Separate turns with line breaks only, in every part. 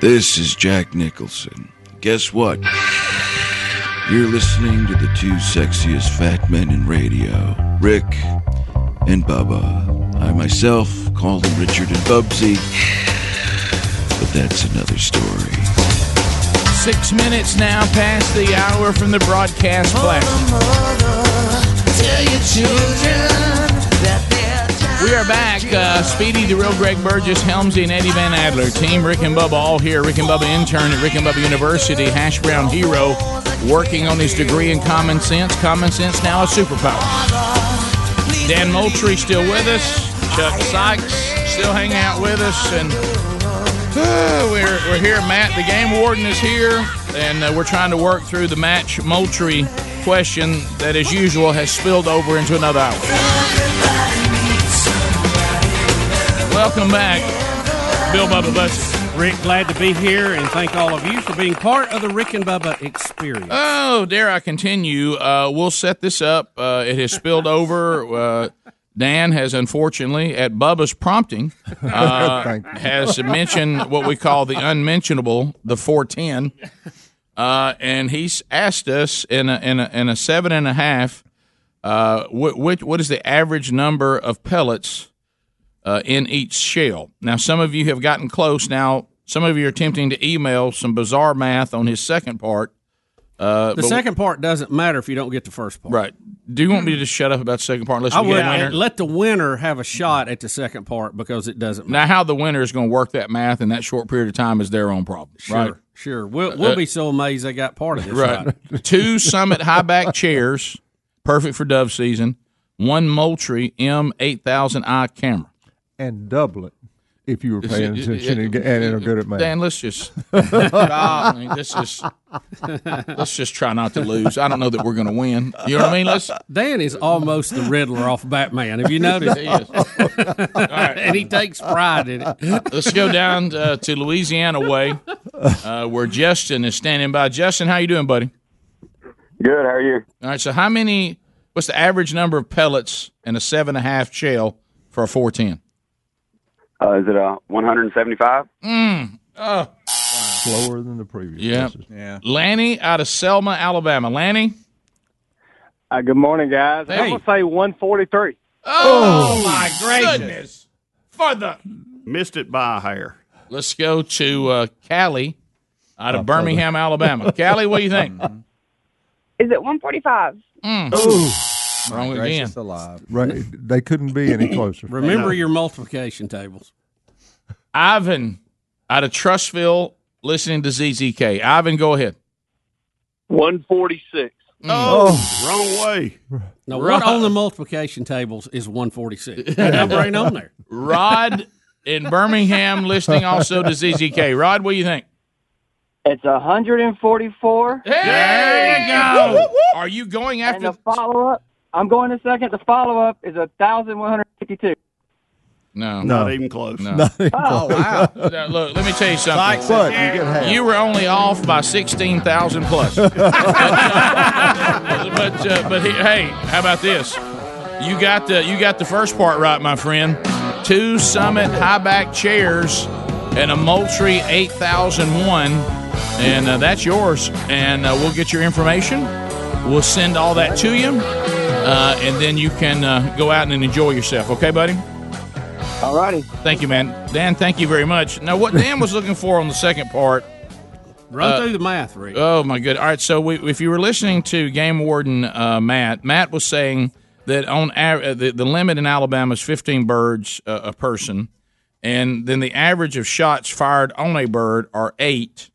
This is Jack Nicholson. Guess what? You're listening to the two sexiest fat men in radio, Rick and Bubba. I myself call them Richard and Bubsy, but that's another story.
Six minutes now past the hour from the broadcast flash. We are back. Uh, Speedy, the real Greg Burgess, Helmsy, and Eddie Van Adler. Team Rick and Bubba all here. Rick and Bubba intern at Rick and Bubba University. Hash Brown hero working on his degree in common sense. Common sense now a superpower. Dan Moultrie still with us. Chuck Sykes still hanging out with us. And uh, we're, we're here. Matt, the game warden, is here. And uh, we're trying to work through the match Moultrie question that, as usual, has spilled over into another hour. Welcome back, Bill Bubba Bussy.
Rick, glad to be here and thank all of you for being part of the Rick and Bubba experience.
Oh, dare I continue? Uh, we'll set this up. Uh, it has spilled over. Uh, Dan has unfortunately, at Bubba's prompting, uh,
Thank
has mentioned what we call the unmentionable, the 410. Uh, and he's asked us in a, in a, in a seven and a half, uh, what, what, what is the average number of pellets uh, in each shell? Now, some of you have gotten close. Now, some of you are attempting to email some bizarre math on his second part. Uh,
the
but-
second part doesn't matter if you don't get the first part.
Right. Do you want me to just shut up about the second part unless
I
we
would
get a winner?
and let the winner have a shot at the second part because it doesn't matter.
now, how the winner is going to work that math in that short period of time is their own problem. Right. Uh,
Sure, sure. We'll, we'll be so amazed they got part of this.
Right. Two Summit high back chairs, perfect for dove season. One Moultrie M8000i camera.
and double it if you were paying
it-
attention
it-
and, get- and are good at math.
Dan, let's just I mean, let's just let's just try not to lose. I don't know that we're going to win. You know what I mean? Let's.
Dan is almost the Riddler off Batman. Have you noticed? and he takes pride in it.
Let's go down uh, to Louisiana way, uh, where Justin is standing by. Justin, how you doing, buddy?
Good. How are you?
All right. So how many? What's the average number of pellets in a seven and a half shell for a four ten?
Uh, is it uh, 175?
Mm, oh.
Slower than the previous.
Yeah.
guesses.
Lanny out of Selma, Alabama. Lanny.
Uh, good morning, guys. I'm
Hey.
gonna say 143.
Oh, my goodness. For the
Missed it by a hair.
let's go to uh, Callie out of Birmingham, Alabama. Callie, what do you think? Mm.
Is it 145?
Wrong again.
alive.
Right. They couldn't be any closer.
Remember your multiplication tables.
Ivan out of Trustville, listening to ZZK. Ivan, go ahead.
146.
Mm. Oh.
Wrong way.
Now, what on the multiplication tables is 146? That number ain't on there.
Rod in Birmingham, listening also to ZZK. Rod, what do you think?
It's 144.
There you go. Are you going after?
follow up, I'm going to second. The follow up is 1,152.
no,
Not even close.
no.
Oh,
Now, Look, let me tell you something.
But you get half.
You were only off by sixteen thousand plus. but but, uh, but he, hey, how about this? You got the you got the first part right, my friend. Two Summit high back chairs and a Moultrie eight thousand one, and uh, that's yours. And uh, we'll get your information. We'll send all that to you, uh, and then you can uh, go out and enjoy yourself. Okay, buddy.
All righty.
Thank you, man. Dan, thank you very much. Now, what Dan was looking for on the second part.
Run
Uh,
through the math, Rick.
Oh my good. All right. So, we, if you were listening to Game Warden uh, Matt, Matt was saying that on av- uh, the, the limit in Alabama is 15 birds uh, a person, and then the average of shots fired on a bird are eight.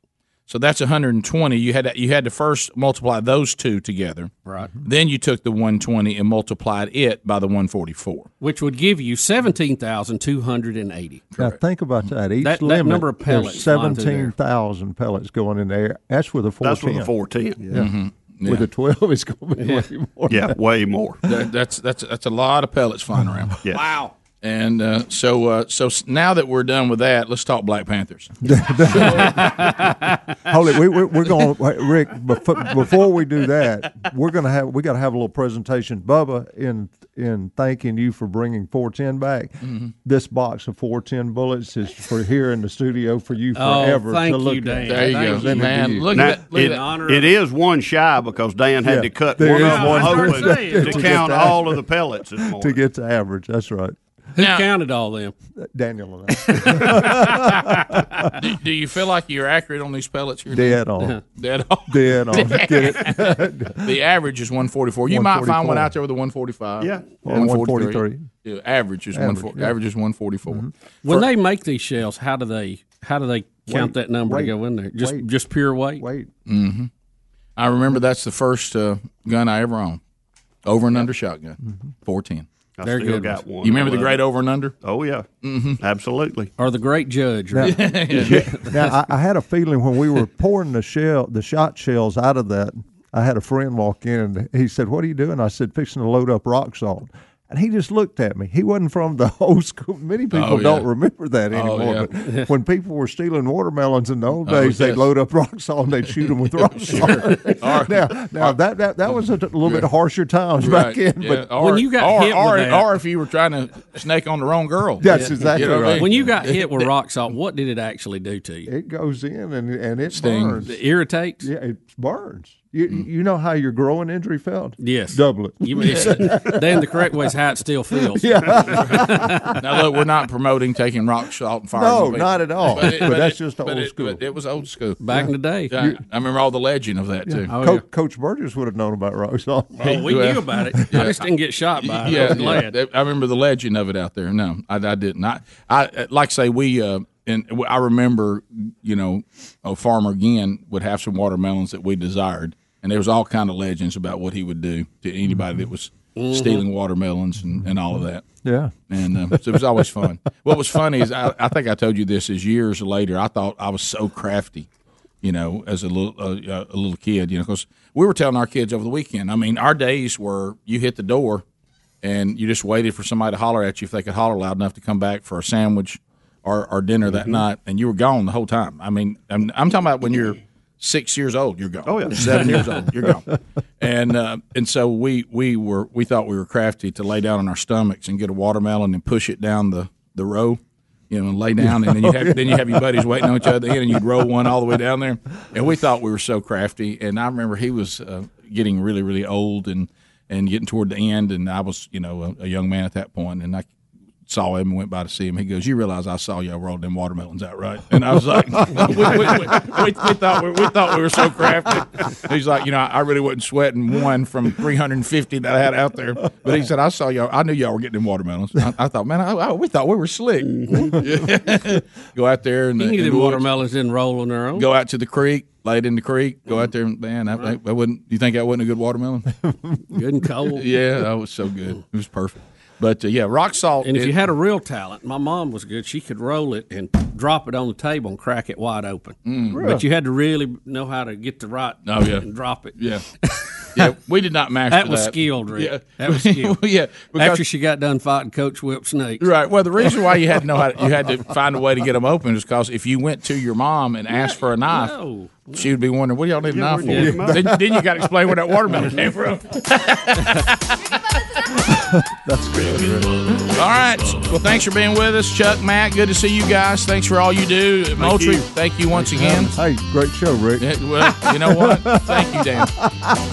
So that's 120. You had to, you had to first multiply those two together.
right.
Then you took the 120 and multiplied it by the 144.
Which would give you 17,280.
Now think about that. Each
That- that
limit
number of
there's
pellets flying through there.
seventeen thousand pellets going in there. That's with a four
That's with a 410.
Yeah.
Mm-hmm.
With a twelve, it's going to be way more.
Yeah, way more.
That, that's that's that's a lot of pellets flying around.
Yeah. Wow.
And uh, so, uh, so s- now that we're done with that, let's talk Black Panthers.
Hold it. We, we, we're going, Rick. Before, before we do that, we're gonna have we got to have a little presentation. Bubba, in in thanking you for bringing 410 back.
Mhm.
This box of 410 bullets is for here in the studio for you
Oh,
forever
thank
to
you,
look
Dan.
at.
There you go.
Presented to
Man,
you.
look
Now,
at that. Look
it,
at
honor
it
of-
is one shy because Dan
Yeah,
had to cut
there
one
is
up
one
hoping
person
to,
to
get
count
that.
all of the pellets this
to
morning.
get to average. That's right,
Who
Now-
counted all them?
Uh, Daniel and I.
that. Do, do you feel like you're accurate on these pellets? Here
Dead on.
Dead on.
Dead on. Get it?
The average is 144. You might find one
144.
out there with a 145.
Yeah.
Or 143.
Yeah, average is
Average, mm-hmm.
one
yeah.
average is 144.
When they make these shells, how do they how do they count
Weight,
that number
weight,
to go in there? Just
weight.
just pure weight.
Wait.
Mm-hmm.
Mm-hmm. I remember that's the first uh, gun I ever owned. Over and under shotgun. 410.
Mm-hmm. I
They're
still
good
got one.
You remember the
Well,
great over and under?
Oh yeah, mm-hmm. absolutely.
Or the great judge? Or,
now I, I had a feeling when we were pouring the shell, the shot shells out of that. I had a friend walk in and he said, "What are you doing?" I said, "Fixing to load up rock salt." And he just looked at me. He wasn't from the old school. Many people
Oh, yeah.
don't remember that anymore. But when people were stealing watermelons in the old days, they'd
Oh, yes.
load up rock salt and they'd shoot them with rock salt. now, now that, that that was a little bit harsher times back in,
yeah.
but
or,
When you got
or,
hit with
or,
that-
or if you were trying to snake on the wrong girl.
that's exactly
You know what I
right.
mean?
when you got hit with rock salt, what did it actually do to you?
it goes in and and it
Stings. Mm.
burns.
It irritates.
Yeah, it burns. You you know how your growing injury felt?
Yes.
Double it.
You, it's, then the correct way is how it still feels.
Now look, we're not promoting taking rock salt and fire.
No, not at all. But, that's just the
but
old
it-
school.
but It was old school.
Back in the day.
I, I remember all the legend of that too.
Oh,
Co-
yeah.
Coach Burgess would have known about rock salt.
Oh, we
Well,
knew about it. I just didn't get shot by it. I
yeah,
was glad.
yeah. I remember the legend of it out there. No, I, I didn't. I, I like I say we uh, and w- I remember you know a farmer again would have some watermelons that we desired, and there was all kind of legends about what he would do to anybody that was
Mm-hmm.
stealing watermelons and, and all of that.
Yeah.
And um, so it was always fun. What was funny is I, I think I told you this is years later. I thought I was so crafty, you know, as a little uh, a little kid, you know, because we were telling our kids over the weekend. I mean, our days were you hit the door, and you just waited for somebody to holler at you if they could holler loud enough to come back for a sandwich or, or dinner that night, and you were gone the whole time. I mean, I'm, I'm talking about when you're six years old, you're gone. Oh
yeah.
seven years old, you're gone. And uh, and so we we were we thought we were crafty to lay down on our stomachs and get a watermelon and push it down the the row. You know, and lay down, and then you have then you have your buddies waiting on each other, and you'd roll one all the way down there. And we thought we were so crafty. And I remember he was uh, getting really, really old, and and getting toward the end. And I was, you know, a, a young man at that point, and I saw him and went by to see him. He goes, "You realize I saw y'all roll them watermelons out, right?" And I was like, "We, we, we, we, we thought we, we thought we were so crafty." He's like, "You know, I really wasn't sweating one from 350 that I had out there." But he said, "I saw y'all. I knew y'all were getting them watermelons." I, I thought, "Man, I, I, we thought we were slick." Go out there and
You knew
and
the
go-
watermelons didn't roll on their own.
Go out to the creek, lay it in the creek. Go
Mm-hmm.
out there, and man. I, I, I wouldn't. You think that wasn't a good watermelon?
Good and cold.
yeah, that was so good. It was perfect. But uh, yeah, rock salt.
And if
it-
you had a real talent, my mom was good. She could roll it and drop it on the table and crack it wide open. But you had to really know how to get the right
Mm. Oh, yeah.
and drop it.
Yeah. Yeah, we did not master that.
That was skilled, Rick.
Yeah.
That was skilled.
yeah. Because,
After she got done fighting Coach Whip Snakes.
right. Well, the reason why you had to know how to, you had to find a way to get them open is because if you went to your mom and asked for a knife,
No.
she would be wondering, what do y'all need a knife
where'd you
for?
get 'em up?
Then, then you got to explain where that watermelon came from.
That's good. Rick.
All right. Well, thanks for being with us, Chuck, Matt. Good to see you guys. Thanks for all you do. Moultrie,
you.
thank you once again.
Hey, great show, Rick.
Yeah, well, you know what? Thank you, Dan.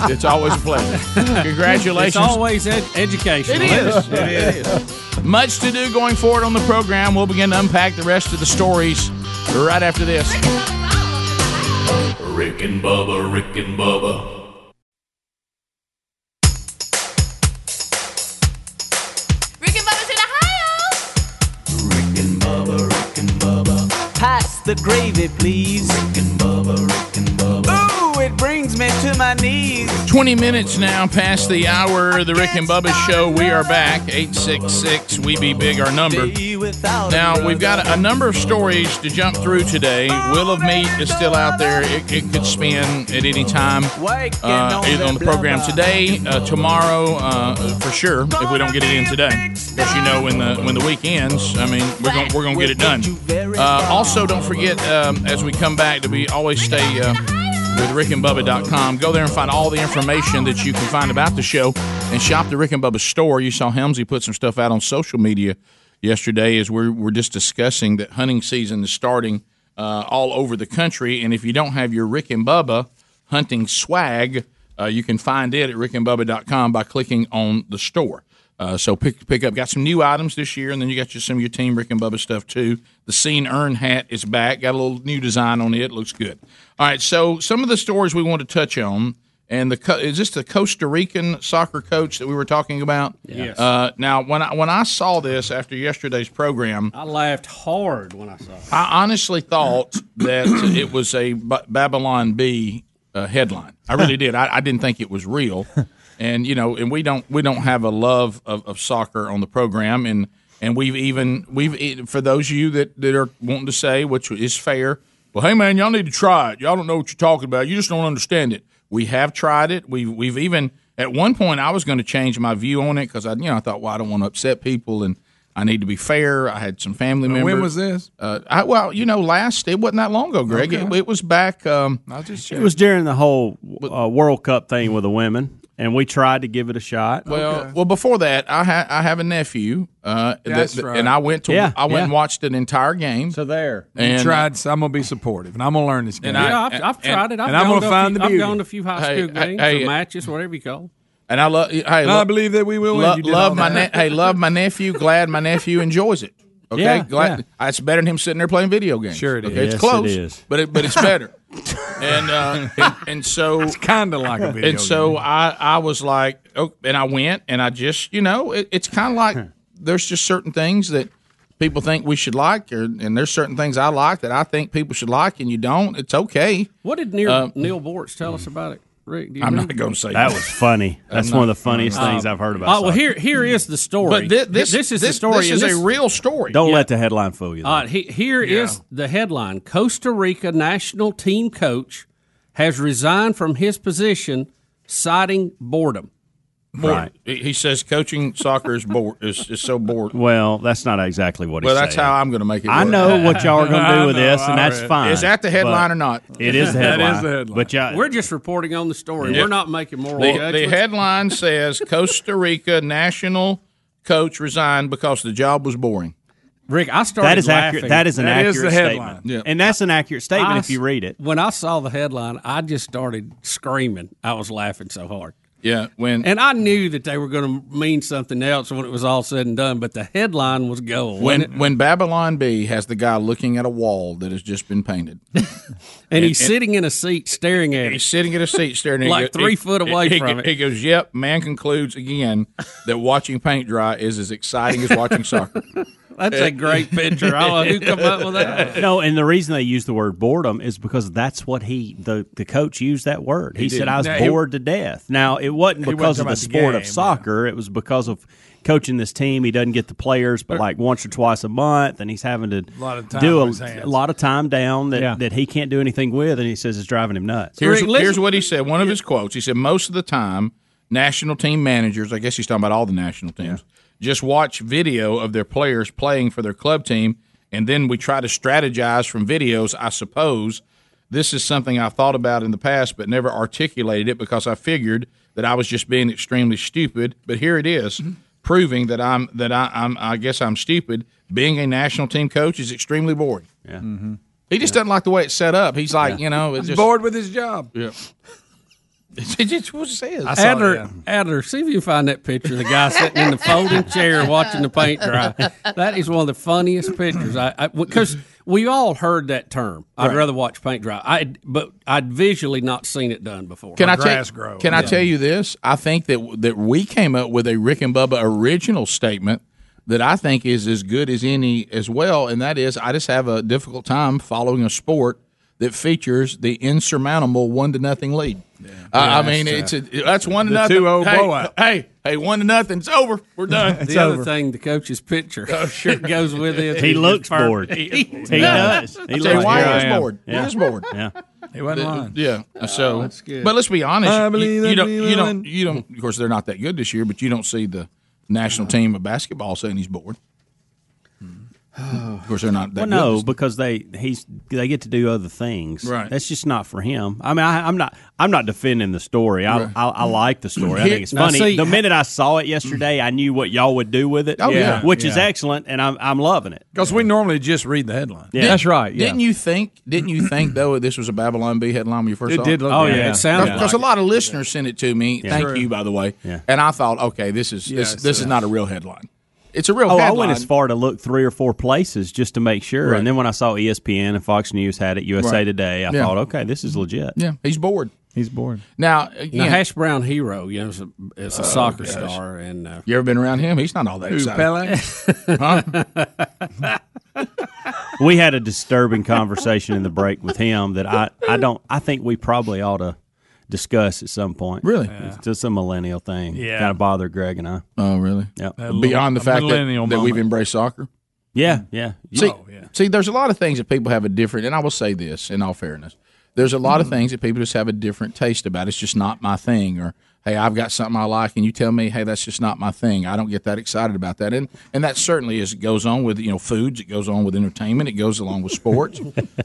It's always a pleasure.
It's
Congratulations.
always ed- educational.
It is. It is. Much to do going forward on the program. We'll begin to unpack the rest of the stories right after this.
Rick and Bubba, Rick and Bubba.
Rick and Bubba's in Ohio.
Pass the gravy, please. Rick and Bubba, Rick and Bubba. Ooh, it brings brings me to my knees.
20 minutes now past the hour. The Rick and Bubba Show. We are back. 866 We Be Big, our number. Now, we've got a number of stories to jump through today. Will of Meat is still out there. It, it could spin at any time, uh, either on the program today, uh, tomorrow, uh, for sure, if we don't get it in today. But you know, when the when the week ends, I mean, we're going we're gonna get it done. Uh, also, don't forget, um, as we come back, that we always stay. Uh, with rickandbubba.com. Go there and find all the information that you can find about the show and shop the Rick and Bubba store. You saw Helmsy put some stuff out on social media yesterday as we're, we're just discussing that hunting season is starting uh, all over the country. And if you don't have your Rick and Bubba hunting swag, uh, you can find it at rickandbubba.com by clicking on the store. Uh, so pick pick up. Got some new items this year, and then you got your, some of your team Rick and Bubba stuff too. The Scene Earn hat is back. Got a little new design on it. Looks good. All right. So some of the stories we want to touch on, and the co- is this the Costa Rican soccer coach that we were talking about?
Yes.
Uh, now when I when I saw this after yesterday's program,
I laughed hard when I saw it.
I honestly thought that it was a B- Babylon B uh, headline. I really did. I, I didn't think it was real. And you know, and we don't we don't have a love of, of soccer on the program, and and we've even we've e- for those of you that that are wanting to say which is fair. Well, hey man, y'all need to try it. Y'all don't know what you're talking about. You just don't understand it. We have tried it. We've we've even at one point I was going to change my view on it because I you know I thought well I don't want to upset people and I need to be fair. I had some family
Now,
members.
when was this?
Uh, I, well, you know, last it wasn't that long ago, Greg. It,
Okay.
it was back. Um,
I just
It was during the whole uh, World Cup thing with the women, and we tried to give it a shot.
well, well before that, I ha- I have a nephew. Uh,
That's right.
And I went to
Yeah,
I went
yeah.
and watched an entire game. uh, So
there,
you tried. So I'm gonna be supportive, and I'm gonna learn this game.
And I-
yeah, I've,
and-
I've tried it. I've
and I'm gonna
gone to a
find
few,
the
I've
beauty.
gone to a few high
Hey,
school games,
hey,
or
uh,
matches, whatever you call.
And I love. Hey,
No, I believe that we will.
Lo-
and you did all
love my ne-
that.
hey, love my nephew. Glad my nephew enjoys it. Okay,
Yeah,
glad it's better than him sitting there playing video games. Sure,
it is.
Okay,
Yes, it
it's close,
is.
but it, but it's better. and, uh, and and so it's
kind of like a video
And so I I was like, oh, and I went and I just you know it, it's kind of like there's just certain things that people think we should like, or, and there's certain things I like that I think people should like, and you don't. It's okay.
What did Neil,
Uh,
Neil Bortz tell us about it, Rick? Do you
I'm
remember?
not going to say
That was funny. That's
I'm
one of
not-
the funniest
Uh,
things I've heard about.
Oh well, here here is the story.
But thi- this-
this is the
this-
story.
this
and
is a real story.
Don't let the headline fool you. though.
All right, he, here is the headline: Costa Rica national team coach has resigned from his position, citing boredom.
More,
Right.
He he says coaching soccer is bored is, is so bored.
Well, that's not exactly what.
Well,
he's
that's
saying.
how I'm gonna make it
I
work.
know what y'all are going to
I
do with
know,
this,
I
and that's
read it.
fine.
Is that the headline
but
or not?
It is the
That
headline.
is the headline.
But y'all,
We're just reporting on the story.
Yeah.
We're not making moral
The, the
judgments.
headline says Costa Rica national coach resigned because the job was boring.
Rick, I started.
that is accurate.
laughing.
That is an accurate statement, and that's an accurate statement
I
if you
s-
read it.
When I saw the headline, I just started screaming. I was laughing so hard.
Yeah, when
And I knew that they were going to mean something else when it was all said and done, but the headline was gold. wasn't
when
it?
when Babylon B has the guy looking at a wall that has just been painted.
and he's sitting in a seat staring at it.
He's sitting in a seat staring at it.
like
He go-
three
he-
foot
he-
away
he,
from it.
He goes, "Yep." Man concludes again that watching paint dry is as exciting as watching soccer.
That's a great picture. I don't know who come up with that.
No, and the reason they use the word boredom is because that's what he the, the coach used that word. He,
He
said
did.
I was
Now, he-
bored to death. Now it wasn't
He wasn't
because
talking
of the
about the
sport of
game,
soccer. It was because of coaching this team. He doesn't get the players, but like once or twice a month, and he's having to
Lot of time
do
on
a,
his hands.
a lot of time down that,
Yeah.
that he can't do anything with, and he says it's driving him nuts.
Here's, here's what he said. One of his quotes. He said, "Most of the time, national team managers. I guess he's talking about all the national teams. Just watch video of their players playing for their club team, and then we try to strategize from videos. I suppose this is something I thought about in the past, but never articulated it because I figured that I was just being extremely stupid. But here it is,
Mm-hmm.
proving that I'm that I, I'm. I guess I'm stupid. Being a national team coach is extremely boring.
Yeah.
He just doesn't like the way it's set up. He's like, you know, it's
He's
just
bored with his job.
yeah. it's what it says.
I saw it,
Adler,
yeah.
Adler, see if you can find that picture of the guy sitting in the folding chair watching the paint dry. That is one of the funniest pictures. I because we all heard that term. I'd
Right.
rather watch paint dry. I but I'd visually not seen it done before.
Can I tell? Can I tell you this? I think that that we came up with a Rick and Bubba original statement that I think is as good as any as well, and that is I just have a difficult time following a sport that features the insurmountable one to nothing lead. Uh, I
Yeah,
mean, it's
that's,
a, that's one to
the
nothing.
2-0
hey,
blowout.
hey, hey, one to nothing. It's over. We're done.
the other thing, the coach's picture
Oh, sure.
goes with it.
He looks
Fur-
bored. He- he
Yeah.
does. He I'll tell you looks- why he Here I was am. bored. He Yeah. was bored. Uh,
Yeah.
He wasn't lying.
Yeah. So,
that's good.
but let's be honest.
I
you-
believe
you,
that
don't.
we
You
will
don't. You don't. Of course, they're not that good this year, but you don't see the national team of basketball saying he's bored. Of course, they're not.
Well,
That
no,
good.
because they he's they get to do other things.
Right.
That's just not for him. I mean, I, I'm not I'm not defending the story. I
Right.
I, I like the story. I
Here-
think it's
Now,
funny.
see-
the minute I saw it yesterday, I knew what y'all would do with it.
Oh, yeah.
which is
Yeah.
excellent, and I'm I'm loving it.
Because we normally just read the headline.
Yeah. That's right, yeah.
Didn't you think? Didn't you think though this was a Babylon B headline when you first
It
saw
did look Oh, like yeah. it. It sounded
because
like
a lot of listeners sent it to me.
Yeah.
Thank
True.
you, by the way.
Yeah.
And I thought, okay, this is this
Yeah,
this is
so-
not a real headline. It's a real.
oh,
headline.
I went as far to look three or four places just to make sure,
Right.
and then when I saw E ESPN and Fox News had it, USA
Right.
Today, I
Yeah.
thought, okay, this is legit.
Yeah, he's bored.
He's bored.
Now,
Now,
again,
Hash Brown Hero, you know, is a, is a
Oh,
soccer
gosh.
star, and uh,
you ever been around him? He's not all that
Who,
excited.
Pele?
Huh?
we had a disturbing conversation in the break with him that I, I don't I think we probably ought to discuss at some point.
Really?
It's just a millennial thing.
Yeah.
Kind of bothered Greg and I.
Oh, really?
Yep.
Beyond the fact that, that we've embraced soccer.
Yeah, yeah.
See, see, there's a lot of things that people have a different, and I will say this in all fairness. There's a lot
Mm-hmm.
of things that people just have a different taste about. It's just not my thing. Or, hey, I've got something I like, and you tell me, hey, that's just not my thing. I don't get that excited about that. And and that certainly is goes on with you know foods. It goes on with entertainment. It goes along with sports.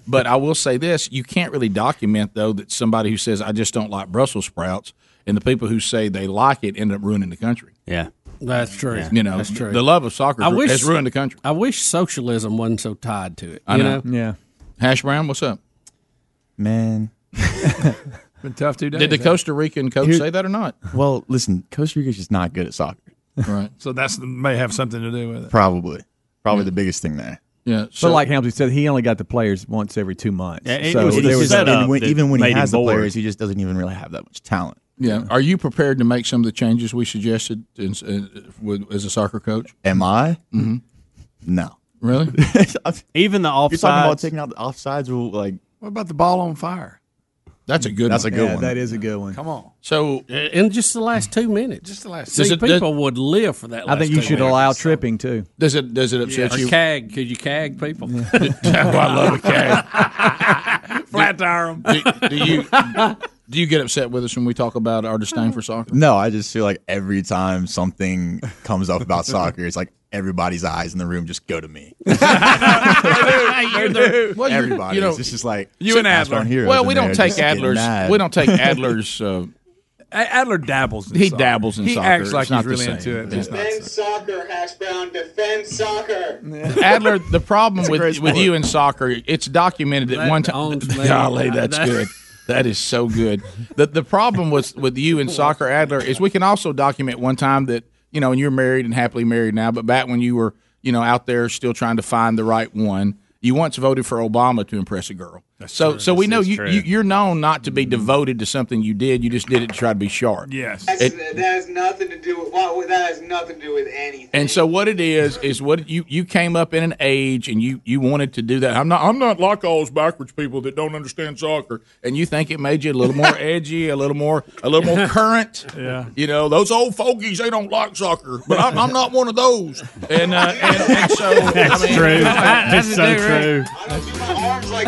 but I will say this: you can't really document though that somebody who says I just don't like Brussels sprouts, and the people who say they like it end up ruining the country.
Yeah.
That's true.
Yeah. You know,
that's true.
the love of soccer has ruined the country.
I wish socialism wasn't so tied to it.
I
you
know.
know.
Yeah. Hash brown, what's up?
Man.
Been tough two days.
Did the
huh?
Costa Rican coach
Here-
say that or not?
Well, listen, Costa Rica's just not good at soccer.
Right.
So that's may have something to do with it.
Probably. Probably the biggest thing there.
Yeah.
but like Hamilton said, he only got the players once every two months.
Yeah, it
so
was the
there was
setup
and when-
that
even when he
made him
has the
bored.
players,
he just doesn't even really have that much talent.
Yeah. Are you prepared to make some of the changes we suggested in, uh, with, as a soccer coach?
Am I?
Mm-hmm.
No.
Really?
Even the offside.
You're talking about taking out the offsides rule, like
What about the ball on fire?
That's a good
That's
one.
a good
Yeah,
one.
that
is a good one.
Come on.
So
in just the last two minutes, just
the last.
See,
Does it-
people would live for that.
I think you should allow tripping too.
Does it? Does it
Yeah.
upset
Or
you? Oh,
cag. Could you cag people?
I love a cag.
Flat tire 'em.
Do, do you do you get upset with us when we talk about our disdain for soccer?
No, I just feel like every time something comes up about soccer, it's like everybody's eyes in the room just go to me.
You're the- well, you're-
Everybody,
you know,
it's just like
you and
Ashburn
Adler.
Heroes
Well,
in
we don't
there
take
just getting
Adler's-
mad.
we don't take Adler's, uh,
Adler dabbles. In
He
soccer.
dabbles in
he
soccer.
acts like
It's not
he's
the
really
same.
into it. but
Yeah.
it's not.
soccer, Hash Brown. Defend soccer.
Adler, the problem
That's a
with
great
with
sport.
you in soccer, it's documented that
That
one time.
owns me.
Golly, that's
That-
good. That is so good. The the problem with with you in soccer, Adler, is we can also document one time that you know, and you're married and happily married now, but back when you were you know out there still trying to find the right one, you once voted for Obama to impress a girl. so so we know you, you you're known not to be
Mm-hmm.
devoted to something you did. You just did it to try to be sharp.
Yes.
It-
that has nothing to do with. Well, that has nothing to do with anything.
And so what it is is what you you came up in an age and you you wanted to do that. I'm not I'm not like all those backwards people that don't understand soccer. And you think it made you a little more edgy, a little more a little more current.
Yeah.
You know those old fogies they don't like soccer, but I'm, I'm not one of those. And uh, and, and so
That's
I mean,
true.
How-
That's
how'd you
so
do it, Rick?
true.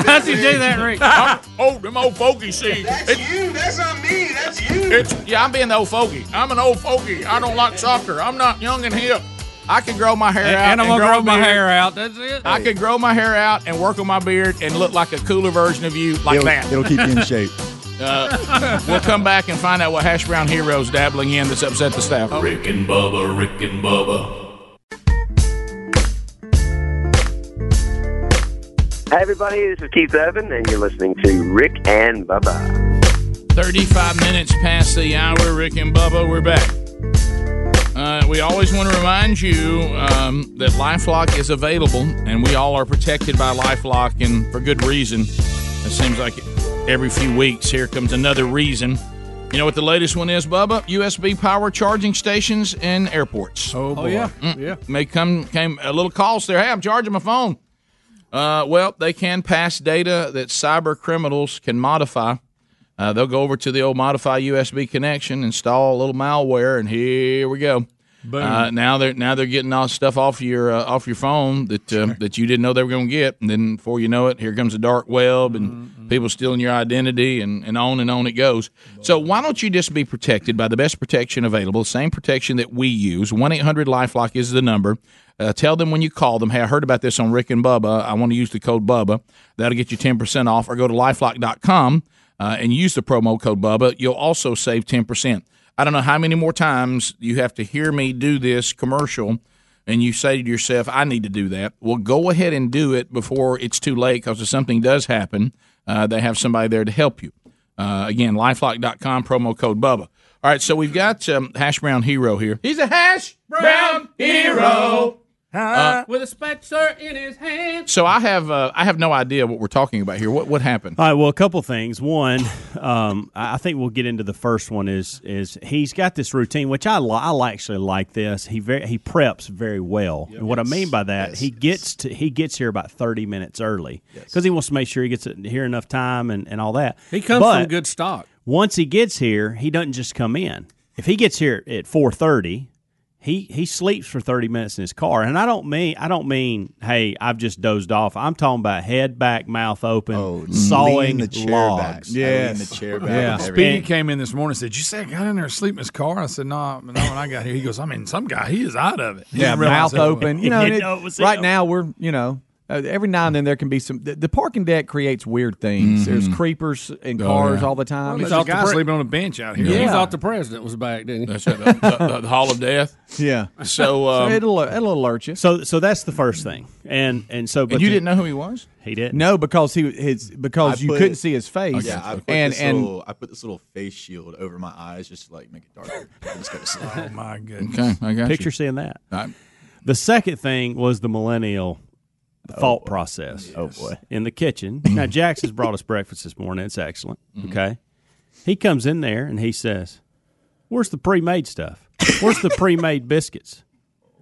How'd you do that, Rick? I'm- oh, them old fogey see. That's
you. That's not me. That's you.
It's, yeah, I'm being the old fogey. I'm an old fogey. I don't like soccer. I'm not young and hip. I can grow my hair
And-
out.
and I'm gonna
grow,
grow my
a beard.
hair out. That's it.
I could grow my hair out and work on my beard and look like a cooler version of you, like
it'll,
that.
it'll keep you in shape.
Uh, we'll come back and find out what hash brown heroes dabbling in that's upset the staff.
Rick and Bubba, Rick and Bubba.
Hey, everybody, this is Keith Urban, and you're listening to Rick and Bubba.
35 minutes past the hour, Rick and Bubba, we're back. Uh, we always want to remind you um, that Lifelock is available, and we all are protected by Lifelock, and for good reason. It seems like every few weeks here comes another reason. You know what the latest one is, Bubba? USB power charging stations in airports. Mm.
Oh, boy. yeah.
yeah. May come came a little calls there. Hey, I'm charging my phone. Uh, well, they can pass data that cyber criminals can modify. Uh, they'll go over to the old modify USB connection, install a little malware, and here we go.
Boom.
Uh, now they're now they're getting all stuff off your uh, off your phone that uh, that you didn't know they were going to get, and then before you know it, here comes the dark web and people stealing your identity, and, and on and on it goes. So why don't you just be protected by the best protection available, the same protection that we use? One eight hundred LifeLock is the number. Uh, tell them when you call them, hey, I heard about this on Rick and Bubba. I want to use the code Bubba. That'll get you ten percent off, or go to LifeLock.com uh, and use the promo code Bubba. You'll also save ten percent. I don't know how many more times you have to hear me do this commercial and you say to yourself, I need to do that. Well, go ahead and do it before it's too late because if something does happen, uh, they have somebody there to help you. Uh, again, lifelock.com, promo code Bubba. All right, so we've got um, Hash Brown Hero here. He's a hash brown hero. Uh,
with a spatula in his hand.
So I have uh, I have no idea what we're talking about here. What what happened?
All right. Well, a couple things. One, um, I I think we'll get into the first one. Is is he's got this routine, which I li- I actually like this. He very he preps very well. and what I mean by that, he gets to he gets here about thirty minutes early because he wants to make sure he gets here enough time and, and all that.
He comes
But-
from good stock.
once he gets here, he doesn't just come in. If he gets here at four thirty, he he sleeps for thirty minutes in his car. And I don't mean I don't mean hey I've just dozed off. I'm talking about head back, mouth open, sawing
Oh, lean the chair back.
logs.
Yes. Lean the chair back
Yeah.
and
Speedy
everything.
came in this morning and said, You say I got in there and sleep in his car? I said, No, no, when I got here, he goes, I mean, some guy, he is out of it. He
Yeah,
didn't realize
mouth
that was-
open. You know, and it- right now we're you know uh, every now and then there can be some. The, the parking deck creates weird things. There's
Mm-hmm.
Mhm.
creepers in
Oh,
cars
yeah.
all the time.
Well,
It's
there's a
off the
guy
pre-
sleeping on a bench out here.
Yeah.
He
thought
the president was back, didn't he?
That's right, the, the- the Hall of Death.
Yeah.
So, um,
it'll it'll alert you.
So so that's the first thing. And and so but
you
the-
didn't know who he was?
He did.
No, because he his because
I
you
put-
couldn't see his face.
Yeah, I put
and
this
and
little, I put this little face shield over my eyes just to like make it darker. I just go to sleep.
Oh my goodness.
Okay, I got you.
Picture seeing that. The second thing was the millennial thought process. Oh boy, in the kitchen. now Jax has brought us breakfast this morning. It's excellent.
Mm-hmm.
Okay, he comes in there and he says, "Where's the pre-made stuff? Where's the pre-made biscuits?"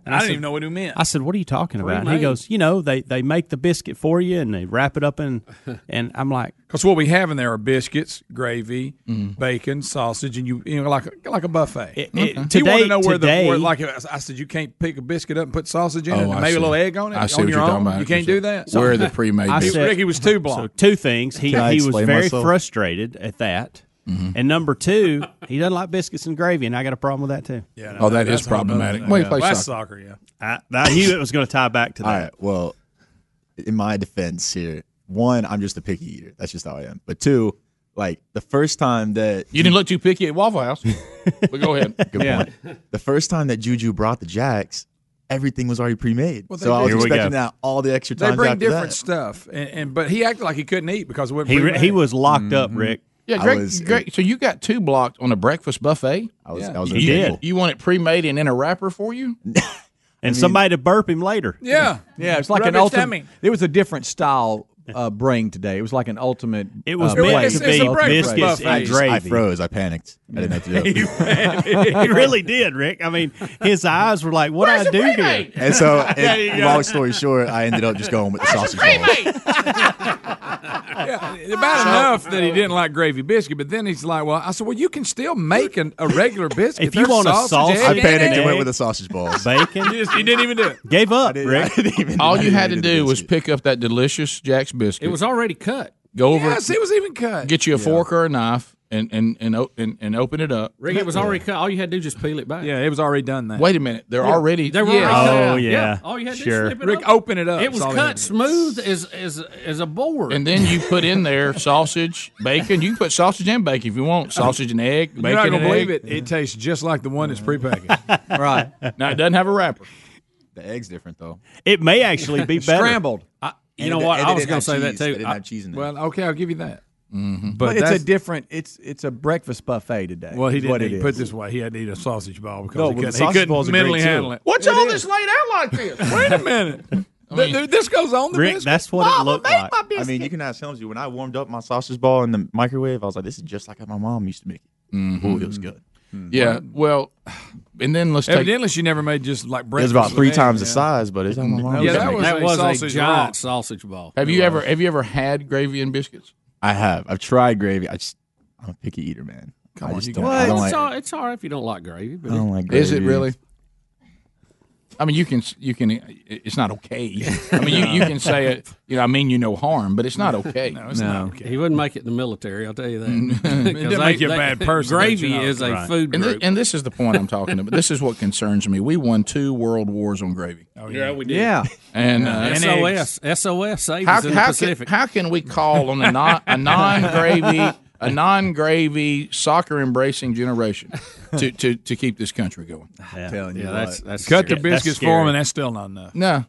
I didn't even know what he meant.
I said, "What are you talking about?" And he
Pre-made.
goes, "You know, they they make the biscuit for you and they wrap it up in." And I'm like,
Because what we have in there are biscuits, gravy,
Mm-hmm.
bacon, sausage, and you you know like a, like a buffet.
it-
Mm-hmm.
you want
today-
to know where
today-
the where, like I said, you can't pick a biscuit up and put sausage in
Oh,
it, and
I
maybe
see.
a little egg on it.
I see
on
what
your
you're
own.
talking about.
You can't do that.
Where are the pre-made
I
biscuits?
said-
Ricky was too blocked.
So two things. He
Can I
he was
explain
very
myself?
frustrated at that.
Mm-hmm.
And number two, he doesn't like biscuits and gravy, and I got a problem with that too.
Yeah,
no, Oh, that that's is problematic.
Well, he plays Well, that's
soccer. yeah.
I, I knew it was going to tie back to that.
All right. Well, in my defense here, one, I'm just a picky eater. That's just how I am. But two, like the first time that
You didn't look too picky at Waffle House. but go ahead.
Good point. The first time that Juju brought the jacks, everything was already pre-made.
Well, they
so I
do.
was
Here we
expecting
go.
that all the extra times
They bring
after
different
that.
stuff, and, and but he acted like he couldn't eat because it wasn't
He
pre-made.
he was locked up, Rick.
Yeah,
Mm-hmm. I
Greg,
was-
Greg, so you got two blocked on a breakfast buffet. I
was- I was
you,
in trouble.
You want it pre-made and in a wrapper for you?
And somebody to burp him later.
Yeah,
yeah, it's like an
Rubbish
ultimate.
dummy.
It was a different style uh, brain today. It was like an ultimate.
It was
uh,
meant
plate.
to It's- it's a be breakfast biscuits buffet. and
I, just- I
gravy.
froze. I panicked. I didn't know what to do.
he really did, Rick. I mean, his eyes were like, "What do I do here?"
And so, it-
There you go.
long story short, I ended up just going with the sausage. roll.
about enough that he didn't like gravy biscuit, but then he's like, "Well, I said, well, you can still make an, a regular biscuit
If you
There's
want a
sausage, egg
sausage
I panicked
in
and
it.
went with the sausage balls.
bacon.
You just- you didn't even do it.
Gave up,
Rick.
All you had to do was pick up that delicious Jack's biscuit.
It was already cut.
go over,
Yes, it was even cut.
get you a fork or a knife, and and and o- and, and open it up.
Rick, it was already cut. All you had to do was just peel it back.
Yeah, it was already done. That.
Wait a minute, they're
Yeah.
already.
They were
Yeah.
already cut
Oh,
out.
yeah.
All you had to
Sure.
do was snip it
Rick,
up.
open it up.
It was
That's all they had
cut
to do.
smooth as as as a board.
And then you put in there sausage, bacon. You can put sausage and bacon if you want. Sausage and egg, bacon
You're not gonna
and
believe
egg.
it. It tastes just like the one that's prepackaged.
right.
Now it doesn't have a wrapper.
The egg's different though.
It may actually be better.
Scrambled.
I, you
And
know
it-
what?
and
I
it
was
didn't
going
have
to say that
cheese.
too.
They didn't
I-
have cheese in it.
well, okay, I'll give you that. Mm-hmm.
But, it's a
that's-
different. It's it's a breakfast buffet today.
well, he
is what
didn't
it
eat,
is.
put it this way. He had to eat a sausage ball because
No, well, the
he couldn't, he
sausage ball's
couldn't
a great
mentally
too.
handle it.
What's all this laid out like this?
Wait a minute. Th- th- this goes on the
Rick,
biscuit.
that's what it looked like.
I mean, you can ask Helmsy.
Mm-hmm.
When I warmed up my sausage ball in the microwave, I was like, "This is just like how my mom used to make it." Ooh, it was good.
Yeah. Well, and then let's take.
Evidently, she never made just like breakfast.
It's about three
with
times the
eggs,
size, but it's on my
yeah.
mom.
Yeah, that was,
That
a,
was a
sausage
giant
roll.
sausage ball.
Have
It
you
was.
ever have you ever had gravy and biscuits?
I have. I've tried gravy. I just I'm a picky eater, man. I just don't, I don't
it's,
like.
all, it's all right if you don't like gravy. But
I don't like
Is it
gravy.
really? I mean, you can you can. It's not okay. I mean, you, you can say it. You know, I mean you no harm, but it's not okay.
No, it's not okay. He wouldn't make it in the military. I'll tell you that.
It
Because
didn't make
they-
you a
they-
bad person.
Gravy is a food
and, thi-
group.
and this is the point I'm talking about. This is what concerns me. We won two world wars on gravy.
Oh, yeah. we did.
Yeah. And, uh,
uh,
And
SOS, SOS, savings
How,
in the
how, can,
Pacific.
how can we call on a non a non gravy a non gravy soccer embracing generation to, to to keep this country going?
I'm
telling
you
that's- that's
Cut the
scary.
biscuits
That's
for them,
scary.
and that's still not enough.
No.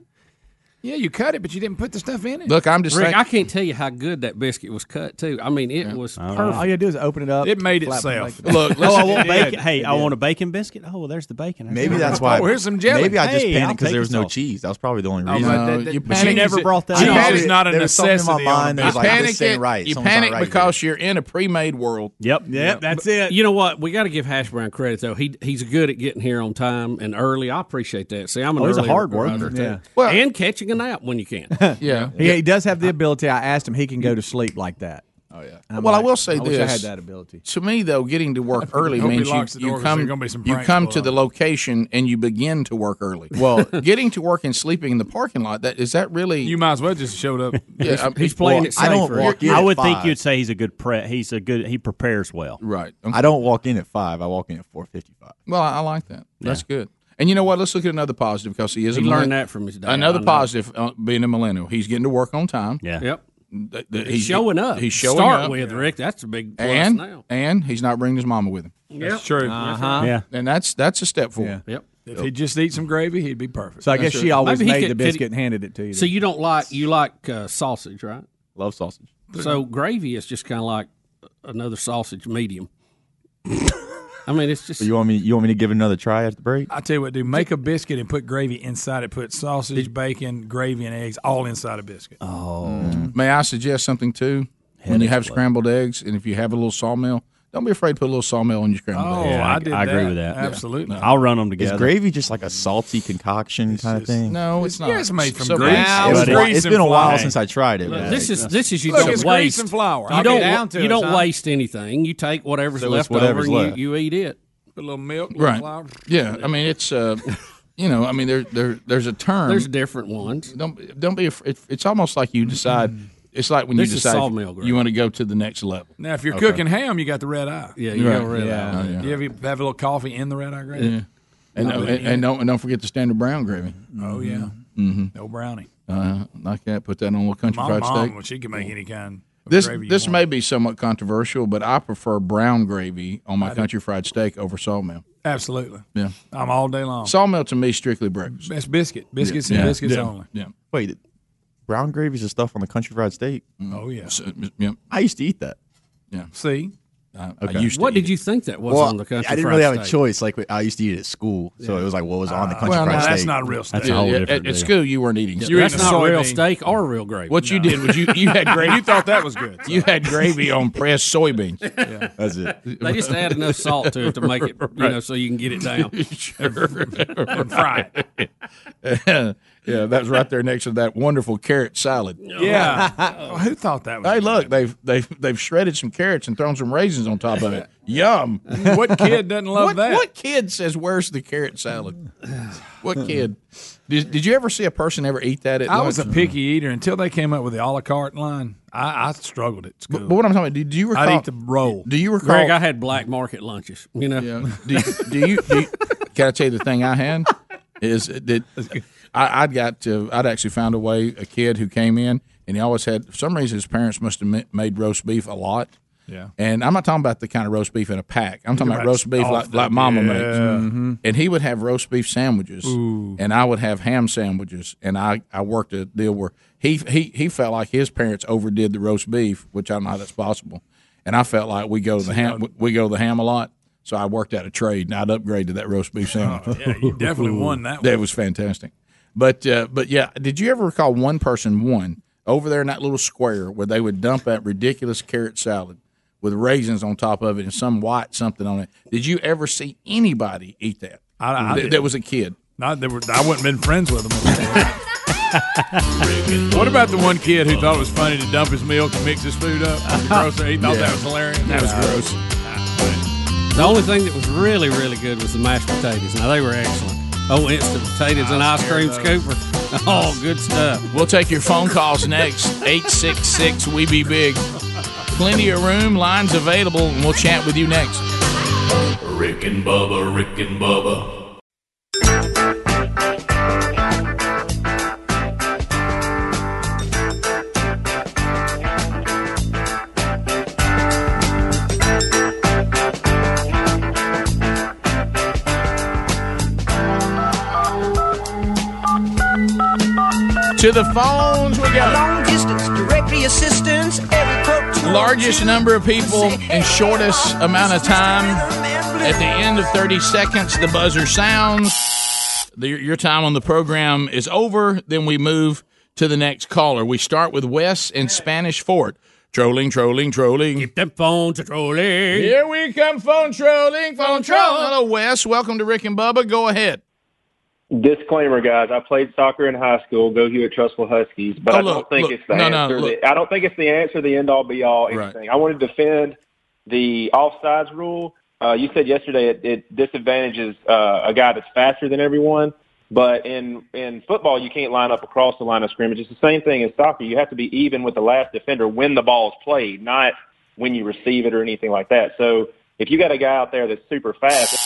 Yeah, you cut it, but you didn't put the stuff in it.
Look, I'm just
Rick,
saying-
I can't tell you how good that biscuit was cut too. I mean, it was
Oh.
perfect.
Oh,
All you do is open
Uh,
it up.
It made
flap
itself.
bacon.
oh, I want bacon. Hey, I want a bacon biscuit. Oh, well, there's the bacon.
Maybe that's
Oh,
why. Maybe I just
Hey, I'll
panicked because
take
there was
it
no
all.
cheese. That was probably the only
Oh,
reason.
but that- that- but she never brought that up.
Cheese
Cheese
is
is not a
there was something in my
necessity on
mind that was
you
like,
panic
this ain't
it-
right.
You
Something's not
panic
right here.
because you're in a pre-made world.
Yep.
Yep, that's
it. You know what? We got to give Hash Brown credit though. He he's good at getting here on time and early. I appreciate that. See, I'm an
Oh, he's a
early
hard
riser,
worker.
too.
Yeah.
and catching a nap when you can.
yeah.
He, he does have the ability. I asked him. He can go to sleep like that. Oh yeah.
well, I will
I
say this.
Wish I had that ability.
To me, though, getting to work early
Hope he
means you,
locks the
you
door 'cause
come,
there's gonna be some
you
pranks
come
going
to the location and you begin to work early. Well, getting to work and sleeping in the parking lot, that is that really. You
might as well just showed up.
Yeah, I'm-
I would think you'd say he's a good pre. He's a good. He prepares well.
Right.
I don't walk in at five. I walk in at four fifty-five.
Well, I, I like that. That's good. And you know what? Let's look at another positive because he is.
He
a
learned
millenn-
that from his dad,
Another
I know.
positive uh, being a millennial. He's getting to work on time.
Yeah.
Yep.
Th- th-
He's showing up.
He's showing
Start
up.
with Rick. That's a big plus
and
now.
and he's not bringing his mama with him.
Yep. That's true. Uh-huh.
Yeah.
and that's that's a step forward.
Yep.
If he'd just eat some gravy, he'd be perfect.
So I guess she always
Maybe he
made
could-
the
could he-
biscuit and handed it to you.
So you don't like you like uh, sausage, right?
Love sausage.
So gravy is just kind of like another sausage medium. I mean, it's just
So you want me? You want me to give it another try after the break?
I tell you what, dude, make a biscuit and put gravy inside it. Put sausage, bacon, gravy, and eggs all inside a biscuit.
Oh,
Mm.
may I suggest something too? when you have scrambled eggs, and if you have a little sawmill, don't be afraid to put a little sawmill on your scrambled
Oh,
eggs.
I did I agree that. with that. Absolutely.
I'll run them together.
Is gravy just like a salty concoction kind of thing?
No, it's not.
Yeah, it's made from
So-
grease.
Wow. It was-
grease
it's
and
been a while
flour.
since I tried it.
Look,
but-
this is this is you
Look,
don't
it's grease
waste
and flour.
You
I'll
don't
get down to
you
it,
don't
son.
waste anything. You take whatever's
So it's
left over
whatever's
and
left.
You, you eat it.
Put a little milk, little
Right.
flour.
Yeah, I mean it's uh, you know, I mean there there there's a term.
There's different ones.
Don't don't be. Afraid. It's almost like you decide. It's like when
Mm. This
you
is
decide
sawmill gravy.
you want to go to the next level.
Now, if you're
Okay.
cooking ham, you got the red eye.
Yeah,
you Right. got red
Yeah.
eye. Oh, yeah.
Do you ever have a little coffee in the red eye gravy?
Yeah. And,
Not
and,
really.
and don't and don't forget the standard brown gravy.
Oh yeah,
Mm-hmm.
no brownie.
Uh, like that. Put that on a little country
My
fried
mom,
steak.
well, she can make any kind. Of
This
gravy you
this
want.
may be somewhat controversial, but I prefer brown gravy on
I
my
do.
country fried steak over sawmill.
absolutely.
Yeah,
I'm all day long.
sawmill to me strictly breakfast.
That's biscuit, biscuits and
Yeah.
biscuits
Yeah.
only.
Yeah.
Wait, brown gravy's the stuff on the country fried steak.
Oh yeah.
yep.
I used to eat that.
Yeah.
See.
what did you think that was
Well,
on the country?
I didn't
fried
really have a
steak?
choice. Like I used to eat it at school, so it was like what was on the country
well,
fried
no,
steak.
that's not
real
steak. Yeah, at- at school, you weren't eating steak.
That's not real
Soybean.
steak or real gravy.
What you did was you you had gravy.
You thought that was good.
You had gravy on pressed soybeans.
That's it.
They just add enough salt to it to make it, you know, so you can get it down.
sure.
And fry
it. yeah, that's right there next to that wonderful carrot salad.
Yeah. Oh, Who thought that was?
Hey, look, they've they've they've shredded some carrots and thrown some raisins on top of it. Yum!
What kid doesn't love
What-
that?
What kid says where's the carrot salad? What kid? Did, did you ever see a person ever eat that? At
I was a
lunch?
picky eater until they came up with the a la carte line. I, I struggled at school.
But, but what I'm talking about, do, do you recall?
I'd eat the roll.
Do you recall?
Greg, I had black market lunches. You know,
Do you, do you, do you- can I tell you the thing I had is that I, I'd got to I'd actually found a way a kid who came in and he always had for some reason his parents must have ma- made roast beef a lot.
Yeah.
And I'm not talking about the kind of roast beef in a pack. I'm talking about
You're right.
roast beef
Off
like,
the-
like Mama
yeah.
makes.
Mhm.
And he would have roast beef sandwiches,
Ooh.
and I would have ham sandwiches. And I, I worked a deal where he, he he felt like his parents overdid the roast beef, which I don't know how that's possible. And I felt like we go to the ham we go to the ham a lot, so I worked out a trade and I'd upgrade to that roast beef sandwich.
Oh, yeah, you definitely won that
That was fantastic. But uh, but yeah, did you ever recall one person one over there in that little square where they would dump that ridiculous carrot salad? with raisins on top of it and some white something on it. Did you ever see anybody eat that?
I- I
That-
did.
that was a kid.
I, they were, I wouldn't been friends with him. what about the one kid who thought it was funny to dump his milk and mix his food up? at the grocery? He thought that was hilarious.
That was
Yeah.
gross.
The only thing that was really, really good was the mashed potatoes. Now they were excellent. Oh, instant potatoes and ice cream scooper. Oh, good stuff.
We'll take your phone calls next. 866 We Be Big. Plenty of room, lines available, and we'll chat with you next.
Rick and Bubba, Rick and Bubba,
To the phones we go.
distance, directory assistance, every quote to
Largest number of people and shortest amount of time. At the end of 30 seconds, the buzzer sounds. The- your time on the program is over. Then we move to the next caller. We start with Wes in Spanish Fort. Trolling, trolling, trolling. Keep
them phones trolling.
Here we come, phone trolling, phone trolling. Hello, Wes. Welcome to Rick and Bubba. Go ahead.
Disclaimer, guys. I played soccer in high school. Go Hewitt Trustful Huskies, but
Oh,
I
look,
don't think
look,
it's the
no, no,
answer.
look.
that- I don't think it's the answer, the end all, be all.
Right.
Anything. I want to defend the offsides rule. Uh, you said yesterday it, it disadvantages uh, a guy that's faster than everyone, but in in football you can't line up across the line of scrimmage. It's the same thing in soccer. You have to be even with the last defender when the ball is played, not when you receive it or anything like that. So if you got a guy out there that's super fast.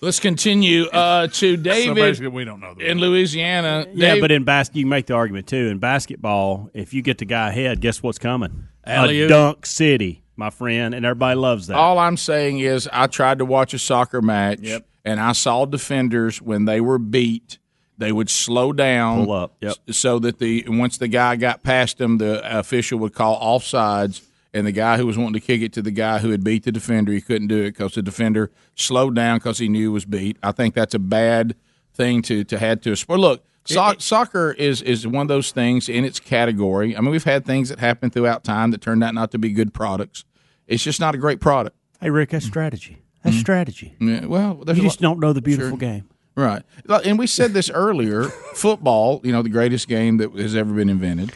Let's continue uh, to
So
David
basically, we don't know.
in Louisiana.
Yeah,
Dave-
but in basket, you can make the argument too. In basketball, if you get the guy ahead, guess what's coming?
Alley-oop.
A dunk city, my friend, and everybody loves that.
all I'm saying is I tried to watch a soccer match
Yep.
and I saw defenders when they were beat, they would slow down,
Pull up, yep.
s- so that the and once the guy got past them, the official would call offsides. And the guy who was wanting to kick it to the guy who had beat the defender, he couldn't do it because the defender slowed down because he knew he was beat. I think that's a bad thing to to had to. Well, look, so- soccer is is one of those things in its category. I mean, we've had things that happen throughout time that turned out not to be good products. It's just not a great product.
Hey, Rick, that's strategy. That's strategy.
Yeah, well, there's
Mm-hmm. you
a
just
lot-
don't know the beautiful
Sure.
game.
Right. Look, And we said this earlier football, you know, the greatest game that has ever been invented,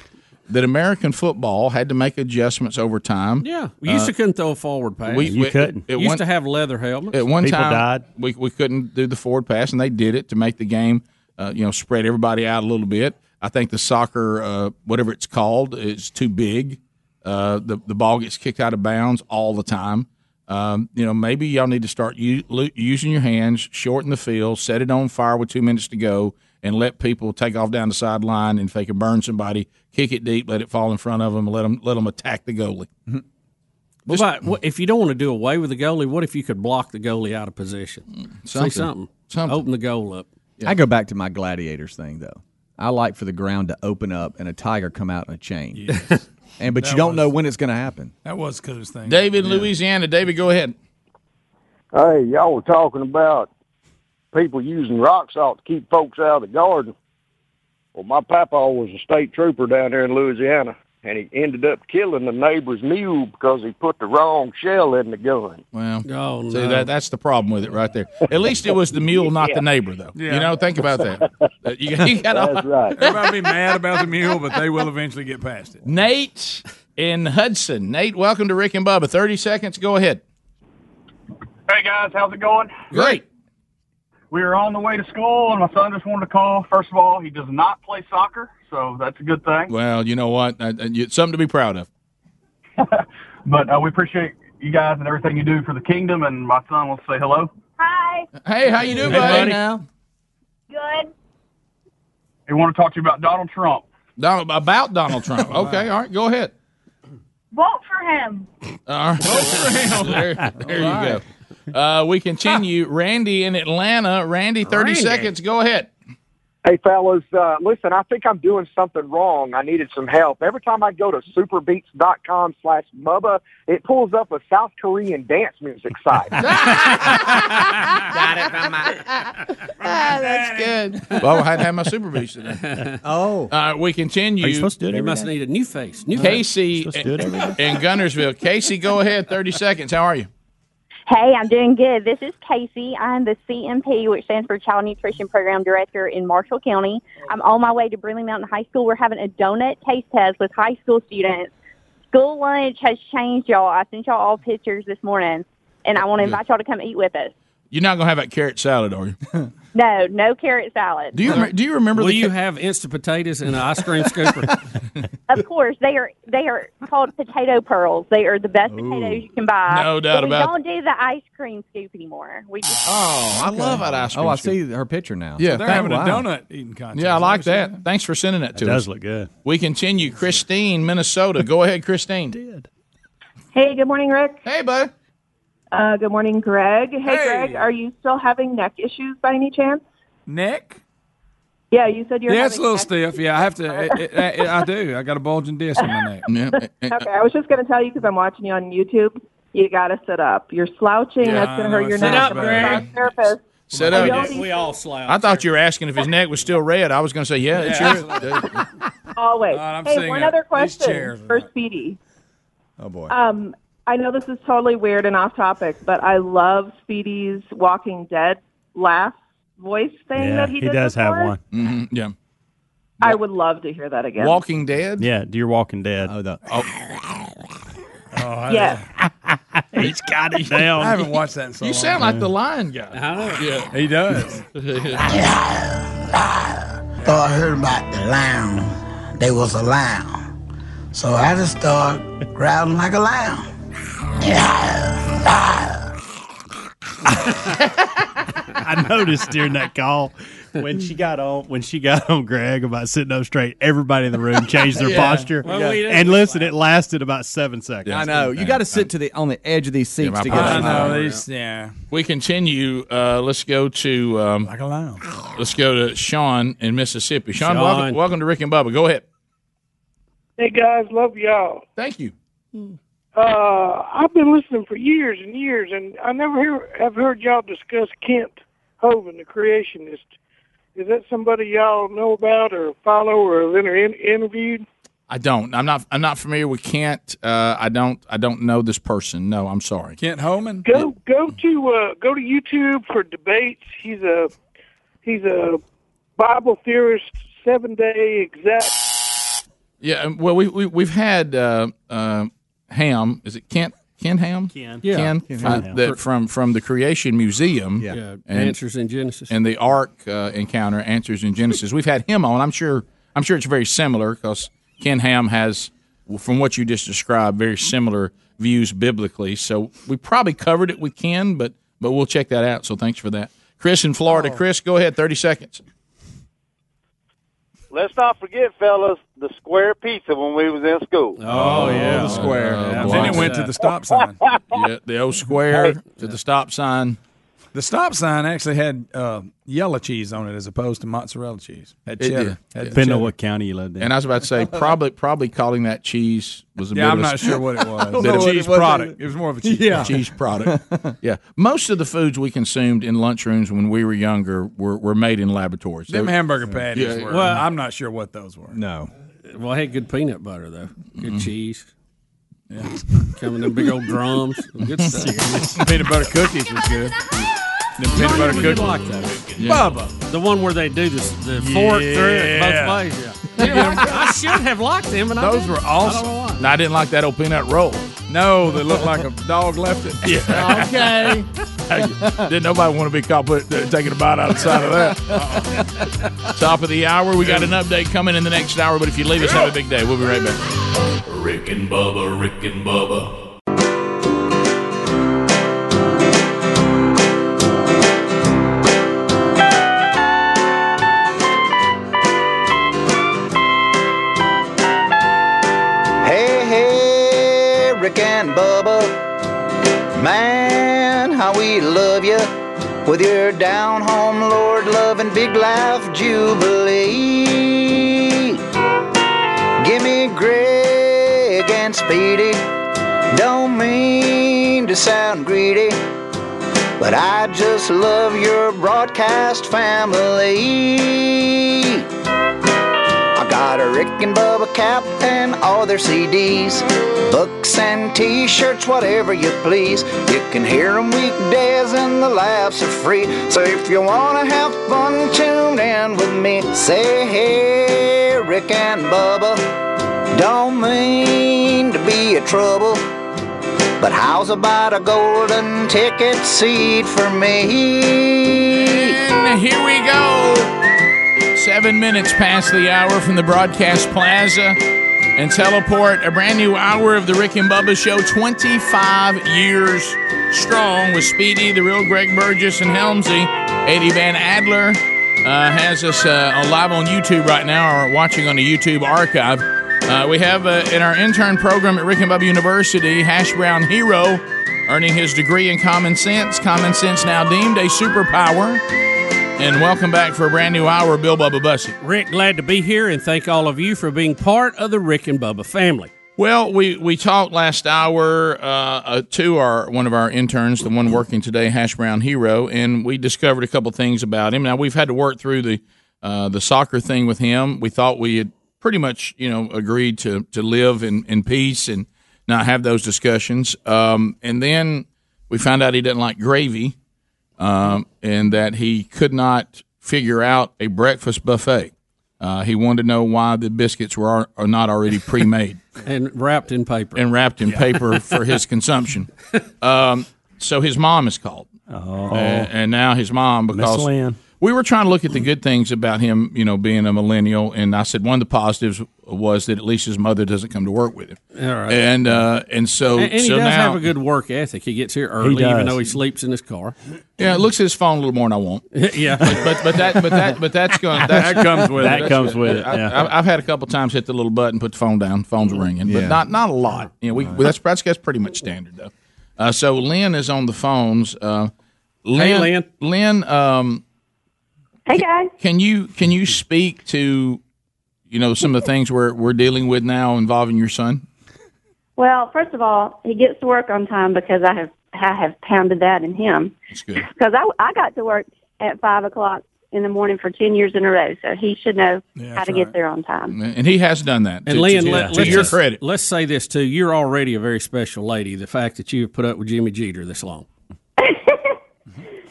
that American football had to make adjustments over time. Uh,
Yeah, we used to couldn't throw a forward pass.
we- You we- couldn't. at
used
one-
to have leather helmets.
At one time, We, we couldn't do the forward pass, and they did it to make the game, uh, you know, spread everybody out a little bit. I think the soccer, uh, whatever it's called, is too big. Uh, the, the ball gets kicked out of bounds all the time. Um, you know, maybe y'all need to start u- lo- using your hands, shorten the field, set it on fire with two minutes to go, and let people take off down the sideline. And if they can burn somebody, kick it deep, let it fall in front of them, and let them, let them attack the goalie.
Well, but what, if you don't want to do away with the goalie, what if you could block the goalie out of position?
something.
See something. Open the goal up.
I go back to my gladiators thing though. I like for the ground to open up and a tiger come out in a chain. and but
That
you don't
was-
know when it's going to happen.
That was the coolest thing.
David, Louisiana. David, go ahead.
Hey, y'all were talking about people using rock salt to keep folks out of the garden. Well, my papa was a state trooper down there in Louisiana, and he ended up killing the neighbor's mule because he put the wrong shell in the gun.
Well,
oh,
see
no.
that that's the problem with it right there. At least it was the mule, not the neighbor, though. You know, think about that. Uh, You, you got all-
Everybody be mad about the mule, but they will eventually get past it.
Nate in Hudson. Nate, welcome to Rick and Bubba. Thirty seconds. Go ahead.
Hey guys, how's it going?
Great.
We were on the way to school, and my son just wanted to call. First of all, he does not play soccer, so that's a good thing.
Well, you know what? Uh, uh, you- something to be proud of.
But uh, we appreciate you guys and everything you do for the kingdom. And my son wants to say hello.
Hi.
Hey, how you doing,
Hey,
buddy?
buddy.
Now?
Good.
He want to talk to you about Donald Trump.
Donald, about Donald Trump. Okay, all right. Go ahead.
Vote for him.
All right. there there
All
you go. Uh, we continue. Randy in Atlanta. Randy, thirty
Randy.
seconds. Go ahead.
Hey, fellas, uh, listen, I think I'm doing something wrong. I needed some help. Every time I go to superbeats.com slash Bubba, it pulls up a South Korean dance music site.
Got it from
Ah, that's good. Well, I had to have my super beach today.
oh.
Uh, we continue.
Are you supposed to do it every You must day? need a new face. New
Casey
face. You're supposed to do it every day.
in Gunnersville. Casey, go ahead. 30 seconds. How are you?
Hey, I'm doing good. This is Casey. I'm the CMP, which stands for Child Nutrition Program Director in Marshall County. I'm on my way to Brindley Mountain High School. We're having a donut taste test with high school students. School lunch has changed, y'all. I sent y'all all pictures this morning, and I want to invite y'all to come eat with us.
You're not going to have that carrot salad, are you?
No, no carrot salad.
Do you rem- do you remember?
Will you have instant potatoes and an ice cream scooper?
Of course, they are they are called potato pearls. They are the best potatoes you can buy.
No doubt
But
about
We don't do the ice cream scoop anymore. We just
Oh, I love that ice cream.
Oh, I
scoop.
see her picture now.
Yeah,
they're
thank-
having
wow.
a donut eating contest.
Yeah, I
Have you
like
seen
that. Thanks for sending that to us.
does look good.
We continue. Christine, Minnesota. Go ahead, Christine. Did.
Hey, good morning, Rick.
Hey, bud.
Uh, good morning, Greg. Hey,
Hey.
Greg, are you still having neck issues by any chance?
Neck?
Yeah, you said you're.
yeah, it's a
having
little
neck-
stiff. Yeah, I have to. It, it, it, I do. I got a bulging disc in my neck.
eh,
Okay, I was just going to tell you because I'm watching you on YouTube. You got to sit up. You're slouching.
Yeah,
That's
I
going to
know,
hurt your
sit
neck.
up,
I'm a
Greg.
massage Therapist.
Sit
I
up.
know these
all slouch.
I thought you were asking if his neck was still red. I was going to say, yeah, it's
Yeah.
yours.
Always.
I'm
hey,
sitting
one
up.
other
These
question
chairs are
for Speedy.
Oh, boy.
Um, I know this is totally weird and off topic, but I love Speedy's Walking Dead laugh voice thing
Yeah,
that he,
he,
did
does have
before.
one.
Mm-hmm, yeah.
I would love to hear that again.
Walking Dead.
Yeah, you're Walking Dead. Oh,
the,
Oh,
Yeah.
he's got it down.
I haven't watched that in so
eh. You
long.
sound like the lion guy. Yeah,
he does.
So Oh, I heard about the lion. They was a lion. So I just started growling like a lion.
I noticed during that call when she got on when she got on Greg about sitting up straight, everybody in the room changed their
Yeah.
posture.
Well, we didn't
and listen, it lasted about seven seconds.
I know. Oh, You got to sit to the on the edge of these seats to get. some power.
yeah.
We continue. Uh, let's go to um, like
a lion.
Let's go to Sean in Mississippi. Sean,
Sean.
Welcome, welcome to Rick and Bubba. Go ahead.
Hey guys, love y'all.
Thank you.
Uh, I've been listening for years and years, and I never hear, have heard y'all discuss Kent Hovind, the creationist. Is that somebody y'all know about or follow or have inter- in- interviewed?
I don't. I'm not. I'm not familiar with Kent. Uh, I don't. I don't know this person. No, I'm sorry.
Kent Holman.
Go go to uh, go to YouTube for debates. He's a he's a Bible theorist, seven day exact
Yeah. um, Well, we, we we've had uh, uh, Ham. Is it Kent? Ken Ham. Ken.
Yeah.
Ken.
Ken
uh,
Ham.
that from from the Creation Museum.
Yeah. Yeah,
And,
Answers in Genesis.
and the Ark uh, encounter answers in Genesis. We've had him on. I'm sure. I'm sure it's very similar because Ken Ham has, from what you just described, very similar views biblically. So we probably covered it with Ken, but but we'll check that out. So thanks for that, Chris in Florida. Chris, go ahead. Thirty seconds.
Let's not forget, fellas, the square pizza when we was in school.
Uh,
Oh, yeah, the square.
then it went to the stop sign.
yeah, the old square to the stop sign.
The stop sign actually had uh, yellow cheese on it as opposed to mozzarella cheese. Had
It
cheddar.
did.
Had the
Depending on
cheddar.
what county you lived in.
And I was about to say, probably probably calling that cheese was a
Yeah,
bit
I'm
of a-
not sure what it was. I don't
bit
know
of-
what it Cheese was product. either. It was more of a cheese
yeah.
product.
cheese product. yeah, most of the foods we consumed in lunchrooms when we were younger were, were made in laboratories.
Them
They-
hamburger patties
Mm. Yeah.
were.
Well,
I'm not sure what those were.
No.
Well, I had good peanut butter though.
Mm-hmm.
Good cheese. Yeah. Coming them big old drums. Good stuff.
peanut butter cookies was good. The
peanut butter cookies.
like that.
Yeah.
Bubba. The one where they do the, the fork through it
Yeah.
both ways. Yeah. You know, I, I should have liked them, and I
Those
didn't.
were
I don't know why.
awesome. No, I didn't like that old peanut roll.
No, they looked like a dog left it.
Yeah.
Okay.
Didn't nobody want to be caught put, uh, taking a bite outside of that.
Uh-uh.
Top of the hour. We got an update coming in the next hour, but if you leave us, have a big day. We'll be right back.
Rick and Bubba, Rick and Bubba,
Hey, hey, Rick and Bubba. Man, how we love you. with your down home Lord love and big life jubilee. Give me Greg and Speedy. Don't mean to sound greedy, but I just love your broadcast family. I got a Rick and Bubba cap and all their CDs, books and t-shirts, whatever you please. You can hear 'em weekdays and the laughs are free. So if you wanna have fun, tune in with me. Say hey, Rick and Bubba. Don't mean to be a trouble, but how's about a golden ticket seat for me?
And here we go. Seven minutes past the hour from the broadcast plaza and teleport a brand new hour of the Rick and Bubba show, 25 years strong with Speedy, the real Greg Burgess, and Helmsy. Eddie Van Adler uh, has us uh, live on YouTube right now or watching on the YouTube archive. Uh, we have uh, in our intern program at Rick and Bubba University, Hash Brown Hero, earning his degree in common sense. Common sense now deemed a superpower. And welcome back for a brand new hour, Bill Bubba Bussy.
Rick, glad to be here and thank all of you for being part of the Rick and Bubba family.
Well, we, we talked last hour uh, uh, to our one of our interns, the one working today, Hash Brown Hero, and we discovered a couple things about him. Now we've had to work through the uh, the soccer thing with him. We thought we had pretty much you know agreed to to live in, in peace and not have those discussions. Um, and then we found out he doesn't like gravy, um, and that he could not figure out a breakfast buffet. Uh, he wanted to know why the biscuits were ar- are not already pre made.
and wrapped in paper.
And wrapped in paper for his consumption. Um, so his mom is called. Oh. And, now his mom,
Miss
because
Lynn.
we were trying to look at the good things about him, you know, being a millennial. And I said one of the positives was that at least his mother doesn't come to work with him.
All right.
And, uh, and so,
and, and he
so
does
now,
have a good work ethic. He gets here early, even
does.
though he sleeps in his car.
yeah, it looks at his phone a little more than I want.
yeah,
but, but but that but that but that's going
That comes with it. That comes with it,
I,
yeah.
I, have had a couple times hit the little button, put the phone down, phone's ringing, but
Yeah. Uh-huh.
not not a lot. You know, we that's that's, that's pretty much standard though. Uh, so Lynn is on the phones. Uh, Lynn,
Hey, Lynn.
Lynn, um,
Hey guys.
can you can you speak to you know some of the things we're we're dealing with now involving your son?
Well, first of all, he gets to work on time because I have I have pounded that in him.
That's good.
Because I I got to work at five o'clock in the morning for ten years in a row, so he should know how to get there on time.
And he has done that.
And
to,
Lynn,
to,
let,
to
let's
your
just-
credit,
let's say this too: you're already a very special lady. The fact that you've put up with Jimmy Jeter this long.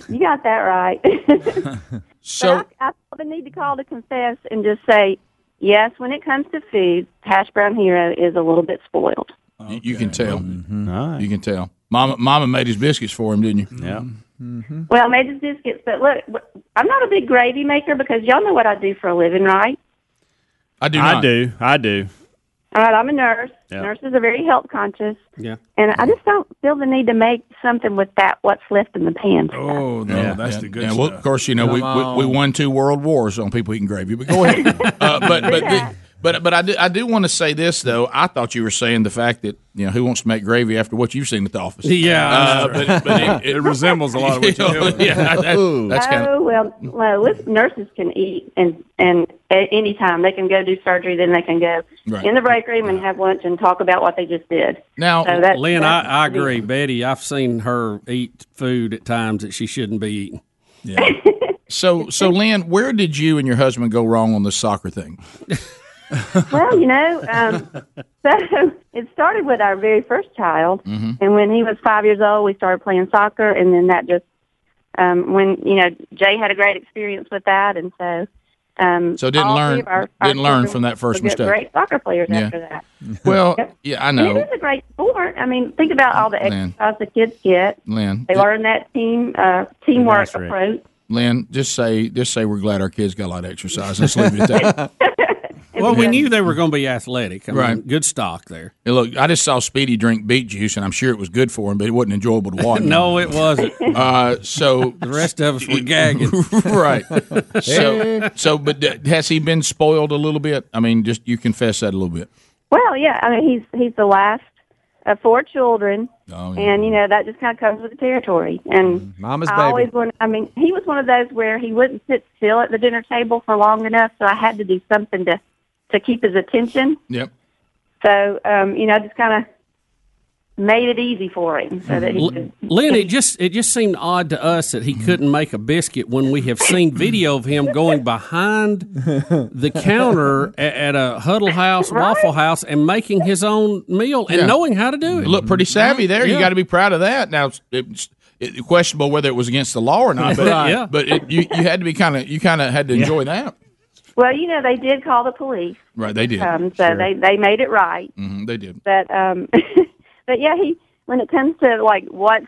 You got that right.
so
I, I feel the need to call to confess and just say yes. When it comes to food, hash brown hero is a little bit spoiled.
you, you can tell. mm-hmm. You can tell. Mama, Mama made his biscuits for him, didn't you? Yeah.
Well, made his biscuits, but look, I'm not a big gravy maker because y'all know what I do for a living, right?
I do.
I do. I do.
All right, I'm a nurse.
Yeah.
Nurses are very health conscious,
Yeah.
and I just don't feel the need to make something with that what's left in the pan.
Oh no,
Yeah.
that's
and,
the good
and
stuff.
well, of course, you know we,
Come
we, we
on.
won two world wars on people eating gravy. But go ahead. uh, but but the, but but I do I do want to say this though. I thought you were saying the fact that you know who wants to make gravy after what you've seen at the office.
Yeah,
Uh,
that's
but, but it,
it resembles a lot of what
you know,
you're doing.
yeah, that- Mm, that's kind of
oh well, well, with- nurses can eat and and at any time they can go do surgery, then they can go
Right.
in the break room and have lunch and talk about what they just did.
Now,
so that's,
Lynn,
that's-
I, I agree. Betty, I've seen her eat food at times that she shouldn't be eating.
so so. Lynn, where did you and your husband go wrong on this soccer thing?
well, you know, um, so it started with our very first child,
Mm-hmm.
and when he was five years old, we started playing soccer, and then that just um, when you know Jay had a great experience with that, and so um,
So didn't
all
learn-
three of our, our
didn't learn
children
from that first
were good-
mistake.
Great soccer players
Yeah.
after that.
Well, yeah, I
And
know,
It is a great sport. I mean, think about all the
Man. Mm-hmm.
exercise the kids get.
Lynn.
They learn that team uh, teamwork
Nice, Rick.
approach.
Lynn, just say just say we're glad our kids got a lot of exercise. Let's leave it at that.
Well, we knew they were going to be athletic. I mean,
Right.
good stock there.
Hey, look, I just saw Speedy drink beet juice, and I'm sure it was good for him, but it wasn't enjoyable to watch.
No, it wasn't.
Uh, so the
rest of us were gagging, Eh.
right? So, so, but d- has he been spoiled a little bit? I mean, just you confess that a little bit.
Well, yeah. I mean, he's he's the last of four children,
Oh, Mm-hmm.
and you know that just kind of comes with the territory. And
Mama's
I
baby.
always want. I mean, he was one of those where he wouldn't sit still at the dinner table for long enough, so I had to do something to to keep his attention.
Yep.
So um, you know, I just kind of made it easy for him so that he
Mm-hmm.
L-
could.
Lynn, it just it just seemed odd to us that he couldn't make a biscuit when we have seen video of him going behind the counter a- at, a Huddle House, Waffle House, and making his own meal and
Yeah.
knowing how to do it.
Look pretty savvy there. You
Yeah.
got to be proud of that. Now, it's, it's it, questionable whether it was against the law or not, but
Right. Yeah.
but it, you you had to be kind of you kind of had to enjoy that.
Well, you know, they did call the police,
Right, they did.
um, so they they made it right.
hmm they did.
But um, but yeah, he when it comes to like what's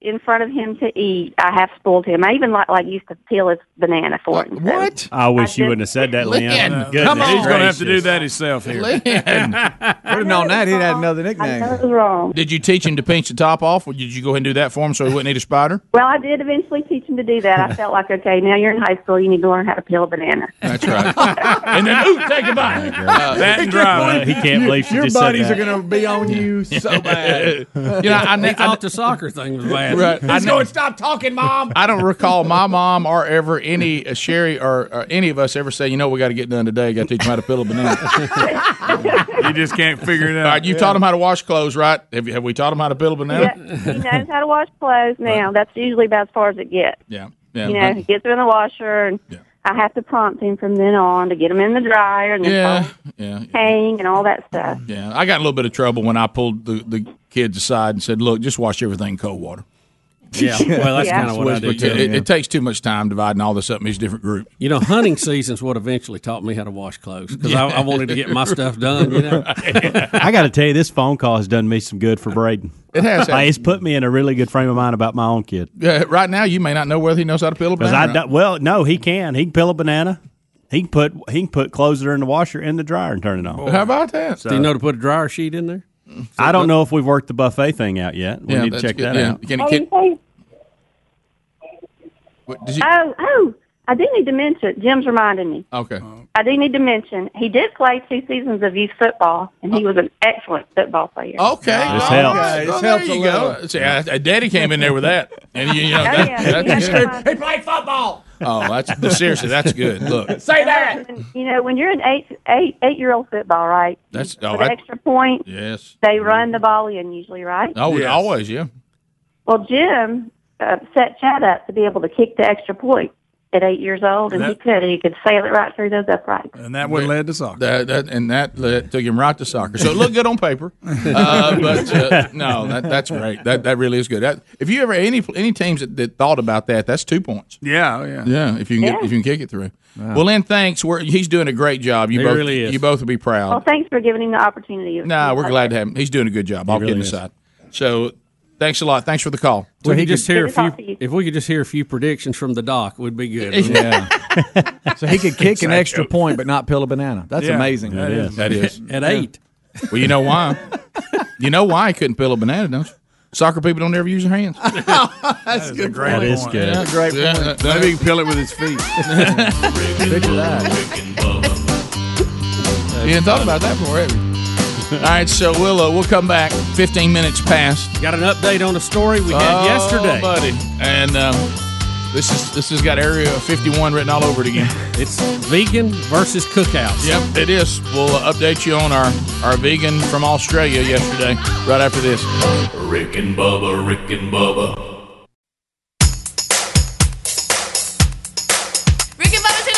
in front of him to eat, I have spoiled him. I even like like used to peel his banana for him. What?
I wish you wouldn't have said that, Lynn. Goodness
come on. He's going to have to do
gracious.
that himself here.
Putting on that, he'd had another
nickname. That was wrong.
Did you teach him to pinch the top off, or did you go ahead and do that for him so he wouldn't eat a spider?
Well, I did eventually teach him to do that. I felt like, okay, now you're in high school, you need to learn how to peel a banana.
That's right. and then, ooh, take a bite.
That and drive. Uh, he can't believe she
Your
just
buddies
said that.
are
going to be on you so
bad. you know, I,
He
ne- I,
thought the soccer thing was bad.
Right. I know-
stop talking, Mom.
I don't recall my mom or ever any uh, Sherry or, or any of us ever say, you know, we got to get done today. Got to teach him how to peel a banana.
you just can't figure it out.
All right, you taught him how to wash clothes, right? Have, you- have we taught him how to peel a banana?
He knows how to wash clothes now. That's usually about as far as it gets.
Yeah.
you know, he gets them in the washer, and I have to prompt him from then on to get them in the dryer and then
Yeah,
fold,
yeah,
hang and all that stuff.
yeah. I got in a little bit of trouble when I pulled the, the kids aside and said, "Look, just wash everything in cold water."
Yeah, well, that's Yeah. kinda what I do,
It,
too,
it-
yeah.
it takes too much time dividing all this up in these different groups.
You know, hunting season's what eventually taught me how to wash clothes because I,
Yeah.
I wanted to get my stuff done. You know,
I got to tell you, this phone call has done me some good for Braden.
It has.
Like, it's put me in a really good frame of mind about my own kid.
Yeah, right now you may not know whether he knows how to peel a
Because
banana.
I
or not.
don't- well, no, he can. He can peel a banana. He can put he can put clothes that are in the washer in the dryer and turn it on.
How about that?
So-
do you know to put a dryer sheet in there?
I don't know if we've worked the buffet thing out yet. We
Yeah,
need to
that's
check
good.
that
Yeah.
out.
Can
Oh, you say-
did you-
oh, oh, I do need to mention. Jim's reminding me.
Okay.
I do need to mention he did play two seasons of youth football, and he was an excellent football player.
Oh. Okay.
This
All
helps.
right.
This
Well,
helps
there
a
you go.
little.
See, I, I- Daddy came in there with that, and you, you know, that, that's
He
played football.
Oh, that's seriously, that's good. Look,
Say that. You know, when you're an eight eight eight year old football, right?
that's
For
oh,
the
I,
extra point,
yes.
they run the ball in usually, right?
Oh, always, yeah.
Well, Jim uh, set Chad up to be able to kick the extra point at eight years old, and he
That-
could. He could sail it right through those uprights.
And that would led to soccer. That, that and that led, took him right to soccer. So it looked good on paper, uh, but uh, no, that, that's great. That that really is good. That, if you ever any any teams that, that thought about that, that's two points.
Yeah, oh, yeah.
Yeah, if you can get,
Yeah.
if you can kick it through. Well, Lynn, thanks. We're, he's doing a great job. You
He
both
really is.
you both will be proud.
Well, thanks for giving him the opportunity.
No, we're glad to have him. He's doing a good job. All
really
kidding
is.
aside. So, thanks a lot. Thanks for the call.
So we could just hear a
Good to talk to
few. If we could just hear a few predictions from the doc, would be good.
Yeah.
So he could kick an extra point but not peel a banana. That's
Yeah,
amazing.
that is.
That is
At eight.
Well, you know why? you know why he couldn't peel a banana, don't you? Soccer people don't ever use their hands.
That's good.
great That is point. good.
That's a great
Yeah,
point.
that-
Maybe he can peel it with his feet. Picture
you hadn't thought about that before, have you? All right, so we'll uh, we'll come back. Fifteen minutes past.
Got an update on a story we had
oh,
yesterday.
buddy. And um, this is this has got Area 51 written all over it again.
It's vegan versus cookouts.
Yep, it is. We'll uh, update you on our our vegan from Australia yesterday. Right after this.
Rick and Bubba, Rick and Bubba,
Rick and Bubba's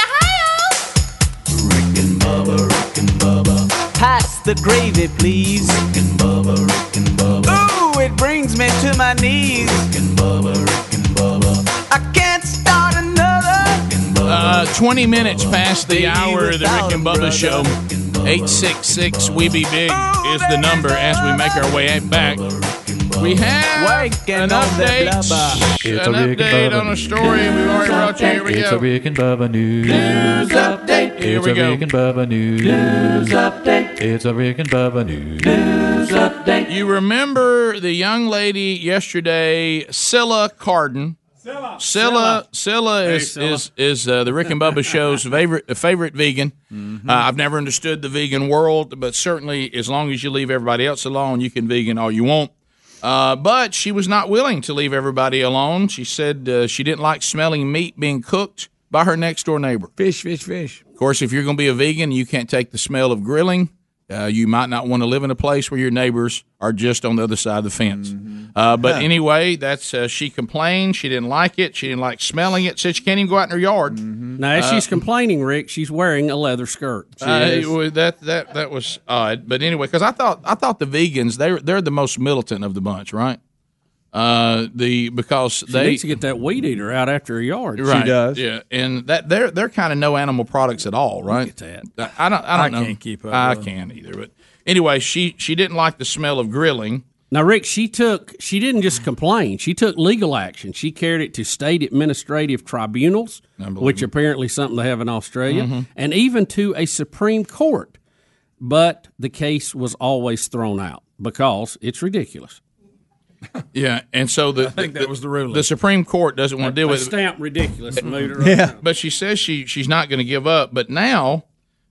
in Ohio.
Pass the gravy, please. Rick and Bubba, Rick and Bubba. Ooh, it brings me to my knees. Rick and Bubba, Rick and Bubba. I can't start another.
Uh, 20 minutes past the hour of the Rick and Bubba show. 866 We Be Big is the number as we make our way back. We have an update.
It's
an
a Rick
update
and Bubba
on a story we've already brought you. Here we
It's
go.
a Rick and Bubba news.
update. Here
It's
we
a
go.
Rick and Bubba news. News update. It's a Rick and Bubba news.
You remember the young lady yesterday, Scylla Carden. Scylla, Scylla is is is uh, the Rick and Bubba show's favorite favorite vegan. Uh, I've never understood the vegan world, but certainly as long as you leave everybody else alone, you can vegan all you want. Uh, but she was not willing to leave everybody alone. She said uh, she didn't like smelling meat being cooked by her next door neighbor.
Fish, fish, fish.
Of course, if you're going to be a vegan, you can't take the smell of grilling. Uh, you might not want to live in a place where your neighbors are just on the other side of the fence. Uh, but
Huh.
anyway, that's uh, she complained. She didn't like it. She didn't like smelling it. Said she can't even go out in her yard.
Now, as
Uh,
she's complaining, Rick, she's wearing a leather skirt.
uh, it was- that that that was odd. But anyway, because I thought I thought the vegans they were- they're the most militant of the bunch, right? Uh, the because
She
they
needs to get that weed eater out after her yard.
Right. Yeah, and that they're they're kind of no animal products at all, right?
Look at
that. I don't. I don't
I
know.
can't keep up
I
with it.
can't either. But anyway, she she didn't like the smell of grilling.
Now, Rick, she took she didn't just complain; she took legal action. She carried it to state administrative tribunals, which apparently is something they have in Australia,
Mhm.
and even to a Supreme Court. But the case was always thrown out because it's ridiculous.
Yeah, and so the I think that was the ruling. The Supreme Court doesn't want to deal
They
with it.
stamp ridiculous and moved it right
Yeah. But she says she she's not going to give up. But now,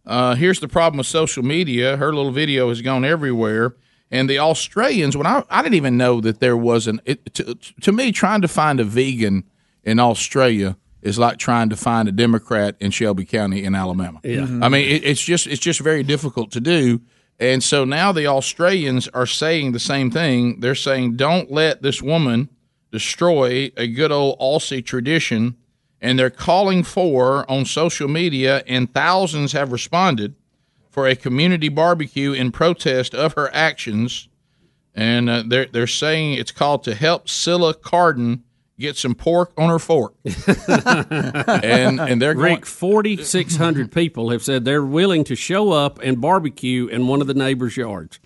uh, here's the problem with social media. Her little video has gone everywhere. And the Australians, when I, I didn't even know that there was an, it, to, to me, trying to find a vegan in Australia is like trying to find a Democrat in Shelby County in Alabama.
Yeah.
Mm-hmm.
Mhm.
I mean, it, it's just, it's just very difficult to do. And so now the Australians are saying the same thing. They're saying, don't let this woman destroy a good old Aussie tradition and they're calling for on social media, and thousands have responded for a community barbecue in protest of her actions. And uh, they're they're saying it's called to help Scylla Carden get some pork on her fork. and and they're going,
Rick, forty six hundred people have said they're willing to show up and barbecue in one of the neighbors' yards.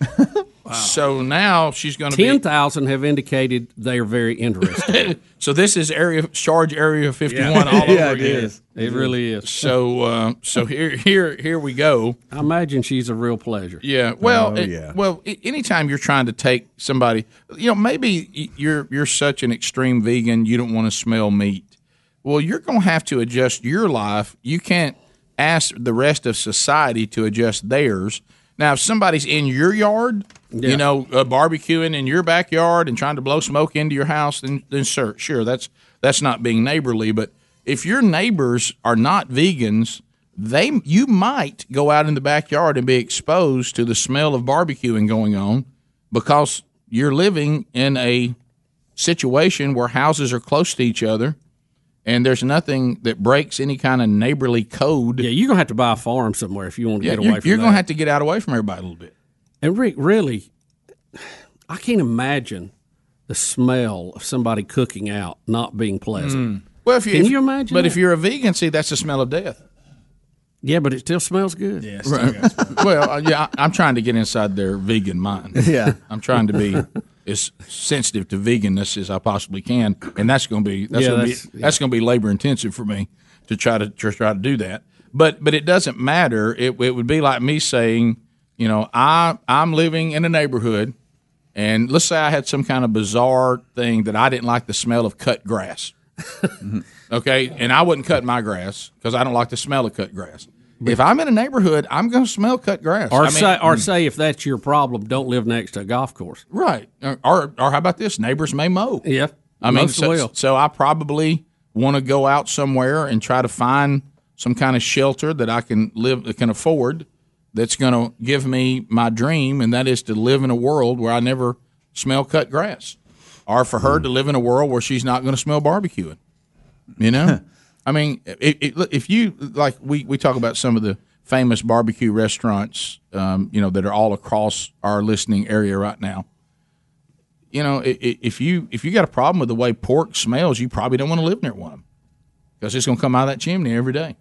So now she's going to be-
ten thousand have indicated they are very interested.
so this is area charge area fifty one all over
Yeah, it
again.
is. It really is.
So uh, so here here here we go.
I imagine she's a real pleasure.
Yeah. Well,
Oh,
it-
yeah.
well, a- anytime you're trying to take somebody, you know, maybe y- you're you're such an extreme vegan, you don't want to smell meat. Well, you're going to have to adjust your life. You can't ask the rest of society to adjust theirs. Now, if somebody's in your yard, you know, uh, barbecuing in your backyard and trying to blow smoke into your house, then then sure, sure, that's that's not being neighborly, but if your neighbors are not vegans, they you might go out in the backyard and be exposed to the smell of barbecuing going on because you're living in a situation where houses are close to each other and there's nothing that breaks any kind of neighborly code. Yeah,
you're gonna have to buy a farm somewhere if you want to get away
you're,
from
You're gonna
that.
have to get out away from everybody a little bit.
And Rick, really, I can't imagine the smell of somebody cooking out not being pleasant.
Mm. Well, if you,
Can
if-
you imagine
But
that?
if you're a vegan, see, that's the smell of death.
Yeah, but it still smells good.
Yes. well, uh, yeah, I, I'm trying to get inside their vegan mind. Yeah, I'm trying to be as sensitive to veganness as I possibly can, and that's going to be that's
Yeah,
going to
that's-
be that's going to be labor intensive for me to try to, to try to do that. But but it doesn't matter. It it would be like me saying, you know, I I'm living in a neighborhood, and let's say I had some kind of bizarre thing that I didn't like the smell of cut grass. okay, and I wouldn't cut my grass because I don't like the smell of cut grass. If I'm in a neighborhood, I'm going to smell cut grass.
Or
I mean- mm.
say, or say, if that's your problem, don't live next to a golf course.
Right. Uh, Or, or or how about this? Neighbors may mow.
Yeah.
I mean,
Most
so,
will.
so I probably want to go out somewhere and try to find some kind of shelter that I can live, that can afford, that's going to give me my dream, and that is to live in a world where I never smell cut grass, or for
Hmm.
her to live in a world where she's not going to smell barbecuing. You know, I mean, it, it, look, if you like, we we talk about some of the famous barbecue restaurants, um, you know, that are all across our listening area right now. You know, i- i- if you if you got a problem with the way pork smells, you probably don't want to live near one because it's going to come out of that chimney every day.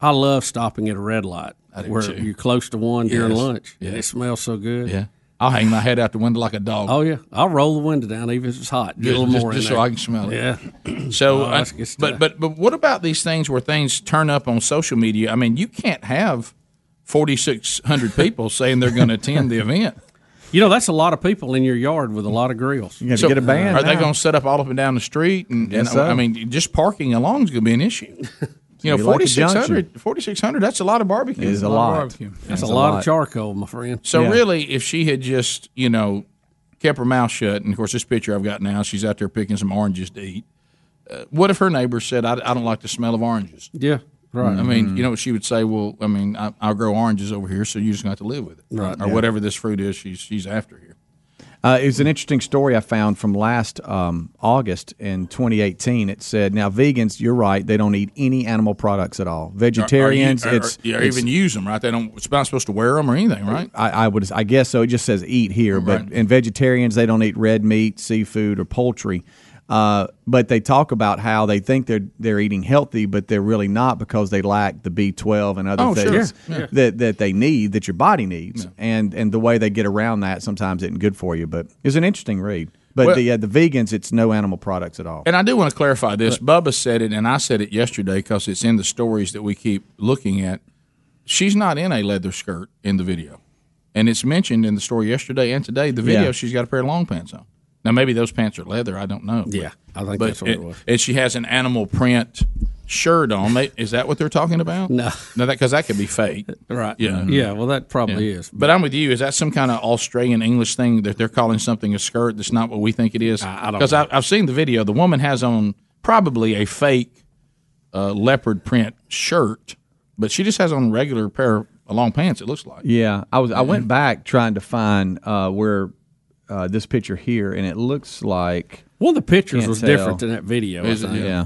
I love stopping at a red light where
too.
you're close to one during
Yes.
lunch. and It smells so good.
Yeah. I'll hang my head out the window like a dog.
Oh, yeah. I'll roll the window down even if it's hot. Get a
Just-
little
just-
more in
just so
there.
I can smell it.
Yeah.
So,
Oh,
I-
that's good stuff.
but but but what about these things where things turn up on social media? I mean, you can't have forty six hundred people saying they're going to attend the event.
You know, that's a lot of people in your yard with a lot of grills. You
So, Are they going to set up all up and down the street? And, and
Guess so.
I mean, just parking alone is going to be an issue. You know,
It's gonna be like a
4,600, 4,600, that's a lot of barbecue.
It is a
That's
lot.
of barbecue.
That's a lot of charcoal, my friend.
So
Yeah.
really, if she had just you know kept her mouth shut, and of course this picture I've got now, she's out there picking some oranges to eat. Uh, what if her neighbor said, I, "I don't like the smell of oranges"?
Yeah, right.
I mean,
Mm-hmm.
Mhm.
you know, she would say, "Well, I mean, I, I'll grow oranges over here, so you're just going to have to live with it,
Right.
Or
Yeah.
whatever this fruit is she's she's after here.
Uh, it was an interesting story I found from last um, August in 2018. It said, "Now vegans, you're right; they don't eat any animal products at all. Vegetarians,
or, or,
it's,
yeah, or
it's-
even use them, right? They don't. It's not supposed to wear them or anything, right?
I, I would, I guess so. It just says eat here, but and vegetarians they don't eat red meat, seafood, or poultry. Uh, but they talk about how they think they're they're eating healthy, but they're really not because they lack the B twelve and other
Oh, sure.
things
Yeah. Yeah.
that that they need that your body needs, and and the way they get around that sometimes isn't good for you. But it's an interesting read. But
Well-
the uh, the vegans, it's no animal products at all.
And I do want to clarify this. Bubba said it, and I said it yesterday because it's in the stories that we keep looking at. She's not in a leather skirt in the video, and it's mentioned in the story yesterday and today. The video,
Yeah.
she's got a pair of long pants on. Now maybe those pants are leather. I don't know. Yeah,
I think that's what it was.
And she has an animal print shirt on. They- Is that what they're talking about? No, no, because that could be fake.
Right.
Yeah.
Yeah. Well, that probably
Yeah.
is.
But I'm with you. Is that some kind of Australian English thing that they're calling something a skirt that's not what we think it is?
I- I don't
Because I've seen the video. The woman has on probably a fake uh, leopard print shirt, but she just has on a regular pair of long pants, it looks like.
Yeah, I was. I went back trying to find uh, where uh, this picture here, and it looks like
one of the pictures
Can't
was
tell.
different than that video.
Is
I
it?
think.
Yeah.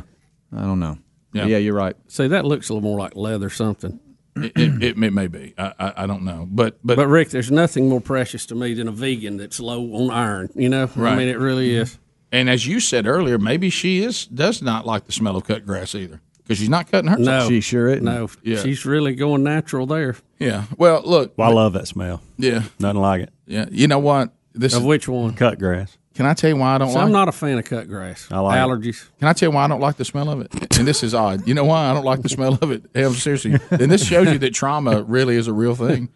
I don't know.
Yeah.
yeah, you're right.
See, that looks a little more like leather something.
It, it, it, may be. I, I, I don't know. But but
but Rick, there's nothing more precious to me than a vegan that's low on iron. You know, I mean, it
Mm-hmm.
really is.
And as you said earlier, maybe she is does not like the smell of cut grass either because she's not cutting hers.
No,
isn't.
No,
Yeah.
she's really going natural there.
Yeah. Well, look.
Well, I love that smell.
Yeah.
Nothing like it.
Yeah. You know what? This
Of which one?
Cut grass.
Can I tell you why I don't
So
like
I'm
it?
not a fan of cut grass.
I like it.
allergies.
Can I tell you why I don't like the smell of it? And this is odd. You know why I don't like the smell of it? Em, seriously. And this shows you that trauma really is a real thing.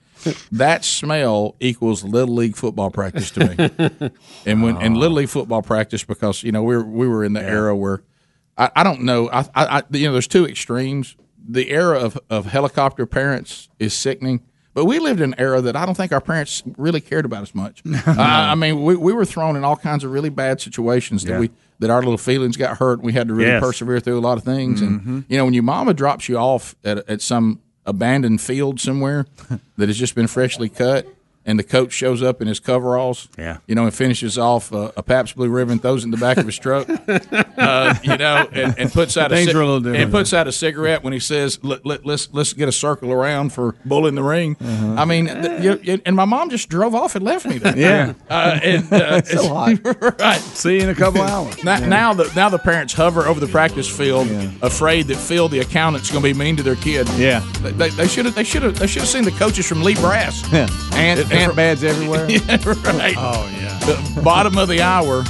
That smell equals little league football practice to me. And when and little league football practice because you know we were, we were in the era where I, I don't know I, I I you know there's two extremes. The era of of helicopter parents is sickening. But we lived in an era that I don't think our parents really cared about as much. Uh, I mean, we, we were thrown in all kinds of really bad situations that
Yeah.
we that our little feelings got hurt. We had to really
Yes.
persevere through a lot of things. And you know, when your mama drops you off at, at some abandoned field somewhere that has just been freshly cut, and the coach shows up in his coveralls, yeah, you know, and finishes off uh, a Pabst Blue Ribbon, throws it in the back of his truck, uh, you know, and, and puts out
Things
a
are a little different.
and puts out a cigarette when he says, let, let, "Let's let's get a circle around for bull in the ring." I mean, th- you- you- and my mom just drove off and left me there.
Yeah.
uh, and uh,
So hot.
right?
See you in a couple hours.
Now, now the now the parents hover over the practice field, afraid that Phil, the accountant's going to be mean to their kid.
Yeah.
they they should have they should have they should have seen the coaches from Lee Brass.
Yeah.
and
Different
bads everywhere. yeah, right. Oh yeah. The bottom of the hour,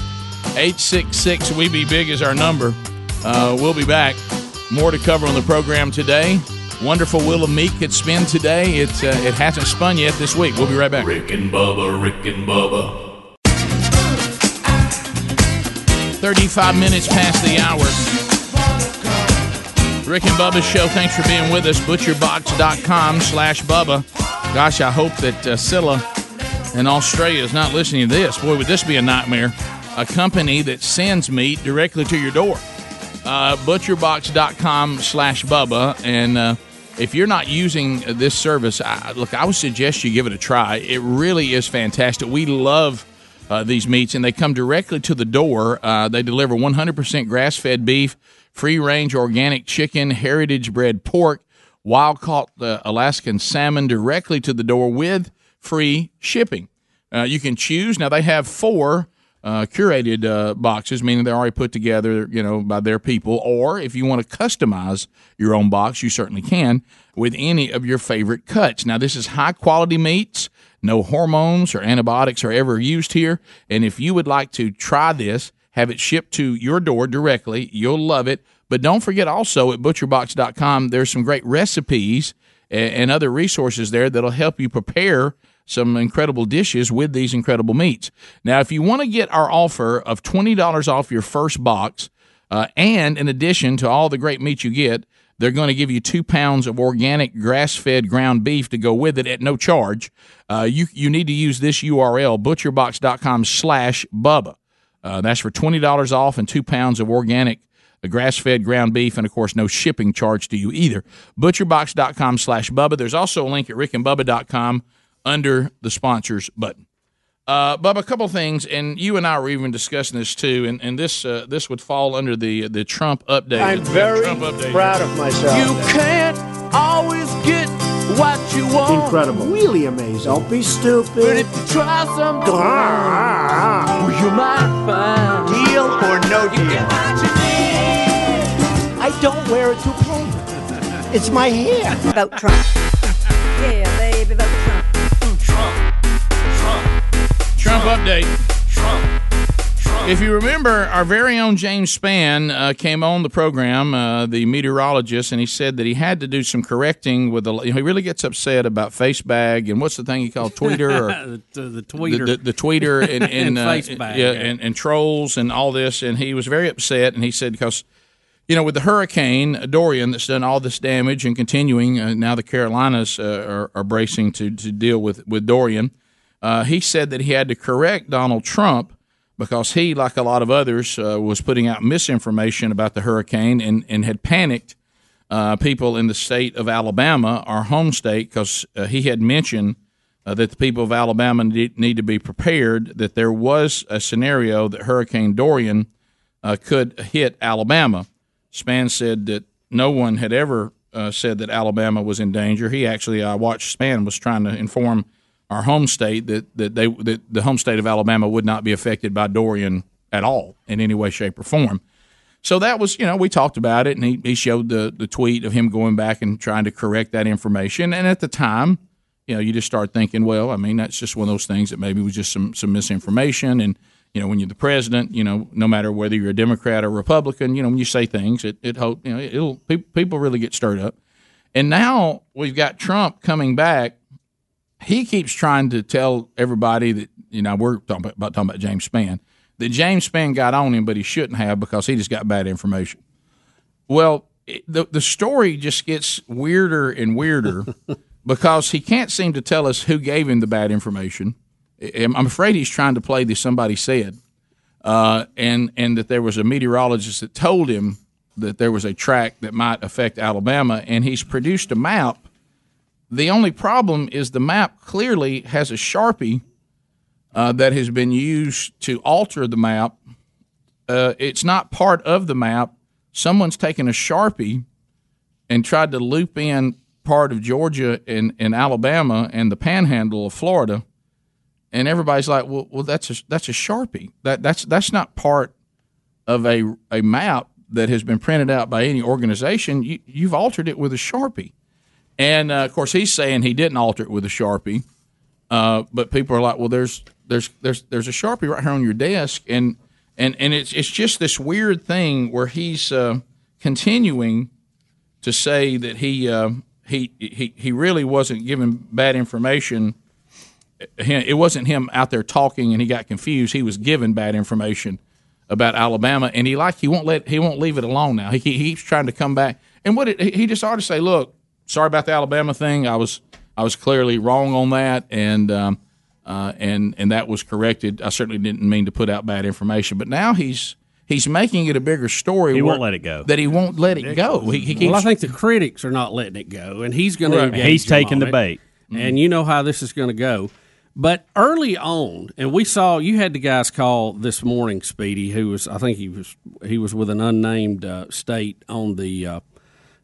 eight six six. We be big is our number. Uh, we'll be back. More to cover on the program today. Wonderful Will of Meat could spin today. It uh, it hasn't spun yet this week. We'll be right back.
Rick and Bubba, Rick and Bubba.
35 minutes past the hour. Rick and Bubba's show. Thanks for being with us. ButcherBox.com slash Bubba. Gosh, I hope that uh, Scylla in Australia is not listening to this. Boy, would this be a nightmare. A company that sends meat directly to your door. Uh, ButcherBox.com slash Bubba. And uh, if you're not using this service, I, look, I would suggest you give it a try. It really is fantastic. We love uh, these meats, and they come directly to the door. Uh, they deliver 100% grass fed beef, free range organic chicken, heritage bred pork, wild caught uh, Alaskan salmon directly to the door with free shipping. Uh, you can choose. Now, they have four uh, curated uh, boxes, meaning they're already put together, you know, by their people. Or if you want to customize your own box, you certainly can with any of your favorite cuts. Now, this is high quality meats. No hormones or antibiotics are ever used here. And if you would like to try this, have it shipped to your door directly, you'll love it. But don't forget also at butcherbox.com, there's some great recipes a- and other resources there that'll help you prepare some incredible dishes with these incredible meats. Now, if you want to get our offer of $20 off your first box, uh, and in addition to all the great meat you get, they're going to give you two pounds of organic grass-fed ground beef to go with it at no charge. Uh, you you need to use this URL butcherbox.com/bubba. Uh, that's for twenty dollars off and two pounds of organic grass-fed ground beef, and of course, no shipping charge to you either. Butcherbox.com/bubba. There's also a link at rickandbubba.com under the sponsors button. Uh, Bubba, a couple things, and you and I were even discussing this too, and, and this uh, this would fall under the the Trump update.
I'm very
proud
of myself. You can't always get what you want.
Incredible. Really amazing. Don't be stupid.
But if you try something, well, you might find Ah, deal or no deal.
I don't wear a toupee. It's my hair. About Trump.
Yeah, baby, vote Trump.
Trump update. If you remember, our very own James Spann uh, came on the program, uh, the meteorologist, and he said that he had to do some correcting with the. He really gets upset about Facebag and what's the thing he called Tweeter or
the, the, the
the,
tweeter.
the, the tweeter and and,
And
uh,
Facebag,
yeah,
yeah.
and, and trolls and all this, and he was very upset, and he said because. You know, with the hurricane Dorian that's done all this damage and continuing, uh, now the Carolinas uh, are, are bracing to, to deal with, with Dorian. Uh, he said that he had to correct Donald Trump because he, like a lot of others, uh, was putting out misinformation about the hurricane and, and had panicked uh, people in the state of Alabama, our home state, because uh, he had mentioned uh, that the people of Alabama need, need to be prepared that there was a scenario that Hurricane Dorian uh, could hit Alabama. Span said that no one had ever uh, said that Alabama was in danger. He actually, I watched Span was trying to inform our home state that, that they that the home state of Alabama would not be affected by Dorian at all in any way, shape, or form. So that was, you know, we talked about it, and he, he showed the, the tweet of him going back and trying to correct that information. And at the time, you know, you just start thinking, well, I mean, that's just one of those things that maybe was just some some misinformation. And you know, when you're the president, you know, no matter whether you're a Democrat or Republican, you know, when you say things, it it hope you know it'll pe- people really get stirred up. And now we've got Trump coming back. He keeps trying to tell everybody that you know we're talking about, about talking about James Spann that James Spann got on him, but he shouldn't have because he just got bad information. Well, it, the the story just gets weirder and weirder because he can't seem to tell us who gave him the bad information. I- I'm I'm afraid he's trying to play the somebody said, uh, and and that there was a meteorologist that told him that there was a track that might affect Alabama, and he's produced a map. The only problem is the map clearly has a sharpie uh, that has been used to alter the map. Uh, it's not part of the map. Someone's taken a sharpie and tried to loop in part of Georgia and, and Alabama and the Panhandle of Florida, and everybody's like, "Well, well, that's a that's a sharpie. That that's that's not part of a a map that has been printed out by any organization. You, you've altered it with a sharpie." And uh, of course, he's saying he didn't alter it with a sharpie. Uh, but people are like, well, there's there's there's there's a sharpie right here on your desk, and and and it's it's just this weird thing where he's uh, continuing to say that he uh, he he he really wasn't given bad information. He- It wasn't him out there talking, and he got confused. He was given bad information about Alabama, and he like he won't let he won't leave it alone now. He, he keeps trying to come back, and what it, he- he just ought to say, look, sorry about the Alabama thing. I was I was clearly wrong on that, and um, uh, and and that was corrected. I certainly didn't mean to put out bad information, but now he's he's making it a bigger story.
He
where-
won't let it go.
That he won't let it go. He, he keeps,
well, I think the critics are not letting it go, and he's going
Right.
to.
He's taking the
bait.
and you know how this is going to go. But early on, and we saw you had the guys call this morning, Speedy, who was I think he was he was with an unnamed uh, state on the uh,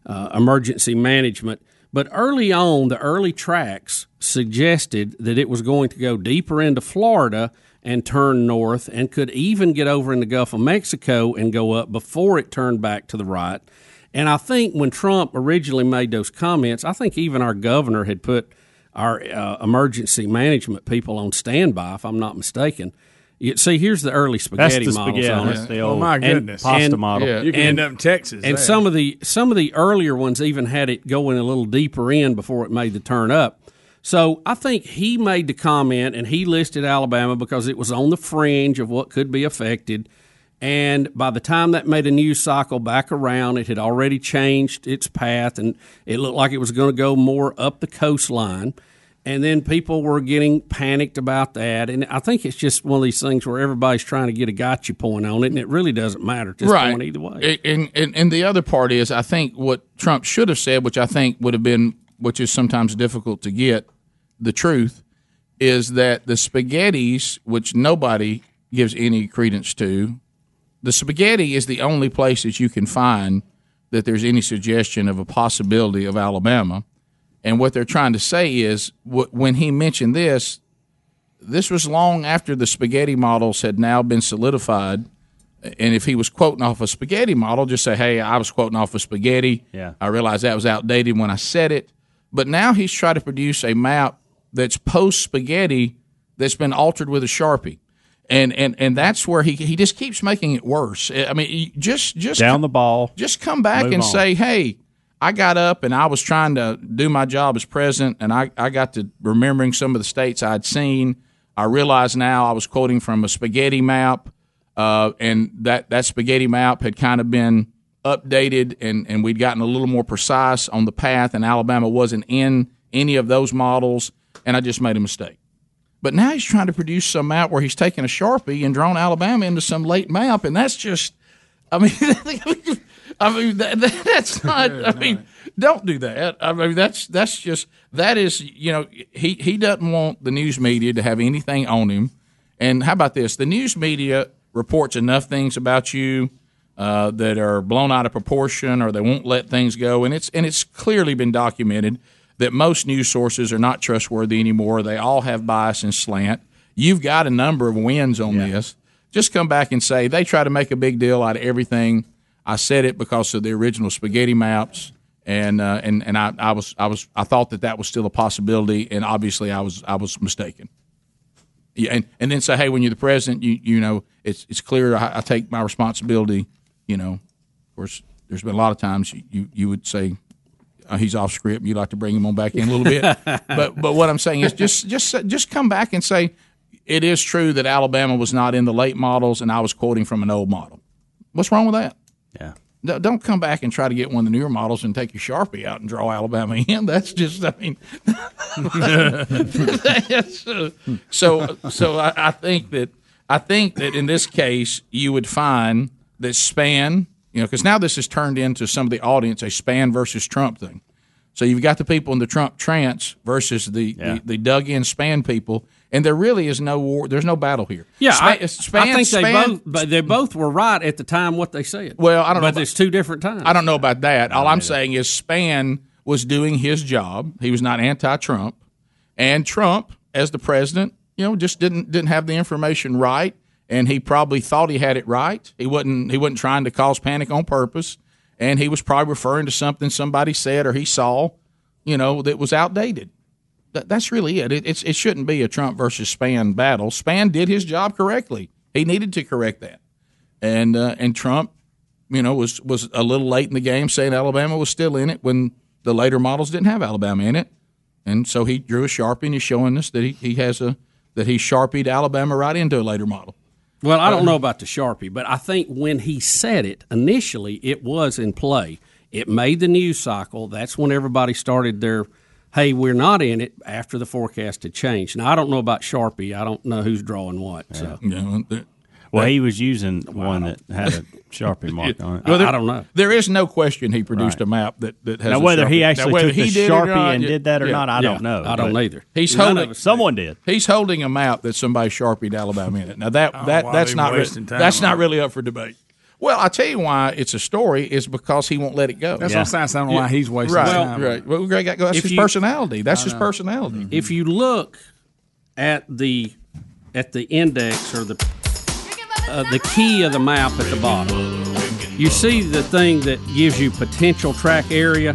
uh, emergency management. But early on, the early tracks suggested that it was going to go deeper into Florida and turn north, and could even get over in the Gulf of Mexico and go up before it turned back to the right. And I think when Trump originally made those comments, I think even our governor had put our uh, emergency management people on standby, if I'm not mistaken. You, see, here's the early spaghetti
the
models
spaghetti.
on it.
That's the old Oh, my goodness. pasta model. Yeah. You can end up in Texas eh?
And
there.
some of the some of the earlier ones even had it going a little deeper in before it made the turn up. So I think he made the comment and he listed Alabama because it was on the fringe of what could be affected. And by the time that made a news cycle back around, it had already changed its path and it looked like it was going to go more up the coastline. And then people were getting panicked about that. And I think it's just one of these things where everybody's trying to get a gotcha point on it. And it really doesn't matter at this
right.
point either way.
A- And, and and the other part is, I think what Trump should have said, which I think would have been, which is sometimes difficult to get, the truth is that the spaghetti's, which nobody gives any credence to, the spaghetti is the only place that you can find that there's any suggestion of a possibility of Alabama. And what they're trying to say is, wh- when he mentioned this, this was long after the spaghetti models had now been solidified. And if he was quoting off a spaghetti model, just say, hey, I was quoting off a spaghetti.
Yeah.
I realized that was outdated when I said it. But now he's trying to produce a map that's post spaghetti that's been altered with a Sharpie. And, and and that's where he he just keeps making it worse. I mean, he- just just
Down the ball.
Just come back
Move
and
on.
say, hey, I got up and I was trying to do my job as president, and I, I got to remembering some of the states I'd seen. I realized now I was quoting from a spaghetti map, uh, and that, that spaghetti map had kind of been updated, and, and we'd gotten a little more precise on the path, and Alabama wasn't in any of those models, and I just made a mistake. But now he's trying to produce some map where he's taking a sharpie and drawn Alabama into some late map, and that's just, I mean, I mean that, that- that's not. I mean, don't do that. I mean, that's that's just that is you know he he doesn't want the news media to have anything on him. And how about this? The news media reports enough things about you uh, that are blown out of proportion, or they won't let things go. And it's and it's clearly been documented that most news sources are not trustworthy anymore. They all have bias and slant. You've got a number of wins on this. Just come back and say they try to make a big deal out of everything. I said it because of the original spaghetti maps, and uh, and and I, I was I was I thought that that was still a possibility, and obviously I was I was mistaken. Yeah, and, and then say, hey, when you're the president, you you know it's it's clear I, I take my responsibility. You know, of course, there's been a lot of times you you, you would say uh, he's off script. You'd like to bring him on back in a little bit, but but what I'm saying is just just just come back and say it is true that Alabama was not in the late models, and I was quoting from an old model. What's wrong with that?
Yeah.
No, Don't come back and try to get one of the newer models and take your Sharpie out and draw Alabama in. That's just, I mean, that's, uh, so so I, I think that I think that in this case you would find that span, you know, because now this has turned into some of the audience a span versus Trump thing. So you've got the people in the Trump trance versus the the, the dug in span people, and there really is no war. There's no battle here.
Yeah,
Span-
I,
span-
I think
span-
they both but they both were right at the time what they said.
Well, I don't know.
But it's two different times.
I don't know about that. All I'm saying is Span was doing his job. He was not anti-Trump, and Trump, as the president, you know, just didn't didn't have the information right, and he probably thought he had it right. He wasn't he wasn't trying to cause panic on purpose, and he was probably referring to something somebody said or he saw, you know, that was outdated. That, that's really it. It, it's, it shouldn't be a Trump versus Span battle. Span did his job correctly. He needed to correct that, and uh, and Trump you know, was was a little late in the game, saying Alabama was still in it when the later models didn't have Alabama in it, and so he drew a sharpie and he's showing us that he, he has a that he sharpied Alabama right into a later model. Uh,
Well, I don't know about the Sharpie, but I think when he said it initially, it was in play. It made the news cycle. That's when everybody started their, hey, we're not in it after the forecast had changed. Now, I don't know about Sharpie. I don't know who's drawing what. So.
Well, he was using one that had a sharpie mark on it.
Well, there- There is no question he produced a map that that has
Now,
a
whether
Sharpie.
he
Now,
actually
whether
took the
did it or
Sharpie
not,
and
yeah,
did that or
yeah.
not, I
Yeah.
don't know.
I don't
But
either. He's
none
holding-
of us- someone did.
He's holding a map that somebody sharpied Alabama in it. Now that that
Oh, why
that's
they
not re-
wasting time
that's
on
not really up for debate. Well, I tell you why it's a story is because he won't let it go.
That's what I'm saying. I don't know why he's wasting
right,
time on it.
Right, Well, Greg, that's
If
his
you-
personality. That's
I
his
know. Mm-hmm.
personality.
If you look at the at the index or the uh, the key of the map at the bottom, you see the thing that gives you potential track area.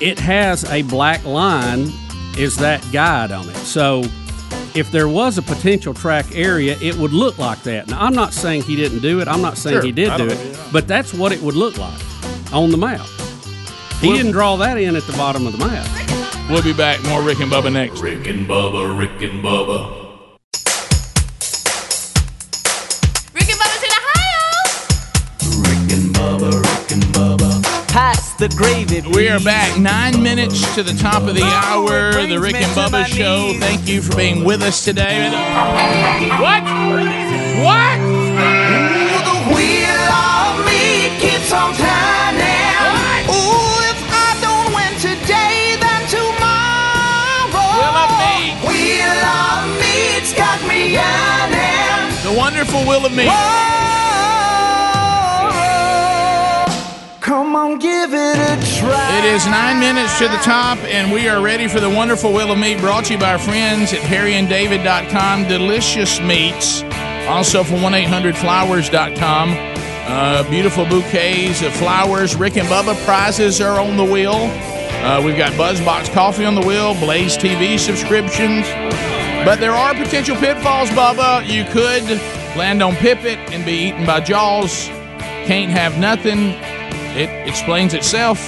It has a black line. Is that guide on it? So. If there was a potential track area, it would look like that. Now, I'm not saying he didn't do it. I'm not saying
Sure.
he did
I
do
don't-
it, but that's what it would look like on the map. He didn't draw that in at the bottom of the map.
We'll be back. More Rick and Bubba next.
Rick and Bubba, Rick and Bubba.
Rick and Bubba's in Ohio.
Pass the gravy. Oh,
We are back nine minutes to the top of the hour. The Rick and Bubba Show. Thank you for being with us today. What? What?
Ooh, the wheel of me keeps on turning. Ooh, if I don't win today, then tomorrow. Wheel of me. Wheel of me's got me yearning.
The wonderful will of me.
Come on, give it a try.
It is nine minutes to the top, and we are ready for the wonderful Will of Meat brought to you by our friends at harryanddavid.com. Delicious meats. Also from 1 800flowers.com. Uh, beautiful bouquets of flowers. Rick and Bubba prizes are on the wheel. Uh, we've got Buzzbox coffee on the wheel, Blaze TV subscriptions. But there are potential pitfalls, Bubba. You could land on Pippet and be eaten by Jaws. Can't have nothing. It explains itself.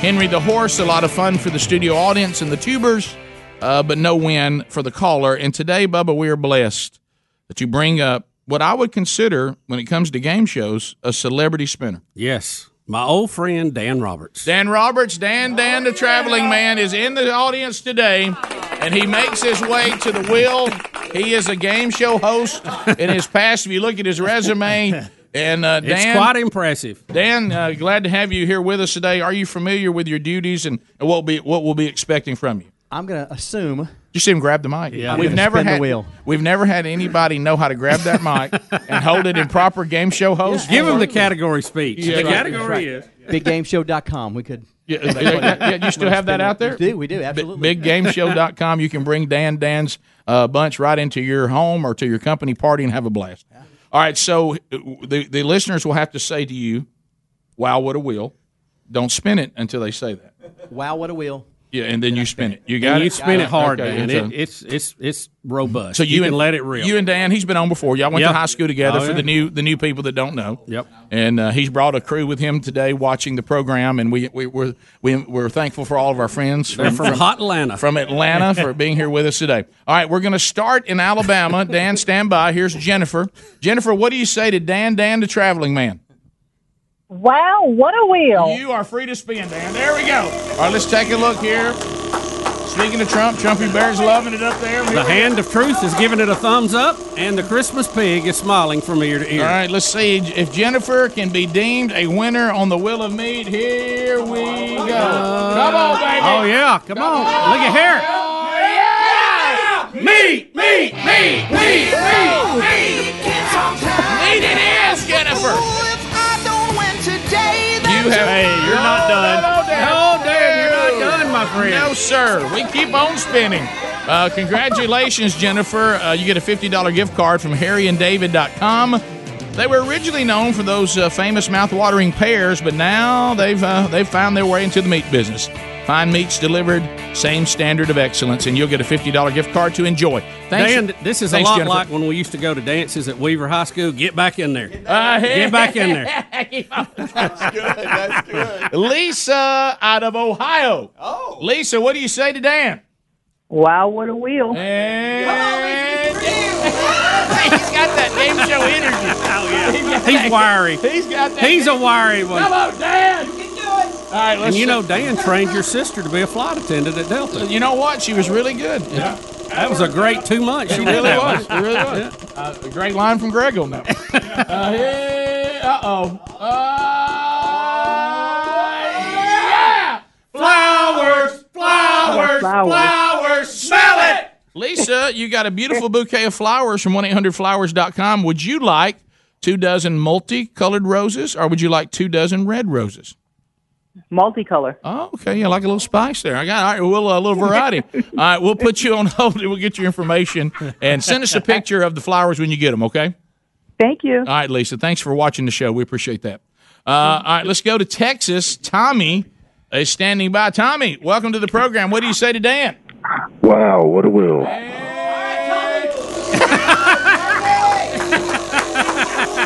Henry the Horse, a lot of fun for the studio audience and the tubers, uh, but no win for the caller. And today, Bubba, we are blessed that you bring up what I would consider, when it comes to game shows, a celebrity spinner.
Yes. My old friend Dan Roberts.
Dan Roberts, Dan, Dan, the traveling man, is in the audience today, and he makes his way to the wheel. He is a game show host in his past. If you look at his resume, and uh, Dan,
It's quite impressive.
Dan, uh, glad to have you here with us today. Are you familiar with your duties and and what be what we'll be expecting from you?
I'm going to assume.
You see him grab the mic.
Yeah, I'm
we've
gonna
never
spin the
had
wheel.
we've never had anybody know how to grab that mic and hold it in proper game show host.
Give him the category speech.
Yeah,
the
right.
category
That's
is.
BigGameShow.com. We could.
Yeah, yeah, yeah, you still have that out there?
We do. We do. Absolutely.
BigGameShow.com. You can bring Dan Dan's uh, bunch right into your home or to your company party and have a blast. All right, so uh, the, the listeners will have to say to you, wow, what a wheel. Don't spin it until they say that.
Wow, what a wheel.
Yeah, and then you spin it. You got
and
it?
You spin it hard,
Okay,
man.
so-
It, it's it's it's robust.
so you,
can
and,
let it rip.
You and Dan, he's been on before. Y'all went
Yeah.
to high school together
Oh,
for
yeah.
the new the new people that don't know.
Yep.
And uh, he's brought a crew with him today, watching the program, and we we we're, we, we're thankful for all of our friends
They're from hot Atlanta.
from Atlanta for being here with us today. All right, we're going to start in Alabama. Dan, stand by. Here's Jennifer. Jennifer, what do you say to Dan? Dan, the traveling man.
Wow, what a wheel.
You are free to spin, Dan. There we go. All right, let's take a look here. Speaking of Trump, Trumpy Bear's loving it up there.
The hand of truth is giving it a thumbs up, and the Christmas pig is smiling from ear to ear.
All right, let's see if Jennifer can be deemed a winner on the Will of Meat. Here we go. Come on, baby.
Oh yeah, come on. Look at here.
Meat, meat, meat, meat, meat, meat. Meat it is, Jennifer. You have. Hey, you're not done. No, Dan, you're not done, my friend. No, sir. We keep on spinning. Uh, congratulations, Jennifer. Uh, you get a $50 gift card from harryanddavid.com. They were originally known for those uh, famous mouth-watering pears, but now they've uh, they've found their way into the meat business. Fine meats delivered, same standard of excellence, and you'll get a $50 gift card to enjoy. Thanks.
Dan, this is
Thanks,
a lot
Jennifer.
like when we used to go to dances at Weaver High School. Get back in there.
Uh, hey.
Get back in there.
Lisa out of Ohio. Oh. Lisa, what do you say to Dan?
Wow, what a wheel.
He's got that game show energy. Oh, yeah.
He's wiry.
He's got that.
He's a wiry one.
Come on, Dan. You can do it. All right, let's
And you
see.
know, Dan trained your sister to be a flight attendant at Delta.
You know what? She was really good. Yeah.
That was a great two months.
It
She
really
did that
was. It
one.
really was. Uh, a great line from Greg on that one. Uh, hey, uh-oh. Uh, Flowers, flowers,
Flowers.
flowers, smell it! Lisa, you got a beautiful bouquet of flowers from 1-800-Flowers.com. Would you like two dozen multicolored roses or would you like two dozen red roses?
Multicolor.
Oh, okay. Yeah, like a little spice there. I got all right. We'll uh, a little variety. All right, we'll put you on hold. and We'll get your information and send us a picture of the flowers when you get them. Okay.
Thank you.
All right, Lisa. Thanks for watching the show. We appreciate that. Uh, all right, let's go to Texas. Tommy is standing by. Tommy, welcome to the program. What do you say to Dan?
Wow, what a will.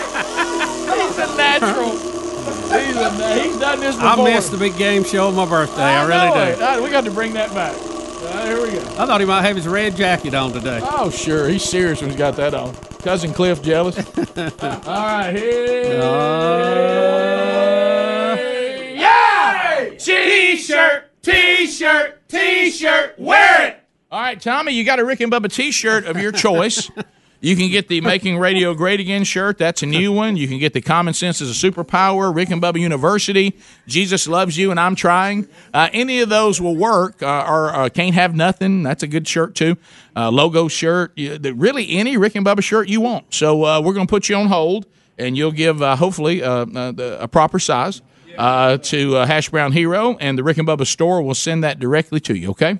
He's a natural. He's, a, he's done this
I missed the big game show on my birthday. I, really do.
Uh, We got to bring that back. here we go.
I thought he might have his red jacket on today.
Oh, sure. He's serious when he's got that on. Cousin Cliff jealous. All right, here.
Uh.
yeah! T-shirt, T-shirt, T-shirt. Wear it. All right, Tommy, you got a Rick and Bubba T-shirt of your choice. You can get the Making Radio Great Again shirt. That's a new one. You can get the Common Sense is a Superpower, Rick and Bubba University, Jesus Loves You, and I'm Trying. Uh, any of those will work, uh, or uh, Can't Have Nothing. That's a good shirt, too. Uh, logo shirt. You- the- Really, any Rick and Bubba shirt you want. So uh, we're going to put you on hold, and you'll give, uh, hopefully, uh, uh, the- a proper size uh, to uh, Hash Brown Hero, and the Rick and Bubba store will send that directly to you, okay?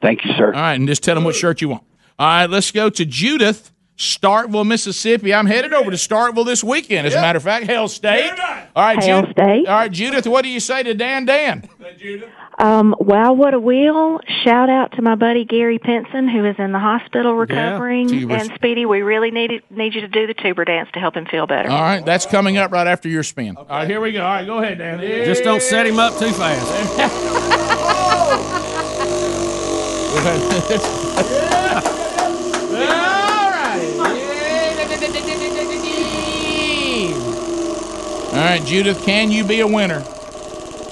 Thank you, sir.
All right, and just tell them what shirt you want. All right, let's go to Judith, Starkville, Mississippi. I'm headed over to Starkville this weekend, as a matter of fact. Hell State. All right,
Hail
Judith. All right, Judith, what do you say to Dan Dan?
Um, wow, what a wheel. Shout out to my buddy Gary Pinson, who is in the hospital recovering.
Gee whiz.
and Speedy, we really need, need you to do the tuber dance to help him feel better.
All right, that's coming up right after your spin. All right, here we go. All right, go ahead, Dan.
Just don't set him up too fast.
All right, Judith, can you be a winner?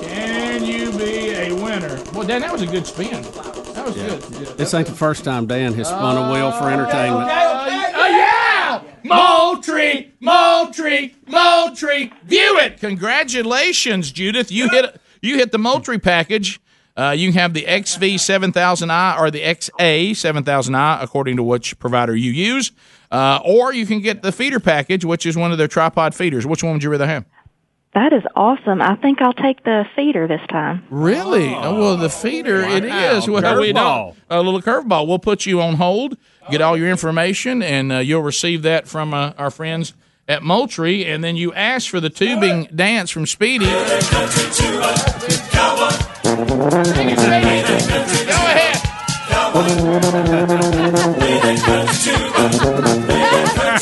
Can you be a winner? Well, Dan, that was a good spin. That was good.
This ain't the first time Dan has spun a wheel for entertainment.
Oh, yeah! Moultrie, Moultrie, Moultrie, view it. Congratulations, Judith. You hit you hit the Moultrie package. Uh, you can have the XV7000i or the XA7000i, according to which provider you use. Uh, or you can get the feeder package, which is one of their tripod feeders. Which one would you rather have?
That is awesome. I think I'll take the feeder this time.
Really? Oh, well, the feeder it is. Well, we
Curveball.
don't. A little curveball. We'll put you on hold, get all your information, and uh, you'll receive that from uh, our friends at Moultrie. And then you ask for the tubing dance from Speedy. Go ahead.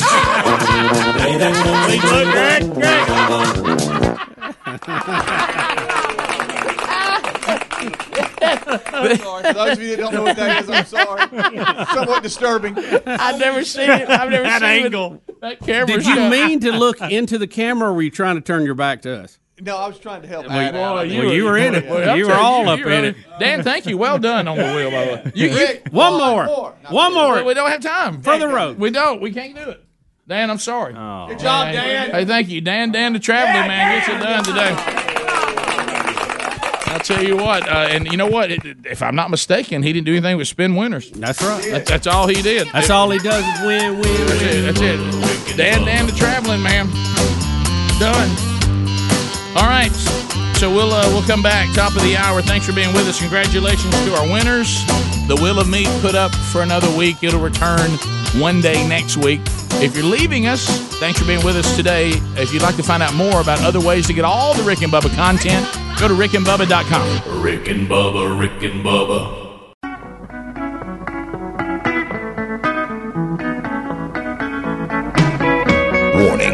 I'm sorry. For those of you that don't know what that is, I'm sorry. Somewhat disturbing.
I've never seen it. I've never
That
seen
angle.
It. That camera.
Did you mean to look into the camera, or were you trying to turn your back to us?
No, I was trying to help.
Well,
Adam out.
well, you, were in it.
Well, I'm
you were
telling
all up
you were
in it.
Dan, thank you. Well done on the wheel, by the way. You, you,
One more. One more.
We, we don't have time.
Further road. Oh,
We don't. We can't do it. Dan, I'm sorry. Good
job, Dan.
Hey, thank you, Dan. Dan, the traveling man, gets it done today. I tell you what, uh, and you know what? It- it- if I'm not mistaken, he didn't do anything but spin winners.
That's right.
That's, all he did.
That's all he does is win, win, win.
That's it. That's it. Dan, Dan, the traveling man. Done. All right. So we'll uh, we'll come back top of the hour. Thanks for being with us. Congratulations to our winners. The Will of Meat put up for another week. It'll return one day next week. If you're leaving us, thanks for being with us today. If you'd like to find out more about other ways to get all the Rick and Bubba content, go to rickandbubba.com.
Rick and Bubba, Rick and Bubba,
Warning.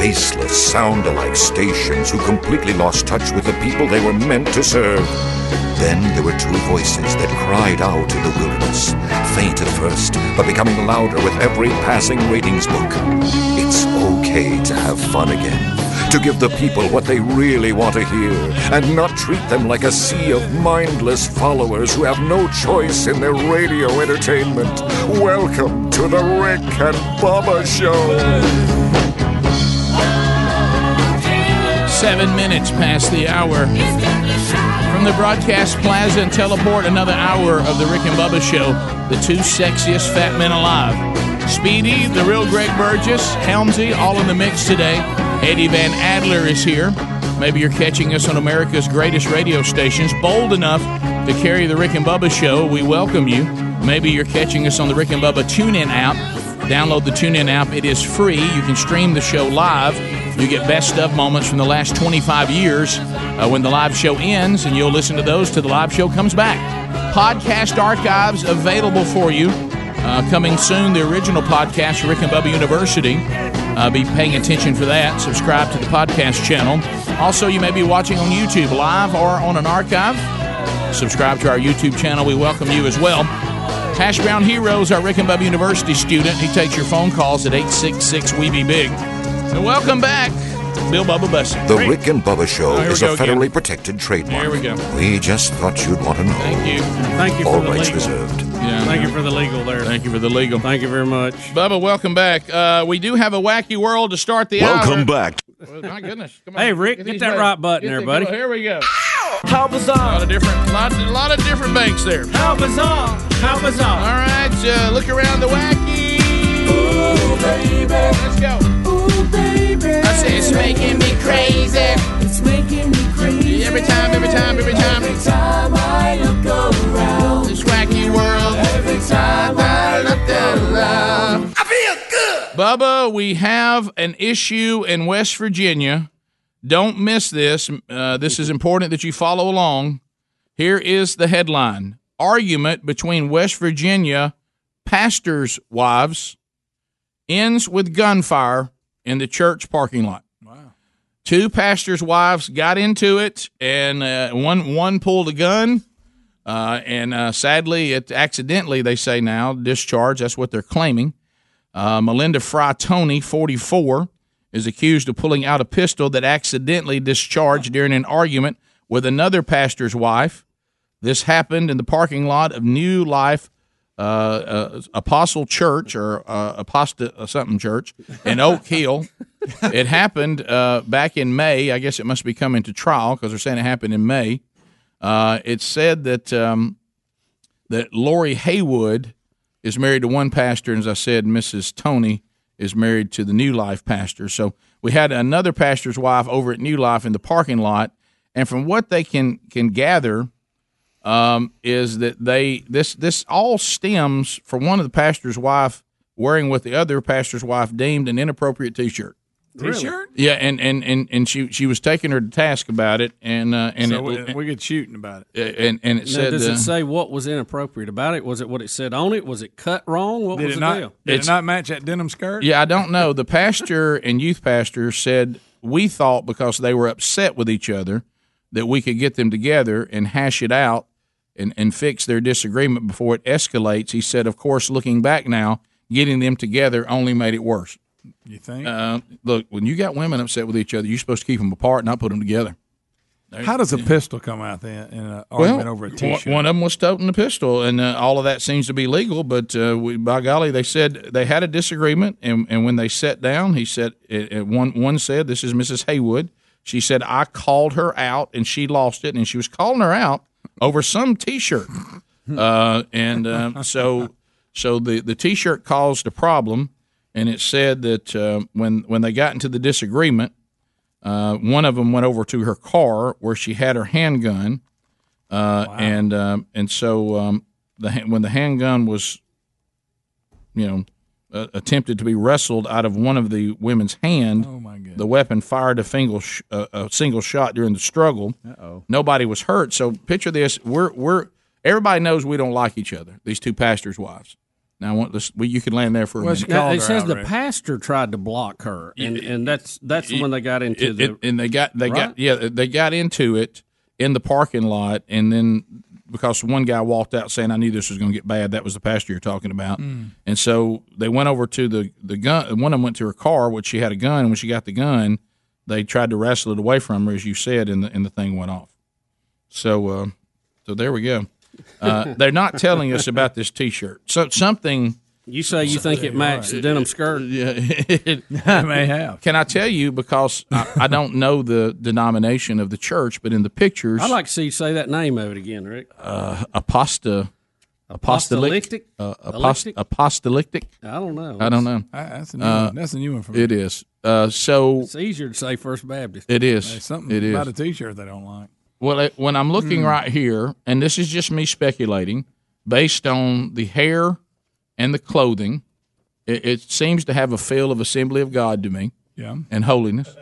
Faceless, sound alike stations who completely lost touch with the people they were meant to serve. Then there were two voices that cried out in the wilderness, faint at first, but becoming louder with every passing ratings book. It's okay to have fun again. To give the people what they really want to hear and not treat them like a sea of mindless followers who have no choice in their radio entertainment. Welcome to the Rick and Bubba Show.
Seven minutes past the hour. From the broadcast plaza and teleport, another hour of the Rick and Bubba Show, the two sexiest fat men alive. Speedy, the real Greg Burgess, Helmsy, all in the mix today. Eddie Van Adler is here. Maybe you're catching us on America's greatest radio stations, bold enough to carry the Rick and Bubba Show. We welcome you. Maybe you're catching us on the Rick and Bubba TuneIn app. Download the TuneIn app. It is free. You can stream the show live. You get best of moments from the last 25 years uh, when the live show ends, and you'll listen to those till the live show comes back. Podcast archives available for you. Uh, coming soon, the original podcast, Rick and Bubba University. Uh, be paying attention for that. Subscribe to the podcast channel. Also, you may be watching on YouTube live or on an archive subscribe to our YouTube channel. We welcome you as well. Hash Brown Heroes, our Rick and Bubba University student. He takes your phone calls at 866 We Be Big. E And welcome back, Bill Bubba Bussy.
The Rick and Bubba Show
Oh, here we
is a
go again.
federally protected trademark.
Here we go.
We just thought you'd want to know.
Thank you.
Thank you for
All
the
rights
legal.
reserved.
Yeah,
Thank you for the legal there.
Thank you for the legal.
Thank you very much.
Bubba, welcome back. Uh, we do have a wacky world to start the
Welcome
hour.
back.
My goodness. Come on.
Hey, Rick, get
these
that
legs.
right button
Get
there,
the-
buddy.
Here we go. How bizarre. A lot of different, lot, lot of different banks there. How bizarre. How bizarre. All right, uh, look around the wacky. Ooh, baby. Let's go. Ooh, baby. I say it's making me crazy. It's making me crazy. Every time, every time, every time. Every time I look around. This wacky world. Every time I look around. I feel good. Bubba, we have an issue in West Virginia. Don't miss this. Uh, this is important that you follow along. Here is the headline Argument between West Virginia pastors' wives ends with gunfire in the church parking lot. Wow. Two pastors' wives got into it, and uh, one, one pulled a gun. Uh, and uh, sadly, it accidentally, they say now, discharged. That's what they're claiming. Uh, Melinda Fry Tony, 44, is accused of pulling out a pistol that accidentally discharged during an argument with another pastor's wife. This happened in the parking lot of New Life uh, uh, Apostle Church or uh, Apostate uh, something church in Oak Hill. it happened uh, back in May. I guess it must be coming to trial because they're saying it happened in May. Uh, it said that um, that Lori Haywood is married to one pastor, and as I said, Mrs. Tony is married to the New Life pastor. So we had another pastor's wife over at New Life in the parking lot, and from what they can can gather, um, is that they this this all stems from one of the pastor's wife wearing what the other pastor's wife deemed an inappropriate T-shirt.
T-shirt?
Yeah, and and and and she she was taking her to task about it, and uh, and
so
it,
we, we get shooting about it.
and and it
Now,
said
does
uh,
it say what was inappropriate about it? Was it what it said on it? Was it cut wrong? What
Did
was
it
the
not-
deal?
did it It's- not match that denim skirt?
Yeah, I don't know. The pastor and youth pastor said we thought because they were upset with each other that we could get them together and hash it out and, and fix their disagreement before it escalates. He said, of course, looking back now, getting them together only made it worse.
You think?
Uh, look, when you got women upset with each other, you're supposed to keep them apart, not put them together.
How does a pistol come out then in an uh, argument over a
one-
T-shirt?
One of them was toting a pistol, and uh, all of that seems to be legal. But uh, we, by golly, they said they had a disagreement, and, and when they sat down, he said it, it- one one said, "This is Mrs. Haywood." She said, "I called her out, and she lost it, and she was calling her out over some T-shirt." uh, and um, so so the the T-shirt caused a problem, and it said that uh, when when they got into the disagreement. Uh, one of them went over to her car where she had her handgun, uh, and um, and so um, the ha- when the handgun was, you know, uh, attempted to be wrestled out of one of the women's hand,
Oh
the weapon fired a single sh- uh, a single shot during the struggle.
Uh-oh.
Nobody was hurt. So picture this: we're we're everybody knows we don't like each other. These two pastors' wives. Now, I want this, well, you can land there for a minute.
Now, it says the pastor tried to block her, and, and that's that's the one they got into.
It-
the,
it- and they got they
Right?
got yeah they got into it in the parking lot and then because one guy walked out saying i knew this was going to get bad that was the pastor you're talking about
Hmm.
and so they went over to the the gun one of them went to her car which she had a gun when she got the gun they tried to wrestle it away from her as you said and the, and the thing went off so uh, so there we go uh, they're not telling us about this t-shirt so something
you say you think it matched the denim skirt
yeah
may have.
can I tell you because I, I don't know the denomination of the church, but in the pictures,
I'd like to see you say that name of it again, Rick.
uh, aposta, apostolic,
Apostolictic?
uh, apost,
Electic?
apostolic.
I don't know.
I don't know. Uh,
I-
that's a new one. That's a new one for me.
It is. Uh, so
It's easier to say First Baptist.
It is.
There's something
It is.
about a T-shirt they don't like.
Well, it- when I'm looking
Hmm.
right here, and this is just me speculating, based on the hair and the clothing. It, it seems to have a feel of Assembly of God to me
Yeah.
and holiness,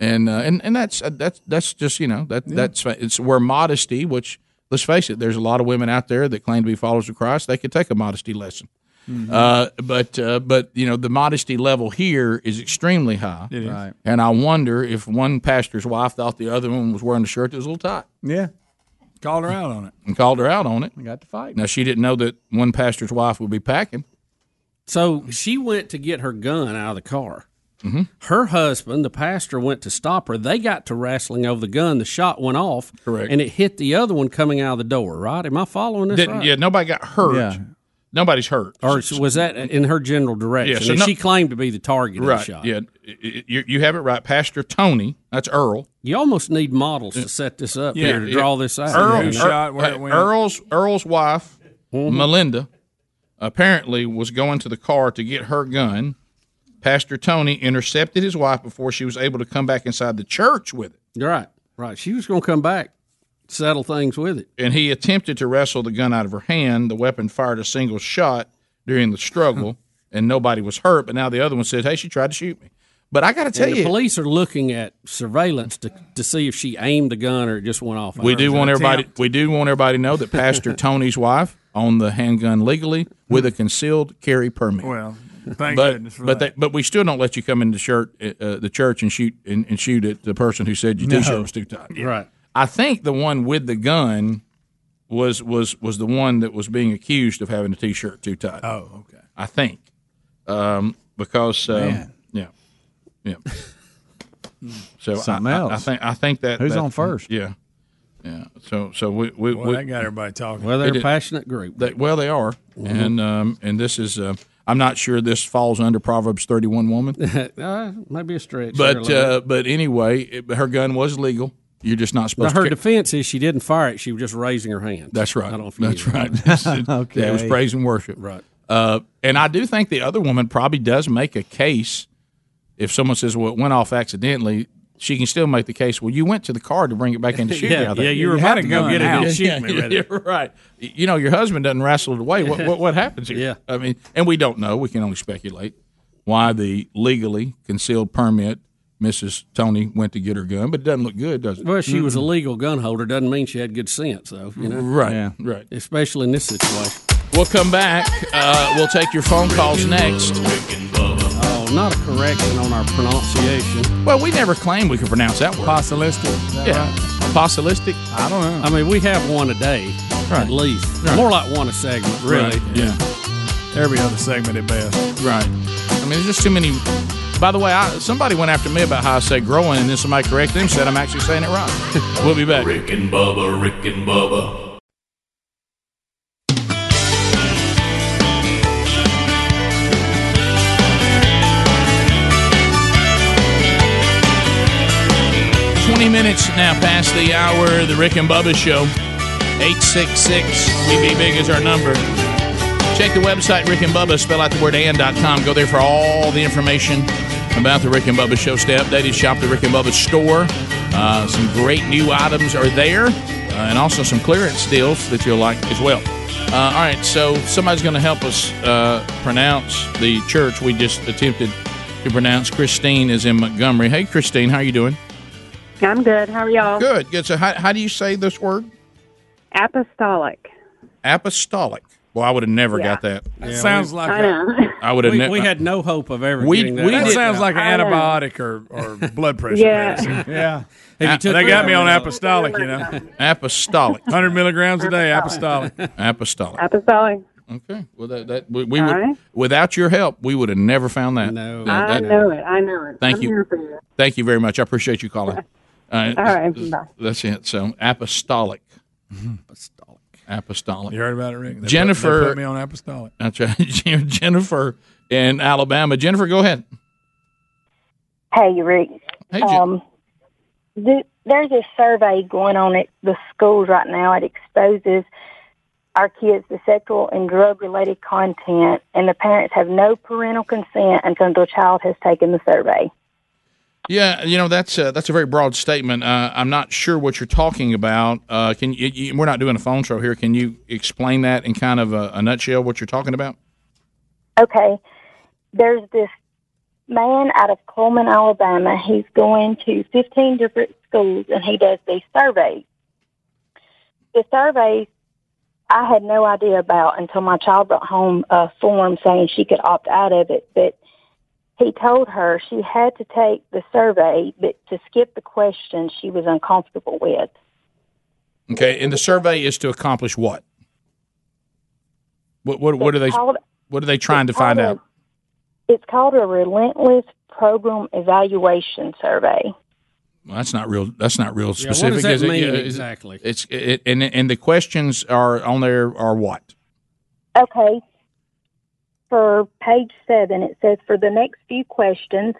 and uh, and and that's uh, that's that's just you know that
Yeah.
that's it's where modesty, which let's face it, there's a lot of women out there that claim to be followers of Christ. They could take a modesty lesson,
Mm-hmm.
uh, but uh, but you know the modesty level here is extremely high.
It is. Right.
and I wonder if one pastor's wife thought the other one was wearing a shirt that was a little tight
Yeah. Called her out on it.
and called her out on it.
got to fight.
Now she didn't know that one pastor's wife would be packing.
So she went to get her gun out of the car.
Mm-hmm.
Her husband, the pastor, went to stop her. They got to wrestling over the gun. The shot went off, correct, and it hit the other one coming out of the door. Right? Am I following this?
Didn't-
right?
Yeah, nobody got hurt.
Yeah.
Nobody's hurt.
Or was that in her general direction?
so
And
no-
she claimed to be the target of
Right.
the shot.
Yeah. I- I- You, you have it right. Pastor Tony, that's Earl. Uh,
You almost need models to set this up here to draw this out.
Earl,
You know?
Earl- uh, Earl's, Earl's wife,
Mm-hmm.
Melinda, apparently was going to the car to get her gun. Pastor Tony intercepted his wife before she was able to come back inside the church with it.
You're right. Right. She was going to come back, settle things with it.
And he attempted to wrestle the gun out of her hand. The weapon fired a single shot during the struggle, and nobody was hurt. But now the other one said, Hey, she tried to shoot me. But I got to
And
tell
the
you,
police are looking at surveillance to, to see if she aimed the gun or it just went off.
We do want everybody. We do want everybody to know that Pastor Tony's wife owned the handgun legally with a concealed carry permit.
Well, thank
but
goodness for
but
that.
they- but we still don't let you come in the shirt uh, the church and shoot and, and shoot at the person who said your
No.
t-shirt was too tight.
Right.
I think the one with the gun was was was the one that was being accused of having a t-shirt too tight.
Oh,
okay. I think um, because um,
Man.
yeah yeah. Mm. So I-
Something
I, I,
else.
think I think that
Who's
that-
on first?
Yeah. Yeah. So so we we,
Boy,
we
that got everybody talking.
Well, they're
It
a
did.
passionate group. Mm-hmm.
They, well, they are, and um, and this is. Uh, I'm not sure this falls under Proverbs 31 woman,
uh, might be a stretch. there a
but
little bit.
uh, but anyway, it, her gun was legal. You're just not
Now,
supposed
her
to. ca-
defense is she didn't fire it; she was just raising her hand.
That's right.
I don't. know if you
That's
knew
right.
that.
Yeah, it was praise and worship.
Right.
Uh, and I do think the other woman probably does make a case. If someone says, "Well, it went off accidentally," she can still make the case. Well, you went to the car to bring it back in the shoot.
Yeah, yeah, you were You had about a to go gun get it and out. shoot me with it.
right. You know, your husband doesn't wrestle it away. What what, what happens here? Yeah. I mean, and we don't know. We can only speculate why the legally concealed permit. Mrs. Tony went to get her gun, but it doesn't look good, does it?
Well, she was a legal gun holder. Doesn't mean she had good sense, though. You know.
Mm-hmm. Right, Yeah. Right.
Especially in this situation.
We'll come back. Uh, we'll take your phone calls next.
Oh, not a correction on our pronunciation.
Well, we never claimed we could pronounce that word.
Possilistic.
Yeah. Apostolic? I don't know.
I mean, we have one a day, at least. More like one a segment, really.
Yeah. Every other segment at best.
Right. I mean, there's just too many. By the way, I, somebody went after me about how I say growing, and then somebody corrected him, said I'm actually saying it right. we'll be back.
Rick and Bubba, Rick and Bubba.
Twenty minutes now past the hour. The Rick and Bubba Show. Eight six six. We be big is our number. Check the website Rick and Bubba. Spell out the word and.com. Go there for all the information about the Rick and Bubba Show. Stay updated. Shop the Rick and Bubba store. Uh, some great new items are there, uh, and also some clearance deals that you'll like as well. Uh, all right, so somebody's going to help us uh, pronounce the church we just attempted to pronounce. Christine is in Montgomery. Hey, Christine, how you doing?
I'm good. How are y'all?
Good, good. So, how, how do you say this word?
Apostolic.
Apostolic. Well, I would have never got that.
That sounds like
I
a-
know.
I would have
We-
never.
we had no hope of ever
We-
getting that.
we
that
did-
sounds like an
I know.
antibiotic or, or blood pressure
Yeah.
medicine.
Yeah.
If you took
they got me on
Tylenol-
apostolic, you know.
Apostolic.
100 milligrams a day, apostolic.
Apostolic.
Apostolic.
Okay. Well, that, that we, we
All
would
right.
without your help, we would have never found that. No.
I know it. I know it.
Thank
I'm
you.
here for you.
Thank you very much. I appreciate you calling. Uh,
All right. Bye.
That's it. So apostolic. Apostolic. Apostolic.
Mm-hmm. You heard about it, Rick? They put-
Jennifer.
they put me on apostolic.
That's right. Jennifer in Alabama. Jennifer, go ahead.
Hey, Rick. Hey, um, th- there's a survey going on at the schools right now. It exposes our kids to sexual and drug related content, and the parents have no parental consent until the child has taken the survey.
Yeah, you know that's a, that's a very broad statement. Uh, I'm not sure what you're talking about. Uh, can you, you, we're not doing a phone show here? Can you explain that in kind of a, a nutshell what you're talking about?
Okay. There's this man out of Coleman, Alabama. He's going to 15 different schools and he does these surveys. The surveys I had no idea about until my child brought home a form saying she could opt out of it, but he told her she had to take the survey, but to skip the questions she was uncomfortable with.
Okay, and the survey is to accomplish what? What what, what are they
It's called-
what are they trying to find out?
It's called a relentless program evaluation survey.
Well, that's not real. That's not real
Yeah, what does
specific.
that
is it?
mean
Yeah, is it-
exactly?
It's it, and and the questions are on there are what?
Okay. For page seven, it says for the next few questions,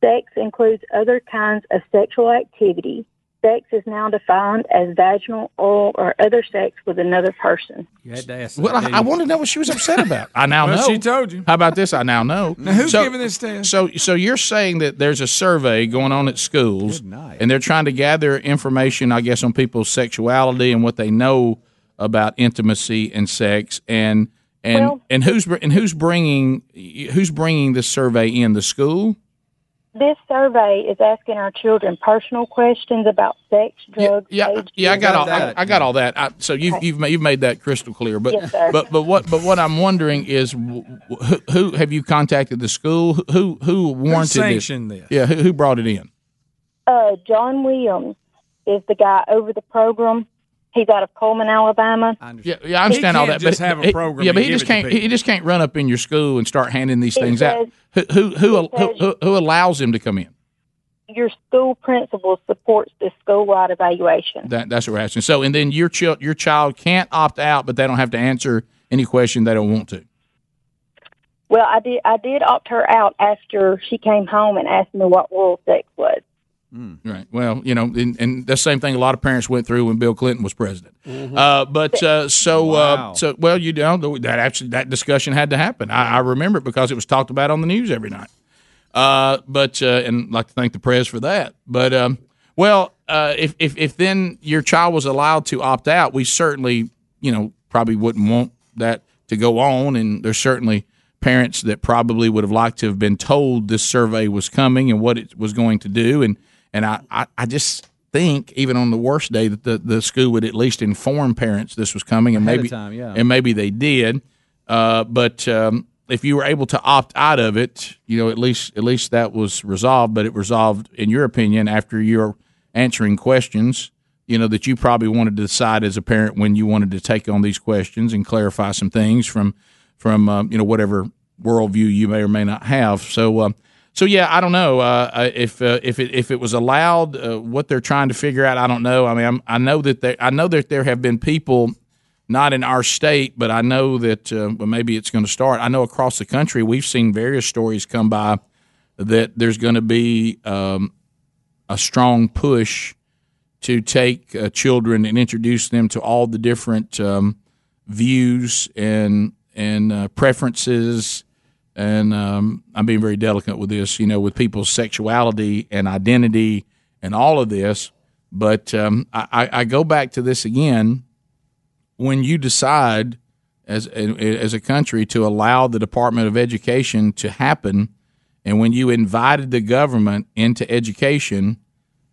sex includes other kinds of sexual activity. Sex is now defined as vaginal, oral, or other sex with another person.
You had to ask.
Well, I, I want to know what she was upset about. I now
Well,
know.
she told you.
How about this? I now know.
Now, who's
so,
giving this test?
So, so you're saying that there's a survey going on at schools, and they're trying to gather information, I guess, on people's sexuality and what they know about intimacy and sex, and and
Well-
and who's br- and who's bringing who's bringing this survey in the school?
This survey is asking our children personal questions about sex, drugs, yeah, age.
Yeah, I got all I,
that.
I got all that. I, so you you've ma- you've made that crystal clear. But
Yes, sir.
but but what but what I'm wondering is wh- wh- who, who have you contacted the school? Who who warranted
sanctioned
this? Yeah, who, who brought it in?
Uh, John Williams is the guy over the program. He's out of Coleman, Alabama.
Yeah, yeah, I understand all that.
can't just
but
have a
he-
program
yeah, but
and
he
give
just
it to
can't.
people.
He just can't run up in your school and start handing these
It
things out. Who who who, who, who who allows him to come in?
Your school principal supports this school-wide evaluation.
That that's what we're asking. So and then your child your child can't opt out, but they don't have to answer any question they don't want to.
Well, I did. I did opt her out after she came home and asked me what oral sex was.
Right. Well, you know, and, and the same thing a lot of parents went through when Bill Clinton was president. Uh, but uh, so uh, so well, you know that actually that discussion had to happen. I, I remember it because it was talked about on the news every night. Uh, but uh, and I'd like to thank the press for that. But um, well, uh, if, if if then your child was allowed to opt out, we certainly you know probably wouldn't want that to go on, and there's certainly parents that probably would have liked to have been told this survey was coming and what it was going to do, and and I I, I just think even on the worst day that the, the school would at least inform parents this was coming and
Ahead of
maybe
time, yeah.
and maybe they did uh, but um, if you were able to opt out of it, you know, at least at least that was resolved. But it resolved, in your opinion, after you're answering questions, you know, that you probably wanted to decide as a parent when you wanted to take on these questions and clarify some things from from um, you know whatever worldview you may or may not have. So. Um, so yeah, I don't know uh, uh, if uh, if it if it was allowed. Uh, what they're trying to figure out, I don't know. I mean, I'm, I know that there, I know that there have been people not in our state, but I know that uh, well, maybe it's going to start. I know across the country we've seen various stories come by that there's going to be um, a strong push to take uh, children and introduce them to all the different um, views and and uh, preferences. And um, I'm being very delicate with this, you know, with people's sexuality and identity and all of this. But um, I, I- I go back to this again when you decide as as a country to allow the Department of Education to happen, and when you invited the government into education,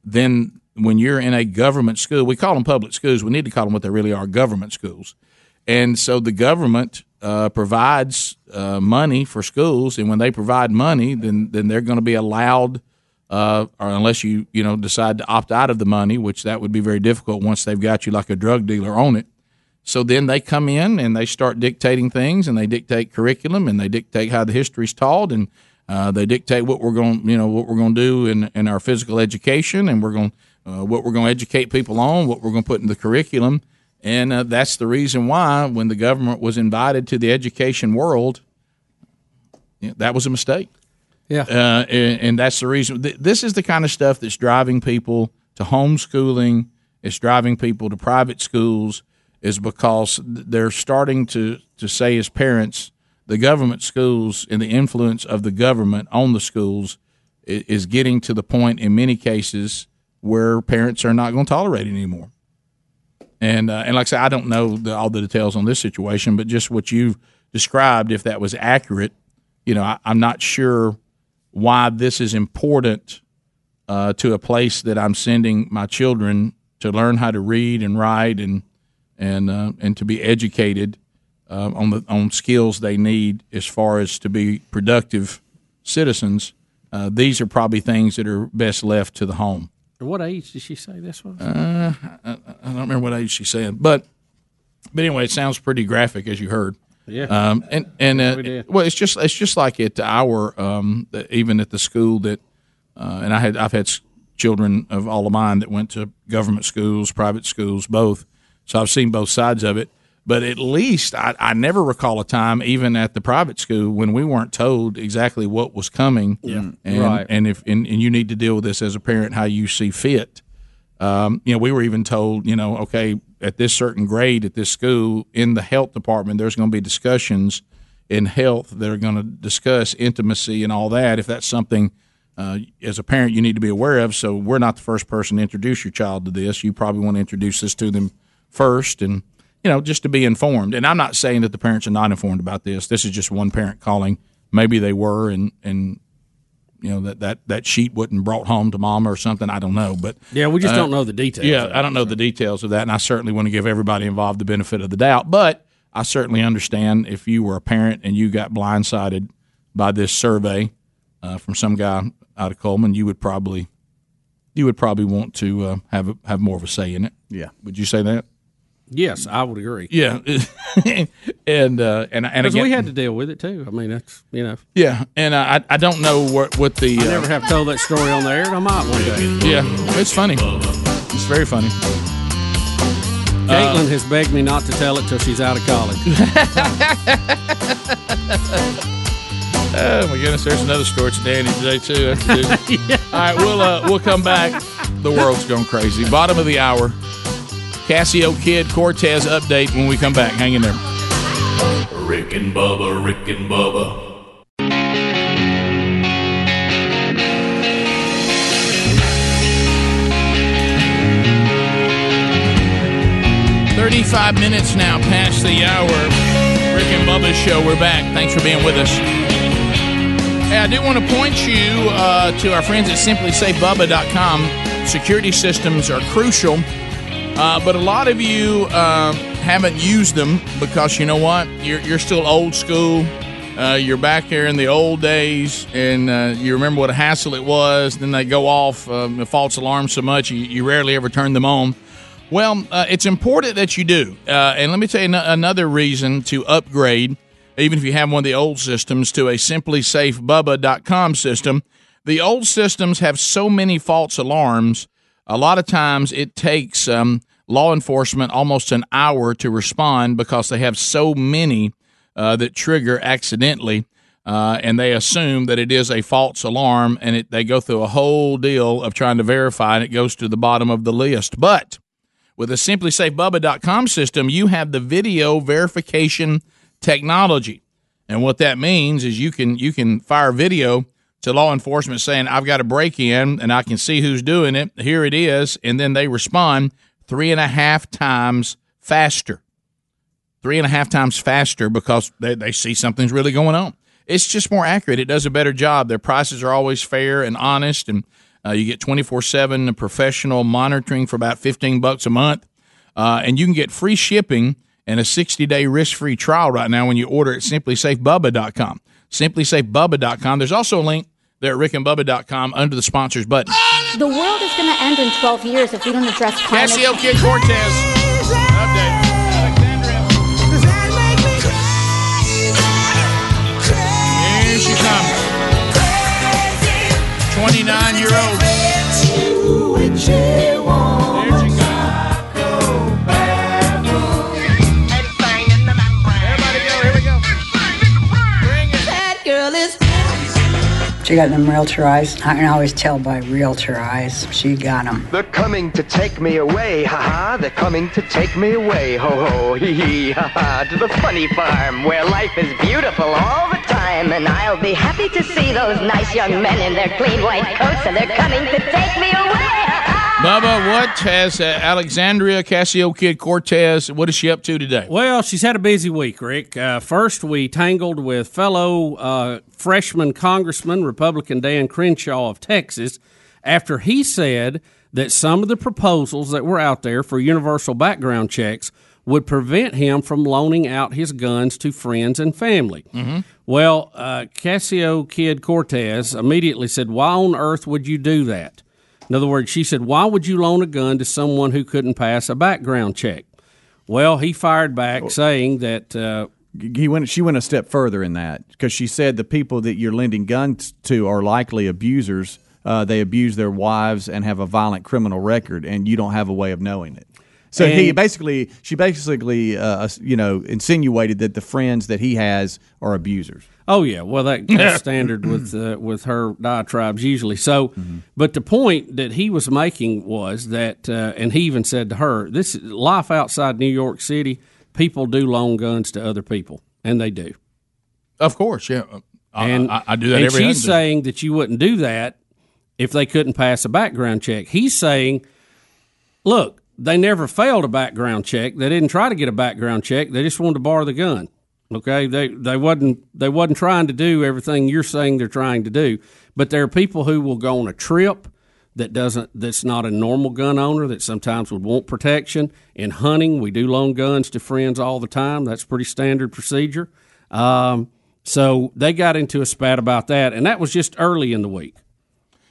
then when you're in a government school, we call them public schools. We need to call them what they really are: government schools. And so the government uh, provides uh, money for schools, and when they provide money, then then they're going to be allowed, uh, or unless you you know decide to opt out of the money, which that would be very difficult once they've got you like a drug dealer on it. So then they come in and they start dictating things, and they dictate curriculum, and they dictate how the history's taught, and uh, they dictate what we're going, you know, what we're going to do in, in our physical education, and we're going uh, what we're going to educate people on, what we're going to put in the curriculum, and uh, that's the reason why when the government was invited to the education world, you know, that was a mistake.
Yeah.
Uh, and, and that's the reason. Th- this is the kind of stuff that's driving people to homeschooling. It's driving people to private schools. Is because th- they're starting to to say as parents, the government schools and the influence of the government on the schools i- is getting to the point in many cases where parents are not going to tolerate it anymore. And uh, and like I say, I don't know the, all the details on this situation, but just what you've described, if that was accurate, you know, I, I'm not sure why this is important uh, to a place that I'm sending my children to learn how to read and write and and uh, and to be educated uh, on the on skills they need as far as to be productive citizens. Uh, these are probably things that are best left to the home.
At what age did she say this was?
Uh, I, I don't remember what age she said, but but anyway, it sounds pretty graphic as you heard.
Yeah.
Um, and and uh, well, it's just it's just like at our um, the- even at the school that, uh, and I had I've had s- children of all of mine that went to government schools, private schools, both. So I've seen both sides of it. But at least I, I never recall a time, even at the private school, when we weren't told exactly what was coming.
Yeah.
Mm,
And,
Right.
And if and, and you need to deal with this as a parent, how you see fit. Um, you know, we were even told, you know, okay, at this certain grade at this school in the health department, there's going to be discussions in health that are going to discuss intimacy and all that. If that's something uh, as a parent you need to be aware of, so we're not the first person to introduce your child to this. You probably want to introduce this to them first, and you know, just to be informed. And I'm not saying that the parents are not informed about this. This is just one parent calling. Maybe they were, and and you know that that that sheet wasn't brought home to mom or something. I don't know, but
Yeah, we just
uh,
don't know the details.
Yeah, I don't know the details of that, and I certainly want to give everybody involved the benefit of the doubt. But I certainly understand if you were a parent and you got blindsided by this survey uh, from some guy out of Coleman, you would probably you would probably want to uh, have a, have more of a say in it.
Yeah,
would you say that?
Yes, I would agree.
Yeah, and uh, and and
Because
again,
we had to deal with it too. I mean, that's you know.
yeah, and uh, I I don't know what what the
I
uh,
never have told that story on the air, and I might one day.
yeah, it's funny, it's very funny. uh,
Caitlin has begged me not to tell it till she's out of college.
Oh my goodness, there's another story to Danny today too. That's good. All right, we'll uh, we'll come back. The world's gone crazy. Bottom of the hour. Casio Kid Cortez update when we come back. Hang in there.
Rick and Bubba, Rick and Bubba,
Thirty-five minutes now past the hour. Rick and Bubba's show. We're back. Thanks for being with us. Hey, I do want to point you uh, to our friends at simplysafebubba.com. Security systems are crucial, uh, but a lot of you uh, haven't used them because you know what? You're, you're still old school. Uh, you're back there in the old days, and uh, you remember what a hassle it was. Then they go off, um, the false alarm so much, you, you rarely ever turn them on. Well, uh, it's important that you do. Uh, and let me tell you no- another reason to upgrade, even if you have one of the old systems, to a simplysafebubba.com system. The old systems have so many false alarms, a lot of times it takes um, law enforcement almost an hour to respond because they have so many uh, that trigger accidentally. Uh, and they assume that it is a false alarm, and it, they go through a whole deal of trying to verify, and it goes to the bottom of the list. But with a simplysafebubba.com system, you have the video verification technology. And what that means is you can you can fire video to law enforcement saying, I've got a break in and I can see who's doing it. Here it is. And then they respond three and a half times faster. Three and a half times faster because they, they see something's really going on. It's just more accurate. It does a better job. Their prices are always fair and honest, and uh, you get 24 7 professional monitoring for about 15 bucks a month. Uh, and you can get free shipping and a 60 day risk free trial right now when you order at simplysafebubba.com. Simplysafebubba.com. There's also a link there at rickandbubba.com under the sponsors button.
The world is going to end in 12 years if we don't address climate
Cassio Kid Cortez. Update. Here she comes. 29 year old.
She got them realtor eyes. I can always tell by realtor eyes. She got them.
They're coming to take me away, haha. They're coming to take me away, ho ho, hee hee, haha. To the funny farm where life is beautiful all the time.
time, and I'll be happy to see those nice young men in their clean white coats, and they're coming to take me away.
Bubba, what has uh, Alexandria Casio Kid Cortez? What is she up to today?
Well, she's had a busy week, Rick. Uh, first, we tangled with fellow uh, freshman Congressman, Republican Dan Crenshaw of Texas, after he said that some of the proposals that were out there for universal background checks would prevent him from loaning out his guns to friends and family.
Mm-hmm.
Well, uh, Casio Kid Cortez immediately said, Why on earth would you do that? In other words, she said, Why would you loan a gun to someone who couldn't pass a background check? Well, he fired back saying that. Uh,
he went. She went a step further in that because she said the people that you're lending guns to are likely abusers. Uh, they abuse their wives and have a violent criminal record, and you don't have a way of knowing it. So he
And-
basically, she basically, uh, you know, insinuated that the friends that he has are abusers.
Oh yeah, well that, that's standard with uh, with her diatribes usually. So, but the point that he was making was that, uh, and he even said to her, "This is life outside New York City. People do loan guns to other people, and they do.
Of course, yeah. I- I- I do that
and
every
she's
Monday.
saying that you wouldn't do that if they couldn't pass a background check. He's saying, look, they never failed a background check. They didn't try to get a background check. They just wanted to borrow the gun. Okay, they they wasn't they wasn't trying to do everything you're saying they're trying to do. But there are people who will go on a trip that doesn't that's not a normal gun owner that sometimes would want protection. In hunting, we do loan guns to friends all the time. That's pretty standard procedure. Um, so they got into a spat about that, and that was just early in the week.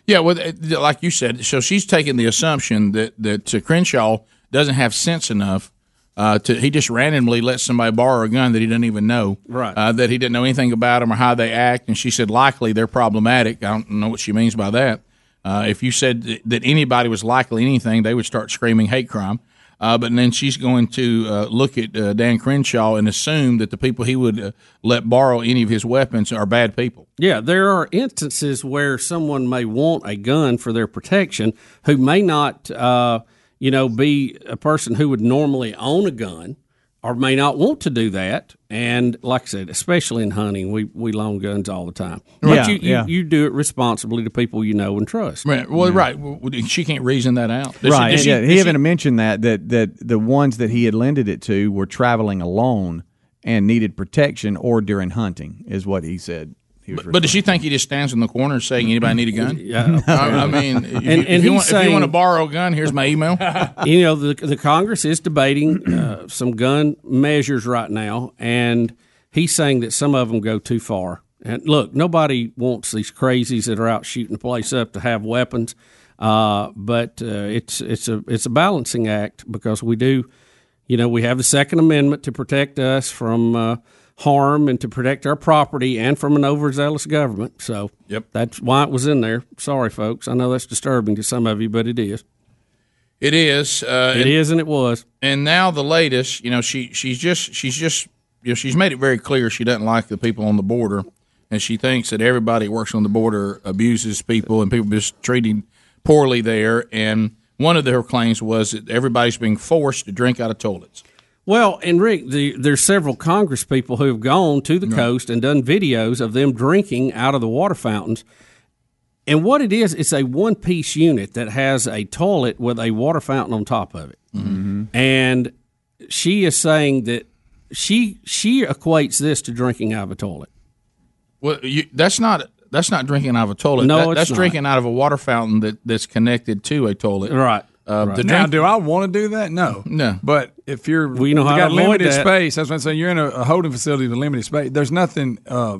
Yeah, well, th- th- like you said, so she's taking the assumption that that uh, Crenshaw doesn't have sense enough. Uh, to, he just randomly lets somebody borrow a gun that he doesn't even know,
Right.
uh, that he didn't know anything about them or how they act. And she said, likely they're problematic. I don't know what she means by that. Uh, if you said th- that anybody was likely anything, they would start screaming hate crime. Uh, but then she's going to uh, look at uh, Dan Crenshaw and assume that the people he would uh, let borrow any of his weapons are bad people.
Yeah, there are instances where someone may want a gun for their protection who may not, uh, you know, be a person who would normally own a gun or may not want to do that. And like I said, especially in hunting, we, we loan guns all the time. But
Yeah,
you, you,
yeah.
you do it responsibly to people you know and trust.
Right. Well, right. W- She can't reason that out. Does she-
right.
does she-
yeah,
does
he
she-
even mentioned that that that the ones that he had lended it to were traveling alone and needed protection or during hunting is what he said. He was
But does she think he just stands in the corner saying, "Anybody need a gun?"
Yeah.
I, I mean, if, you-
And-
if you want, if
and he's
you want to
saying-
borrow a gun, here's my email.
you know, the, the Congress is debating uh, some gun measures right now, and he's saying that some of them go too far. And look, nobody wants these crazies that are out shooting the place up to have weapons, uh, but uh, it's it's a it's a balancing act because we do, you know, we have the Second Amendment to protect us from uh, harm and to protect our property and from an overzealous government. So,
yep,
that's why it was in there. Sorry, folks, I know that's disturbing to some of you, but it is.
It is. Uh,
It
and,
is and it was.
And now the latest, you know, she she's just she's just you know she's made it very clear she doesn't like the people on the border, and she thinks that everybody that works on the border abuses people and people just treating poorly there. And one of their claims was that everybody's being forced to drink out of toilets.
Well, and Rick, the, there's several Congress people who have gone to the coast and done videos of them drinking out of the water fountains. And what it is, it's a one piece unit that has a toilet with a water fountain on top of it. And she is saying that she she equates this to drinking out of a toilet.
Well, you, that's not that's not drinking out of a toilet.
No,
That-
it's
that's
not.
drinking out of a water fountain that, that's connected to a toilet.
Right.
Uh, The
now,
drink,
do I want to do that? No,
No.
But if you're,
Well, you know
if
how to
got
avoid
limited
that.
space. That's what I'm saying. You're in a, a holding facility with limited space. There's nothing, uh,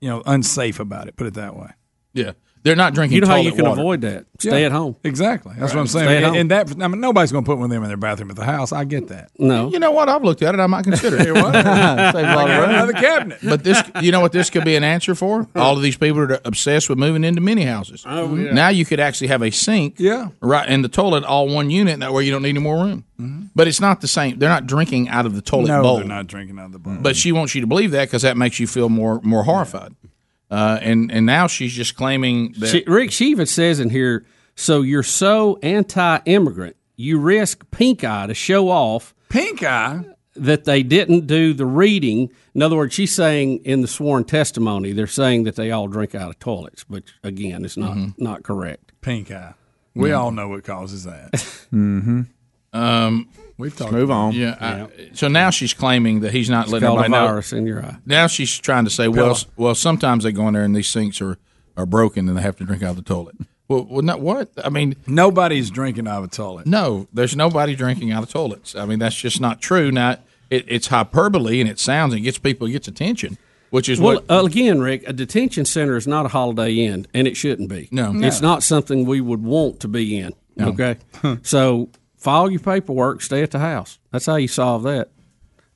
you know, unsafe about it. Put it that way.
yeah, they're not drinking.
You know how
toilet
you can
water.
avoid that? Stay at home. Exactly. That's what I'm
Right.
saying.
Stay at
And-
home.
and that, I mean, nobody's going to put one of them in their bathroom at the house. I get that.
No.
You know what? I've looked at it. I might consider it.
Another cabinet.
But this, you know what this could be an answer for? All of these people that are obsessed with moving into mini houses.
Oh, yeah.
Mm-hmm. Now you could actually have a sink,
yeah,
right, and the toilet all one unit. That way you don't need any more room. But it's not the same. They're not drinking out of the toilet
Mm-hmm. no,
bowl.
they're not drinking out of the bowl.
But she wants you to believe that because that makes you feel more more horrified. Uh, and and now she's just claiming that.
She, Rick, she even says in here, so you're so anti immigrant, you risk pink eye to show off.
Pink eye?
that they didn't do the reading. In other words, she's saying in the sworn testimony, they're saying that they all drink out of toilets, which again is not
Mm-hmm.
Mhm.
not correct.
Pink eye. We
Mhm.
all know what causes that. Hmm.
Mm-hmm.
Um,
We've talked.
move
on.
Yeah. I- so now she's claiming that he's not
It's
letting
called a
anybody know.
virus in your eye.
Now she's trying to say, well,
Pillow.
s- well, sometimes they go in there and these sinks are, are broken and they have to drink out of the toilet. Well, well, not what? I mean,
nobody's drinking out of a toilet.
No, there's nobody drinking out of toilets. I mean, that's just not true. Now, it, it's hyperbole and it sounds and gets people, it gets attention, which is
well,
what.
uh, again, Rick, a detention center is not a Holiday Inn, and it shouldn't be.
No. No.
it's not something we would want to be in.
No.
Okay, so file your paperwork, stay at the house. That's how you solve that.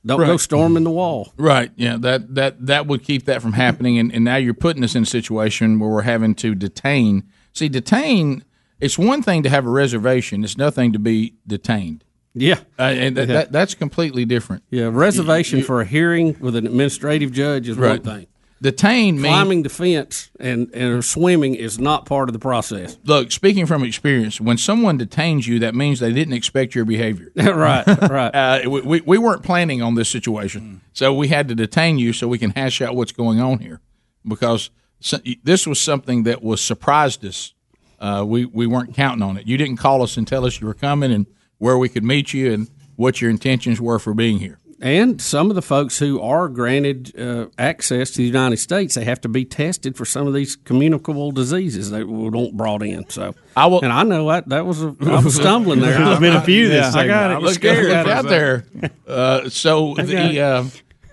Don't go
Right.
storming the wall.
Right. Yeah. That that that would keep that from happening, and, and now you're putting us in a situation where we're having to detain. See, detain. It's one thing to have a reservation. It's nothing to be detained.
Yeah,
uh, and that,
Yeah.
that that's completely different.
Yeah, reservation for a hearing with an administrative judge is
Right.
one thing.
Detained means
climbing the fence and and swimming is not part of the process.
Look, speaking from experience, when someone detains you, that means they didn't expect your behavior.
Right, right. Mm.
Uh, we, we, we weren't planning on this situation, so we had to detain you so we can hash out what's going on here, because so, this was something that was surprised us. Uh, we we weren't counting on it. You didn't call us and tell us you were coming and where we could meet you and what your intentions were for being here.
And some of the folks who are granted uh, access to the United States, they have to be tested for some of these communicable diseases they don't brought in. So I will, and I know I, that was a, I was stumbling there.
There's been a few this
I got
segment.
it.
I was scared for a
out
second. Uh, so
I got it.
the uh,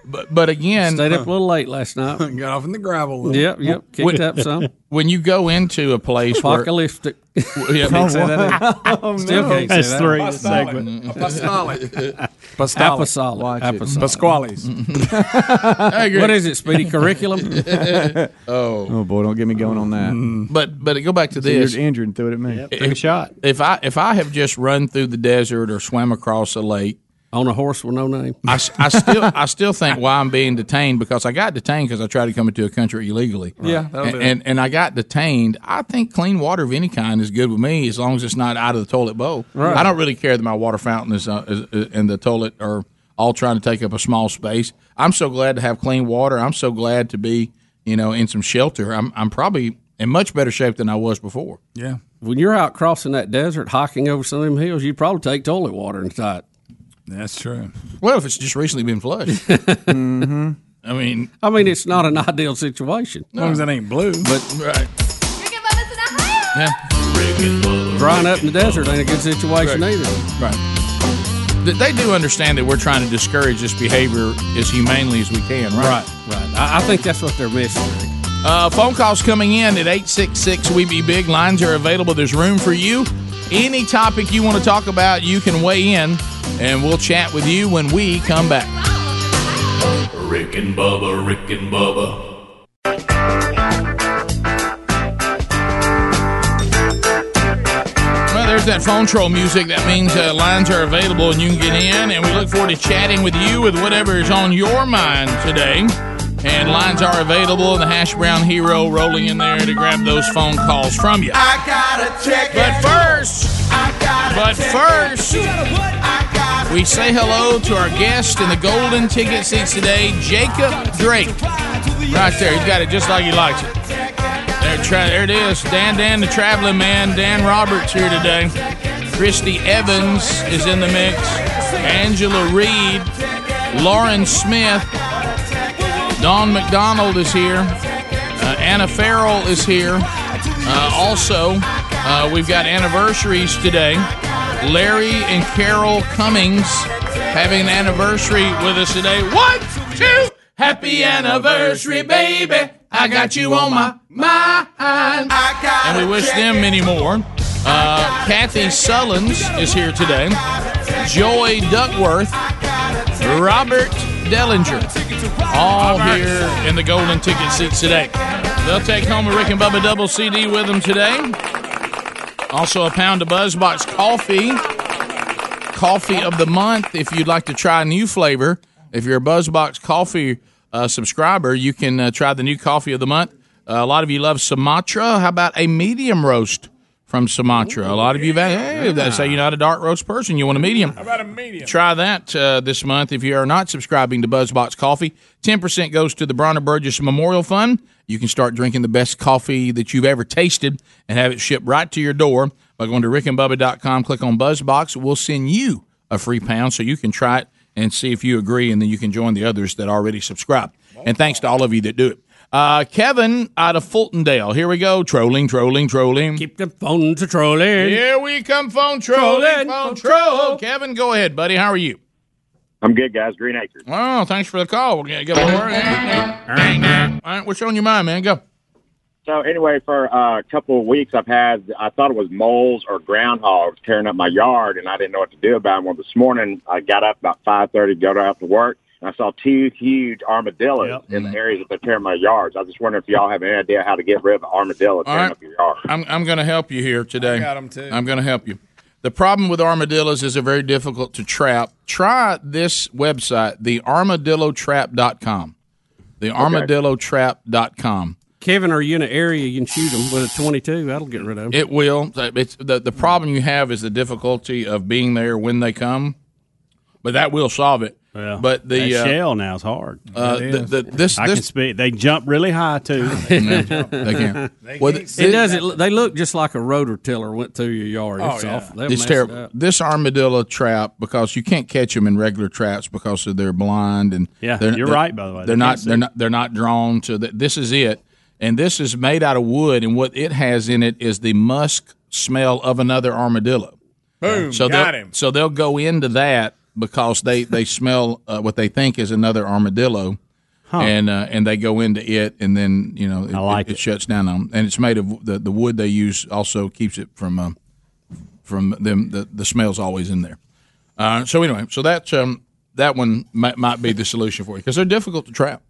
but but again,
stayed up a little late last night.
Got off in the gravel. A little.
Yep, yep. Kicked
When-
up some.
When you go into a place where-
Apocalyptic.
Well, yeah,
Can't say that either.
Oh,
Still
no.
can't say
That's
that.
three in the segment. Apostolic. Apostolic.
Apostolic.
Watch it.
Apostolic.
Pasquales. I agree.
what is it, Speedy? Curriculum?
oh.
Oh boy, don't get me going on that.
But but go back to
So you're
this.
injured and threw it at me.
If- If I if I have just run through the desert or swam across a lake
on a horse with no name,
I, s- I still I still think why I'm being detained because I got detained because I tried to come into a country illegally.
Yeah, that'll
and,
do it.
and and I got detained. I think clean water of any kind is good with me as long as it's not out of the toilet bowl.
Right.
I don't really care that my water fountain is, uh, is, is in the toilet or all trying to take up a small space. I'm so glad to have clean water. I'm so glad to be you know in some shelter. I'm I'm probably in much better shape than I was before.
Yeah.
When you're out crossing that desert, hiking over some of them hills, you probably take toilet water inside.
That's true.
Well, if it's just recently been flushed. I mean,
I mean, it's not an ideal situation.
As long as it ain't blue.
But
right. Yeah.
drying up in the desert ain't a good situation
Right.
either.
Right. Th- They do understand that we're trying to discourage this behavior as humanely as we can, right?
Right, right. I, I think that's what they're missing.
Uh, phone calls coming in at 866 We Be Big. Lines are available. There's room for you. Any topic you want to talk about, you can weigh in, and we'll chat with you when we come back.
Rick and Bubba, Rick and Bubba,
Well, there's that phone troll music. That means uh, lines are available and you can get in. And we look forward to chatting with you with whatever is on your mind today. And lines are available. The Hash Brown Hero rolling in there to grab those phone calls from you.
I gotta check
But
it.
first, but first, we say hello to our guest in the golden ticket seats today, Jacob Drake. Right there, he's got it just like he likes it. There, tra- there it is. Dan, Dan, the traveling man. Dan Roberts here today. Christy Evans is in the mix. Angela Reed, Lauren Smith, Don McDonald is here. Uh, Anna Farrell is here. Uh, also, uh, we've got anniversaries today. Larry and Carol Cummings having an anniversary with us today. One, two, happy anniversary, baby. I got you on my mind. And we wish them many more. Uh, Kathy Sullins is here today. Joy Duckworth, Robert Dellinger, all here in the golden ticket seats today. They'll take home a Rick and Bubba double CD with them today. Also, a pound of BuzzBox coffee, coffee of the month. If you'd like to try a new flavor, if you're a BuzzBox coffee uh, subscriber, you can uh, try the new coffee of the month. Uh, a lot of you love Sumatra. How about a medium roast? from Sumatra. A lot of you, hey, if that's how you know a dark roast person. You want a medium? How about a medium? Try that uh, this month if you are not subscribing to Buzzbox Coffee. Ten percent goes to the Bronner Burgess Memorial Fund. You can start drinking the best coffee that you've ever tasted and have it shipped right to your door by going to rickandbubba.com. Click on Buzzbox. We'll send you a free pound so you can try it and see if you agree, and then you can join the others that already subscribe. And thanks to all of you that do it. Uh, Kevin out of Fultondale. Here we go. Trolling, trolling, trolling. Keep
the phone to trolling.
Here we come, phone trolling,
Trolling,
phone
phone
troll.
troll.
Kevin, go ahead, buddy. How are you?
I'm good, guys. Green Acres.
Oh, thanks for the call. We're gonna get one more. All right, what's on your mind, man? Go.
So anyway, for uh, a couple of weeks, I've had I thought it was moles or groundhogs tearing up my yard, and I didn't know what to do about them. Well, this morning I got up about five thirty, go out to work, and I saw two huge armadillos in the areas that they're tearing my yards. I was just wondering if y'all have any idea how to get rid of an armadillo
All
tearing
right.
up your yard.
I'm, I'm going to help you here today.
I got 'em too.
I'm going to help you. The problem with armadillos is they're very difficult to trap. Try this website, thearmadillotrap.com. Thearmadillotrap.com.
Kevin, are you in an area you can shoot them with a 22? That'll get rid of them.
It will. It's the, the problem you have is the difficulty of being there when they come, but that will solve it. But the
that
uh,
shell now is hard.
uh, It the- is. the- this-
I
this-
can speak. They jump really high too.
it does. It, they look just like a rotor tiller went through your yard.
Oh,
it's
yeah.
awful. They'll
It's
mess
terrible.
It up.
This armadillo trap because you can't catch them in regular traps because of they're blind and
Yeah,
they're-
you're
they're-
right, by the way.
they're
They
not
can't see.
they're not they're not drawn to the, this is it and this is made out of wood and what it has in it is the musk smell of another armadillo.
Boom,
So
got
they'll-
him.
So they'll go into that because they they smell uh, what they think is another armadillo.
Huh.
And uh, and they go into it, and then you know it, it, shuts down on them. And it's made of the, the wood they use also keeps it from um, from them. The, the smell's always in there. Uh, so anyway, so that's um, that one might, might be the solution for you because they're difficult to trap.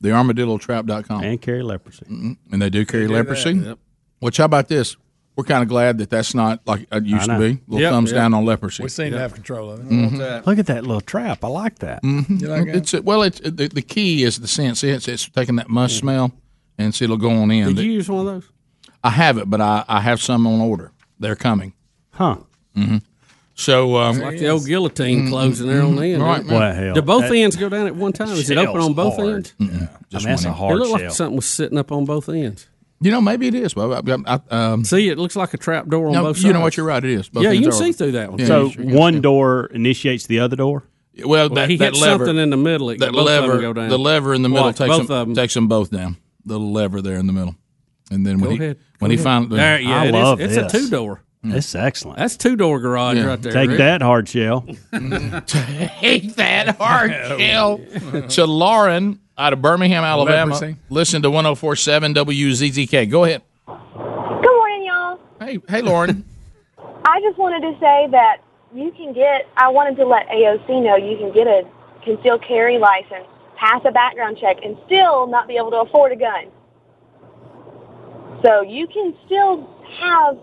The armadillotrap.com. And
carry leprosy.
mm And they do carry
They do that,
leprosy.
yep.
Which, how about this? We're kind of glad that that's not like it used to
know.
be. Little
Yep,
thumbs
yep.
down on leprosy.
We seem to
Yep.
have control of it.
Mhm.
Look at that little trap. I like that.
Mhm.
You like that?
it's well, it's the, the key is the sense. It's, it's taking that
Mm.
must smell, and so it'll go on in.
Did you use one of those?
I have it, but I, I have some on order. They're coming.
Huh. Mm-hmm.
hmm So um,
It's like the old
Mm-hmm.
guillotine closing there on the end.
Right.
isn't it? Do both ends go down at one time? Is it open on both ends?
Just
that's
one
a
end.
hard It looked like shell. something was sitting up on both ends.
You know, maybe it is. Bob. I, I, um,
see, it looks like a trap door on
No,
both sides.
you know what? You're right. It is. Both
yeah, you
ends
can
are-
see through that one.
Yeah,
so
you sure can.
one door initiates the other door.
Well, that,
he
that
hit
lever,
something in the middle, it-
that
both of 'em
lever,
go down.
the lever in the middle
Watch,
takes
both
them, takes them both down. The lever there in the middle, and then when
Go
he
ahead.
when
Go
he
ahead.
finally,
There, yeah,
I
it is.
love
It's
this.
a two door.
Mm.
That's excellent.
That's two door garage
Yeah.
right there.
Take
Rick.
that hard shell.
Hate that hard
Oh,
shell. to Lauren out of Birmingham, Alabama.
Leprosy.
Listen to 1047 WZZK. Go ahead.
Good morning, y'all.
Hey, hey, Lauren.
I just wanted to say that you can get. I wanted to let AOC know you can get a concealed carry license, pass a background check, and still not be able to afford a gun. So you can still have,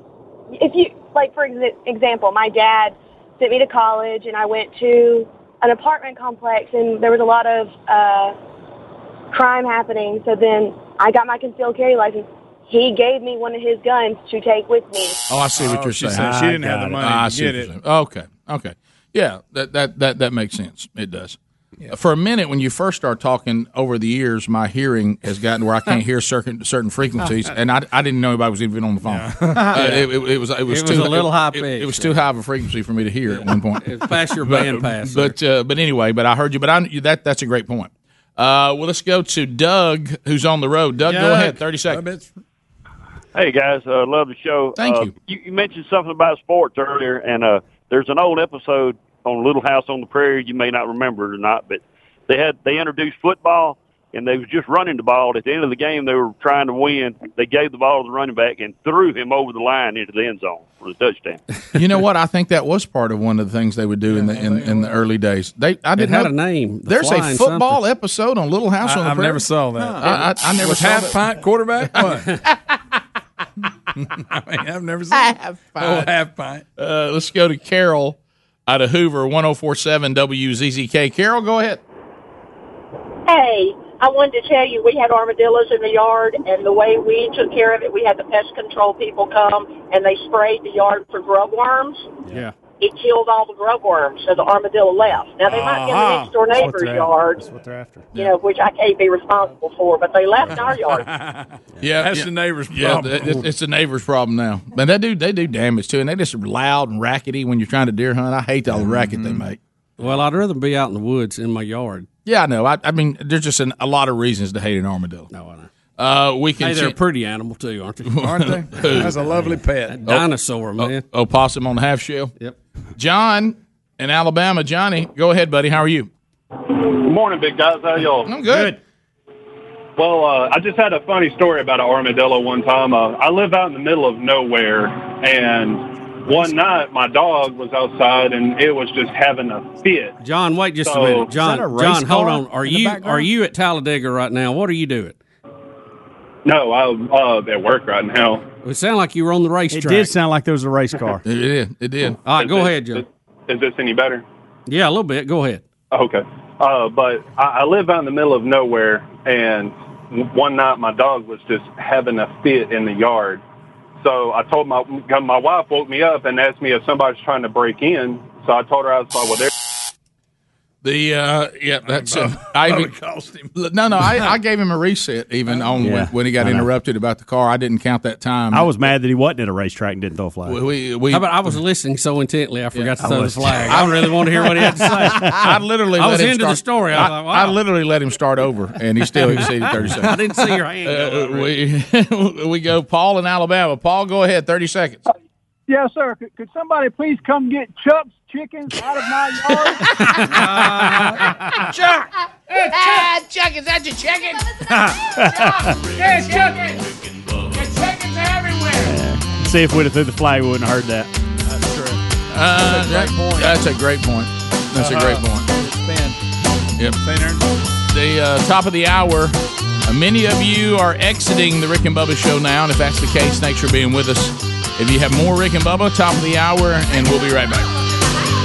if you like, for exa- example, my dad sent me to college, and I went to an apartment complex, and there was a lot of uh, crime happening. So then I got my concealed carry license. He gave me one of his guns to take with me.
Oh, I see what
Oh,
you're
she
saying.
said she
I
didn't have
got
the
it.
money
I
to
see
get
what you're
it.
saying. Okay, okay, yeah, that that that that makes sense. It does. For a minute, when you first start talking over the years, my hearing has gotten where I can't hear certain certain frequencies, and I, I didn't know anybody was even on the phone. Uh, it, it- it was it was
It was
too
a little
it-
high
It,
pitch.
it was too high of a frequency for me to hear at one point.
Pass your
But-
band pass.
But uh, but anyway, but I heard you. But I that that's a great point. Uh, well, let's go to Doug, who's on the road. Doug, go
Doug.
ahead. Thirty seconds.
Hey guys, uh, love the show.
Thank
Uh,
you.
you. You mentioned something about sports earlier, and uh, there's an old episode on Little House on the Prairie. You may not remember it or not, but they had they introduced football, and they was just running the ball. At the end of the game, they were trying to win. They gave the ball to the running back and threw him over the line into the end zone for the touchdown.
you know what? I think that was part of one of the things they would do in the in, in the early days. They I
It
didn't
had
know-
a name. The
There's a
Flying
football episode on Little House on the Prairie. I, I, I never
Was
saw
half
that.
pint quarterback. What?
I mean, I've never seen half
pint.
Oh, half pint.
Uh, let's go to Carol out oh of Hoover, 1047 WZZK. Carol, go ahead.
Hey,
I wanted to tell you we had armadillos in the yard, and the way we took care of it, we had the pest control people come and they sprayed the yard for grub worms.
Yeah.
It killed all the grub worms, so the armadillo left. Now they might be in the
Uh-huh.
next door
That's what
neighbor's
they're-
yard,
That's what they're after.
you know, which I can't be responsible for, but they left in our yard.
Yeah, that's the neighbor's problem. it's, it's the neighbor's problem now. But that do they do damage too, and they just loud and rackety when you're trying to deer hunt. I hate all the racket they make.
Well, I'd rather be out in the woods in my yard.
Yeah, I know. I, I mean, there's just an, a lot of reasons to hate an armadillo. No, I know. Uh, we can.
Hey, they're a
see-
pretty animal too, aren't they?
Aren't they? That's a lovely
pet. dinosaur, man.
opossum oh, on the half shell. Yep. John in Alabama. Johnny, go ahead, buddy. How are you?
Good morning, big guys. How y'all?
I'm good.
Well, uh, I just had a funny story about an armadillo one time. Uh, I live out in the middle of nowhere, and one night my dog was outside and it was just having a fit.
John, wait just
So-
a minute.
Is
John,
that a race
John, hold
car
on. Are
in the
you
background?
are you at Talladega right now? What are you doing?
No, I'm uh, at work right now.
It sounded like you were on the racetrack.
It did sound like there was a race car.
it did. It did.
All right, go
Is
ahead,
this-
John.
Is this any better?
Yeah, a little bit. Go ahead.
Okay. Uh, but I, I live out in the middle of nowhere, and w- one night my dog was just having a fit in the yard. So I told my my wife woke me up and asked me if somebody's trying to break in. So I told her I was like, well, there.
The uh, yeah, that's it. I even cost him. No, no, I, I gave him a reset even
Oh,
on when,
Yeah,
when he got
I know.
interrupted about the car. I didn't count that time.
I was mad that he wasn't at a racetrack and didn't throw a flag.
We- we- we-
How about I was listening so intently I forgot
I
to throw the
was-
flag. I really want to hear what he had to say.
I literally
I
let
was
him
into
start-
the story. I, was like, wow.
I literally let him start over, and he still exceeded thirty seconds.
I didn't see your hand
Uh, we we go Paul in Alabama. Paul, go ahead. Thirty seconds.
Yes, sir. Could, could somebody please come get Chuck's chickens out of my yard?
Chuck! Chuck, is that your chicken? Yes, Chuck! Your chickens are everywhere!
See if we'd have threw the flag, we wouldn't have heard that.
That's true. that's, a great point. Uh, that's a great point. That's a great
Uh-huh.
point. Yep. The uh, top of the hour. Uh, many of you are exiting the Rick and Bubba show now, and if that's the case, thanks for being with us. If you have more Rick and Bubba, top of the hour, and we'll be right back.